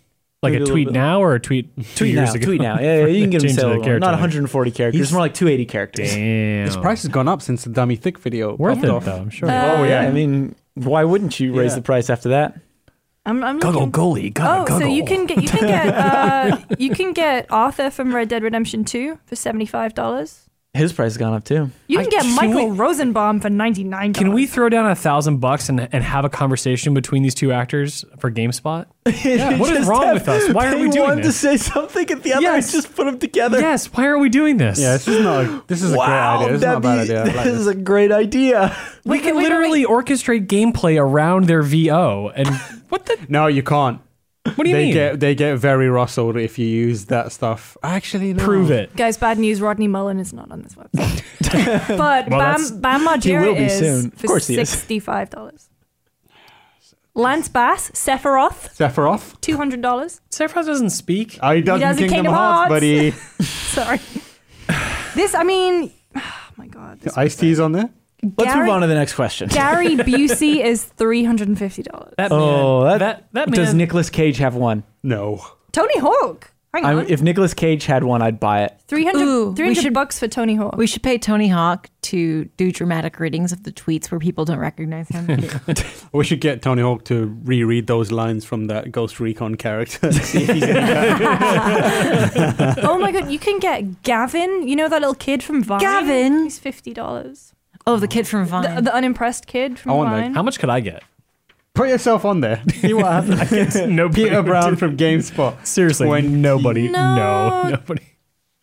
like Maybe a a tweet little bit- now or a tweet two Tweet years now, ago? tweet [LAUGHS] now. Yeah, yeah, you can get him Change to say the a little- character not there. 140 characters, He's- more like 280 characters. Damn. His price has gone up since the dummy thick video. worth popped it off. though. I'm sure. Uh, Oh yeah, I mean, why wouldn't you raise Yeah. the price after that? I'm, I'm Guggle looking. goalie. Oh, Guggle, so you guggle. can get you can get uh, you can get Arthur from Red Dead Redemption Two for seventy five dollars. His price has gone up too. You can I- get can Michael we- Rosenbaum for ninety nine. Can we throw down a thousand bucks and, and have a conversation between these two actors for GameSpot? What is Just wrong have- with us? Why are pay we doing one to this? say something at the other Yes. and just put them together. yes. Why are we doing this? Yeah, this is not. A, this is wow, a great idea. It's not a that'd bad be- idea. [LAUGHS] I like that this. [LAUGHS] is a great idea. we can literally orchestrate gameplay around their VO. And [LAUGHS] what the? No, you can't. What do you they mean? get they get very rustled if you use that stuff. Actually, no. Prove it. Guys, bad news. Rodney Mullen is not on [LAUGHS] this website, but Well, that's- Bam, Bam Margera he will be is soon. Of for course he is. sixty-five dollars. Lance Bass, Sephiroth, Sephiroth. two hundred dollars. Sephiroth doesn't speak. I done does in Kingdom Kingdom, Hearts. Hearts, [LAUGHS] buddy. [LAUGHS] Sorry. this, I mean, [SIGHS] oh my god. [LAUGHS] This Ice teas on there. Let's Gary- move on to the next question. Gary Busey is three hundred and fifty dollars. That Oh, that, man. that that does man- Nicolas Cage have one? No. Tony Hawk. Hang I'm, on. if Nicolas Cage had one, I'd buy it. 300, Ooh, we 300 should- bucks for Tony Hawk. [LAUGHS] We should pay Tony Hawk to do dramatic readings of the tweets where people don't [LAUGHS] recognize him. We should get Tony Hawk to reread those lines from that Ghost Recon character. See [LAUGHS] if he's in it. oh my god, you can get Gavin. You know that little kid from Vine. Gavin? He's fifty dollars. oh, the kid from Vine. The, the unimpressed kid from I want that. Vine. How much could I get? Put yourself on [LAUGHS] there. See what happens. No Peter Brown from GameSpot. Seriously, When nobody. No. no, nobody.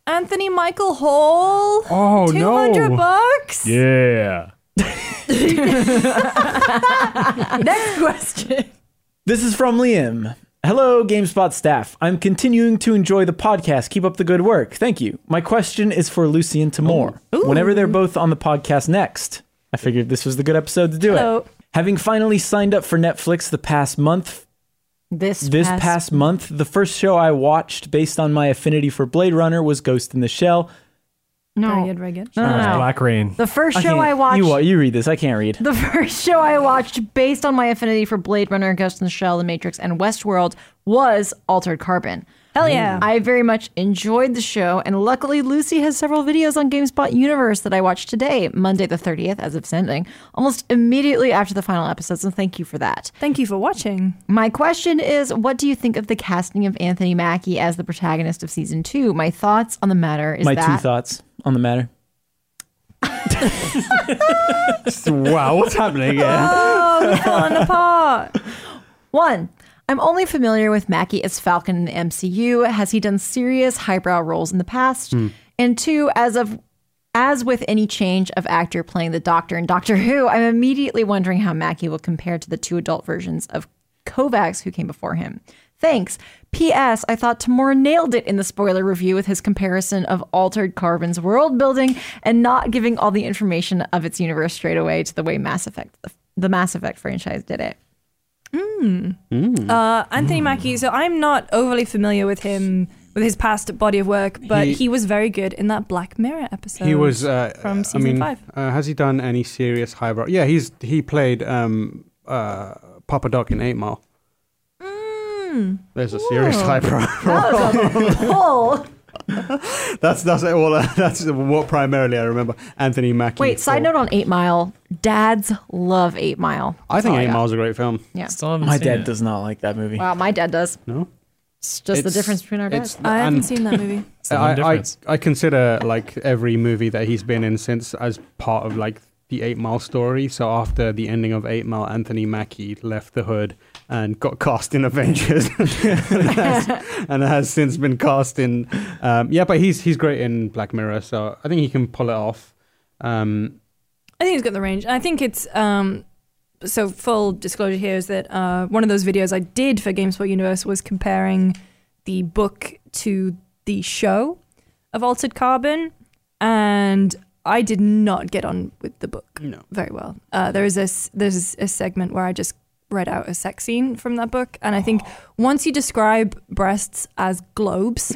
Anthony Michael Hall. Oh, two no. hundred bucks. Yeah. Next [LAUGHS] question. This is from Liam. Hello, GameSpot staff. I'm continuing to enjoy the podcast. Keep up the good work. Thank you. My question is for Lucy and Tamor. Whenever they're both on the podcast next, I figured this was the good episode to do Hello. it. Having finally signed up for Netflix the past month, This this past, month, the first show I watched based on my affinity for Blade Runner was Ghost in the Shell. no, Very good, very good. no, no, no. Uh, Black [LAUGHS] Rain. The first show can't- I watched. You, wa- you read this. I can't read. the [LAUGHS] first show I watched based on my affinity for Blade Runner, Ghost in the Shell, The Matrix, and Westworld was Altered Carbon. Mm. Hell yeah. I very much enjoyed the show, and luckily Lucy has several videos on GameSpot Universe that I watched today, Monday the 30th, as of sending, almost immediately after the final episode, so thank you for that. Thank you for watching. My question is what do you think of the casting of Anthony Mackie as the protagonist of season two? My thoughts on the matter is my two that thoughts on the matter. wow, what's happening again? Falling apart. One, I'm only familiar with Mackie as Falcon in the MCU. Has he done serious highbrow roles in the past? And two, as of as with any change of actor playing the Doctor in Doctor Who, I'm immediately wondering how Mackie will compare to the two adult versions of Kovacs who came before him. Thanks. P.S. I thought Tamor nailed it in the spoiler review with his comparison of Altered Carbon's world building and not giving all the information of its universe straight away to the way Mass Effect, the Mass Effect franchise did it. Uh, Mm. Anthony Mackie. So I'm not overly familiar with him, with his past body of work, but He- he, was very good in that Black Mirror episode. Um, He was uh, from I season mean, five. Uh, has he done any serious highbrow? Yeah, he's he played um, uh, Papa Doc in Eight Mile. Mm. There's a serious highbrow. [LAUGHS] Oh, [LAUGHS] that's that's all. [LAUGHS] that's what primarily I remember. Anthony Mackie. wait. Side for- note on Eight Mile. Dads love Eight Mile. I think That's all Eight got. Mile's a great film. [LAUGHS] Yeah. Still haven't My seen dad it. does not like that movie. Wow, my dad does. No, It's just the It's- difference between our dads. it's I haven't and- seen that movie. the one I, I, difference. I consider like every movie that he's been in since as part of like the Eight Mile story. So after the ending of Eight Mile, Anthony Mackie left the hood and got [LAUGHS] cast in Avengers, [LAUGHS] and, has, and has since been cast in. Um, yeah, but he's he's great in Black Mirror, so I think he can pull it off. Um, I think he's got the range. I think it's um so full disclosure here is that uh, one of those videos I did for GameSpot Universe was comparing the book to the show of Altered Carbon, and I did not get on with the book No. very well. Uh, there is a s- there's a segment where I just read out a sex scene from that book, and I [GASPS] think once you describe breasts as globes,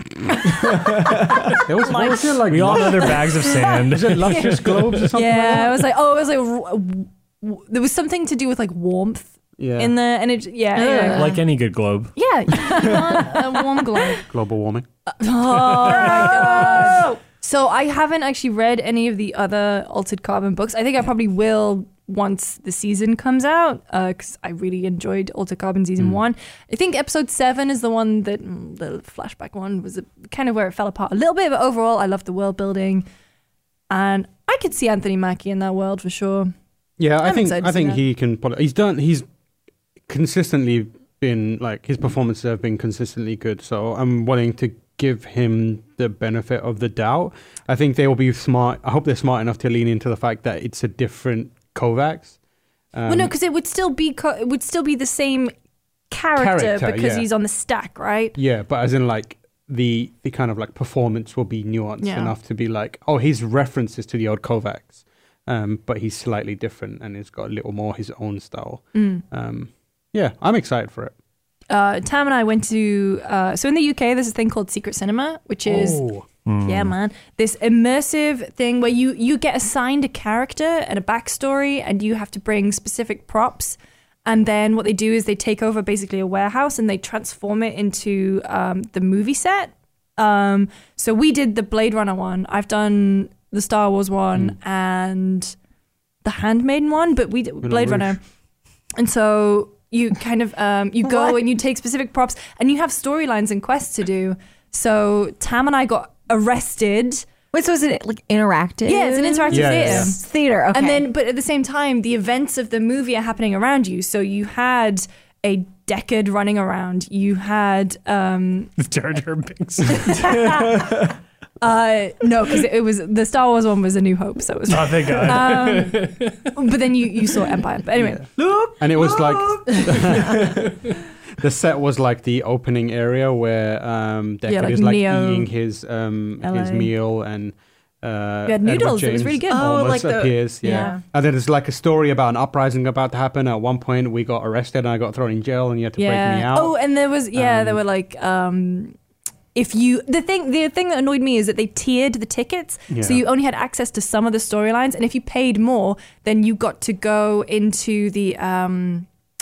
there was, what was it like? We all lu- know their bags of was sand. it [LAUGHS] Luscious Globes or something? yeah, I was like, oh, it was like w- w- w- there was something to do with like warmth Yeah, in there, and it yeah. anyway. Ugh. like any good [LAUGHS] globe. Yeah, [LAUGHS] Oh a warm glow. global warming. [LAUGHS] So I haven't actually read any of the other Altered Carbon books. I think I probably will once the season comes out because I really enjoyed Altered Carbon season one. I think episode seven is the one that mm, the flashback one was a, kind of where it fell apart a little bit, but overall I loved the world building, and I could see Anthony Mackie in that world for sure. Yeah, I I'm think excited I to see think that. he can pull it. He's done. He's consistently been like his performances have been consistently good. So I'm willing to give him the benefit of the doubt. I think they will be smart. I hope they're smart enough to lean into the fact that it's a different Kovacs. Um, well, no, because it would still be co- it would still be the same character, Character, because yeah. he's on the stack, right? yeah, but as in like the the kind of like performance will be nuanced Yeah. enough to be like, oh, his references to the old Kovacs, um, but he's slightly different and he's got a little more his own style. Mm. Um, yeah, I'm excited for it. uh, Tam and I went to uh, so in the UK there's a thing called Secret Cinema, which is yeah man this immersive thing where you you get assigned a character and a backstory and you have to bring specific props. And then what they do is they take over basically a warehouse and they transform it into um, the movie set. Um, so we did the Blade Runner one. I've done the Star Wars one and the Handmaiden one, but we did Blade Rouge. Runner. And so you kind of um, you go and you take specific props and you have storylines and quests to do. So Tam and I got arrested. Wait, so is it like interactive? Yeah, it's an interactive Yeah, yeah, theater. yeah. It's theater. Okay. And then, but at the same time, the events of the movie are happening around you. So you had a Deckard running around. You had um, Jar Jar [LAUGHS] Binks. uh, no, because it, it was the Star Wars one was A New Hope, so it was. Oh, thank God. Um, but then you you saw Empire. But anyway, And it was like [LAUGHS] the set was like the opening area where um Deckard Yeah, like is like Neo, eating his um his LA. meal and Uh, You had Edward noodles, it was James really good. Oh, almost like the- appears, yeah. yeah. And then there's like a story about an uprising about to happen. At one point, we got arrested and I got thrown in jail, and you had to yeah. break me out. Oh, and there was yeah, there were like um if you the thing the thing that annoyed me is that they tiered the tickets. So Yeah. you only had access to some of the storylines and if you paid more, then you got to go into the um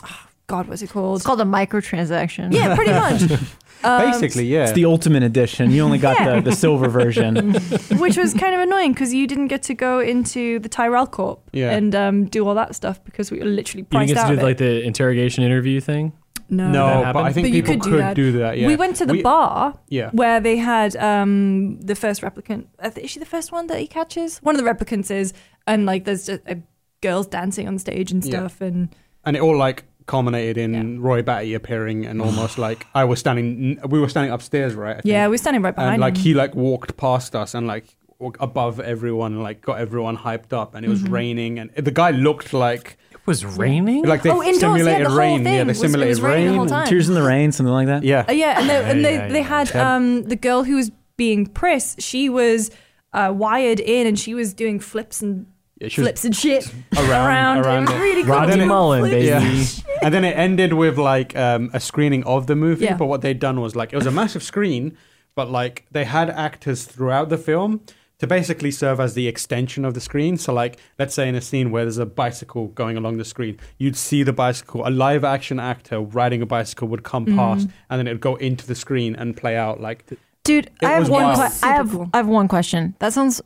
oh, god, what's it called? It's called a microtransaction. yeah, pretty much. um, Basically, yeah. It's the ultimate edition. You only got Yeah. the, the silver [LAUGHS] version. Which was kind of annoying because you didn't get to go into the Tyrell Corp Yeah. and um, do all that stuff because we were literally You didn't priced get out to of do it. like the interrogation interview thing. no. that no, but I happened? think But you people could do that. yeah. We went to the bar Yeah. where they had um, the first replicant. I thi- Is she the first one that he catches? One of the replicants is, and like there's just uh girls dancing on stage and Yeah. stuff. And and it all like culminated in Roy Batty appearing and almost like I was standing, we were standing upstairs, right? I think. yeah, we're standing right behind and like him. he like walked past us and like w- above everyone, and, like got everyone hyped up, and it Mm-hmm. was raining, and the guy looked like It was raining. like they Oh, indoors, yeah, simulated the whole rain. thing yeah, they was- it was simulated raining the rain. whole time. Tears in the rain, something like that. Yeah, Uh, yeah, and, they, and they, yeah, they had yeah. um, the girl who was being Priss. She was uh, wired in, and she was doing flips and Yeah, she was flips and shit around, around. It was it. [LAUGHS] really cool. Rodney She was Mullen, flipping baby. Yeah. [LAUGHS] and then it ended with like um, a screening of the movie. Yeah. But what they'd done was like it was a massive screen, but like they had actors throughout the film to basically serve as the extension of the screen. So like let's say in a scene where there's a bicycle going along the screen, you'd see the bicycle. A live action actor riding a bicycle would come Mm-hmm. past, and then it'd go into the screen and play out like. Dude, It I have was one. wild. que- I Super have cool. I have one question. That sounds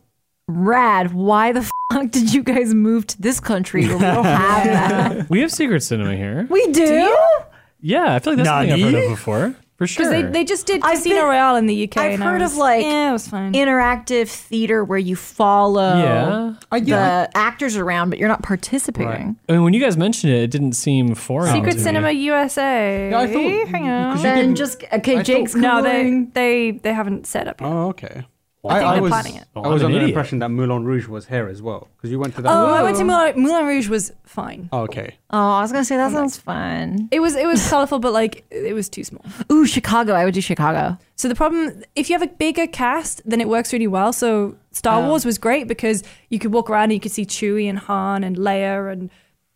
rad. Why the [LAUGHS] fuck did you guys move to this country where we don't [LAUGHS] have that? we have secret cinema here. We do. Yeah, I feel like that's something I've heard of before. For Because sure. they, they just did I've Casino been- Royale in the UK. I've and I heard of, was- like, yeah, it was fine. Interactive theater where you follow Yeah. the actors around, but you're not participating. I mean, when you guys mentioned it, it didn't seem foreign. Secret to me. Cinema USA. Yeah, I thought- Hang on. because you Then didn't- just okay. I Jake's thought- No, no, they they they haven't set up. Yet. Oh, okay. I think they're was, planning it. I was Oh, I'm an under the idiot. impression that Moulin Rouge was here as well because you went to that. Oh, I went to Moulin, Moulin Rouge was fine. Oh, okay. Oh, I was gonna say that sounds fun. It was it was [LAUGHS] colorful, but like it was too small. Ooh, Chicago. I would do Chicago. So the problem, if you have a bigger cast, then it works really well. So Star Wars was great because you could walk around and you could see Chewie and Han and Leia and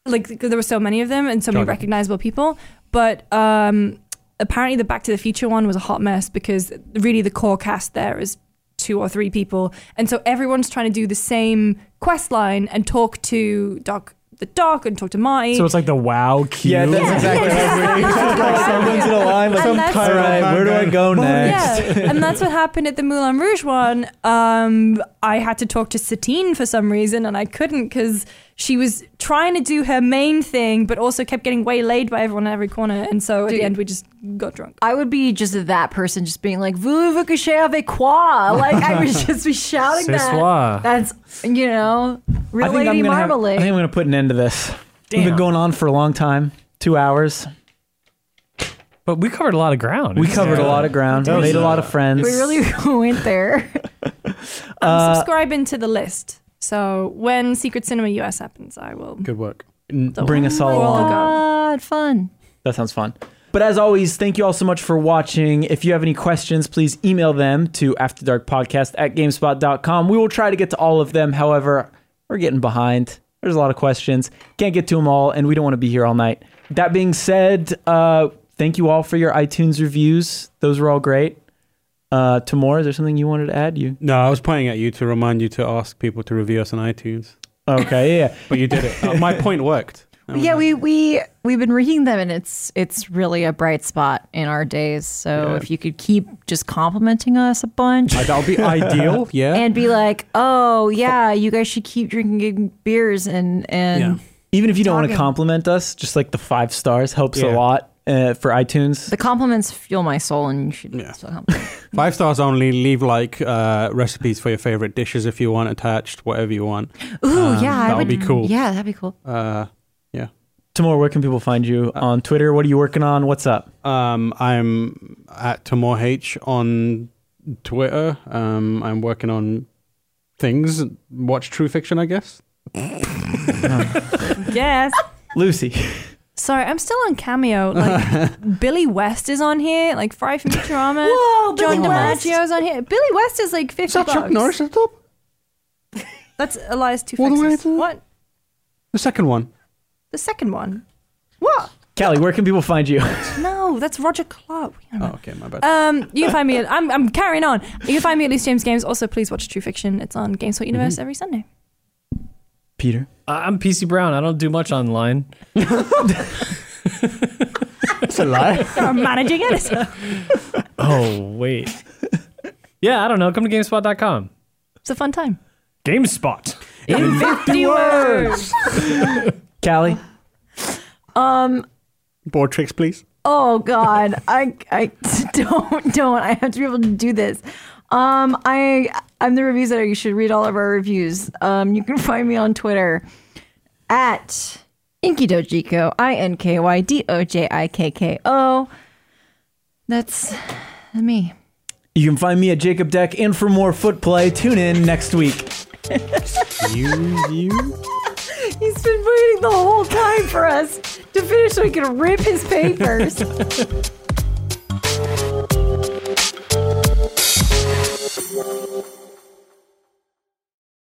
like th- there were so many of them and so many Jordan. recognizable people. But um, apparently the Back to the Future one was a hot mess because really the core cast there is two or three people, and so everyone's trying to do the same quest line and talk to Doc the Doc and talk to Marty. So it's like the wow cue. Yeah, that's exactly what I was [LAUGHS] like someone's in a line, like, And that's- all right, where do I go next? Yeah, and that's what happened at the Moulin Rouge one. Um, I had to talk to Satine for some reason, and I couldn't because she was trying to do her main thing, but also kept getting waylaid by everyone at every corner. And so at the Dude. end, we just got drunk. I would be just that person, just being like "Voulez-vous que j'aille [LAUGHS] quoi?" Like I would just be shouting C'est that. soir. That's you know, I real think, lady I'm gonna have- marmalade. I think I'm going to put an end to this. We've been Damn. going on for a long time, two hours. But we covered a lot of ground. We It's- covered a lot of ground, That was, made a lot of uh, friends. we really [LAUGHS] went there. I'm subscribing to the list. So when Secret Cinema US happens, I will. Good work. N- bring us all We'll along. go. God, fun. That sounds fun. But as always, thank you all so much for watching. If you have any questions, please email them to afterdarkpodcast at gamespot.com. We will try to get to all of them. However, we're getting behind. There's a lot of questions. Can't get to them all, and we don't want to be here all night. That being said, uh, thank you all for your iTunes reviews. Those were all great. Uh, Tamora, is there something you wanted to add? You No, I was pointing at you to remind you to ask people to review us on iTunes, okay? Yeah. but you did it. Uh, my point worked. Yeah, we we we've been reading them, and it's it's really a bright spot in our days. So Yeah. if you could keep just complimenting us a bunch. Uh, that'll be ideal. Yeah. and be like, "Oh yeah, you guys should keep drinking beers and and Yeah. Even if you don't want to Talking. compliment us, just like the five stars helps a Yeah. lot uh, for iTunes. the compliments fuel my soul, and you should Yeah. still compliment." [LAUGHS] Five stars only. Leave like uh, recipes for your favorite dishes if you want attached, whatever you want. Ooh, yeah, that I would would Um, be cool. Yeah, that'd be cool. Uh, yeah. Tamora, where can people find you on Twitter? What are you working on? What's up? Um, I'm at Tamor H on Twitter. Um, I'm working on things. Watch True Fiction, I guess. Yes. Lucy. [LAUGHS] Sorry, I'm still on Cameo. Like Billy West is on here. Like Fry from Futurama. Whoa, Billy John West. DiMaggio's on here. Billy West is like fifty bucks. at top? That's Elias Two All the way Faces. to- What? The second one. The second one? What? Callie, where can people find you? No, that's Roger Clark. We Oh, don't okay, my bad. Uh, Um, you can find me. At, I'm, I'm carrying on. You can find me at Least James Games. Also, please watch True Fiction. It's on GameSpot Universe every Sunday. Peter. I- I'm PC Brown. I don't do much online. That's a lie. You're a managing editor. Oh [LAUGHS] wait. Yeah, I don't know. Come to Gamespot.com. It's a fun time. Gamespot. In 50 words. Callie. Board tricks, please. Oh God, I I [LAUGHS] don't don't. I have to be able to do this. Um, I I'm the reviews editor. You should read all of our reviews. Um, you can find me on Twitter at Inkydojiko. I N K Y D O J I K K O. That's me. You can find me at Jacob Deck, and for more foot play, tune in next week. You, you. [LAUGHS] He's been waiting the whole time for us to finish so he can rip his [LAUGHS] papers.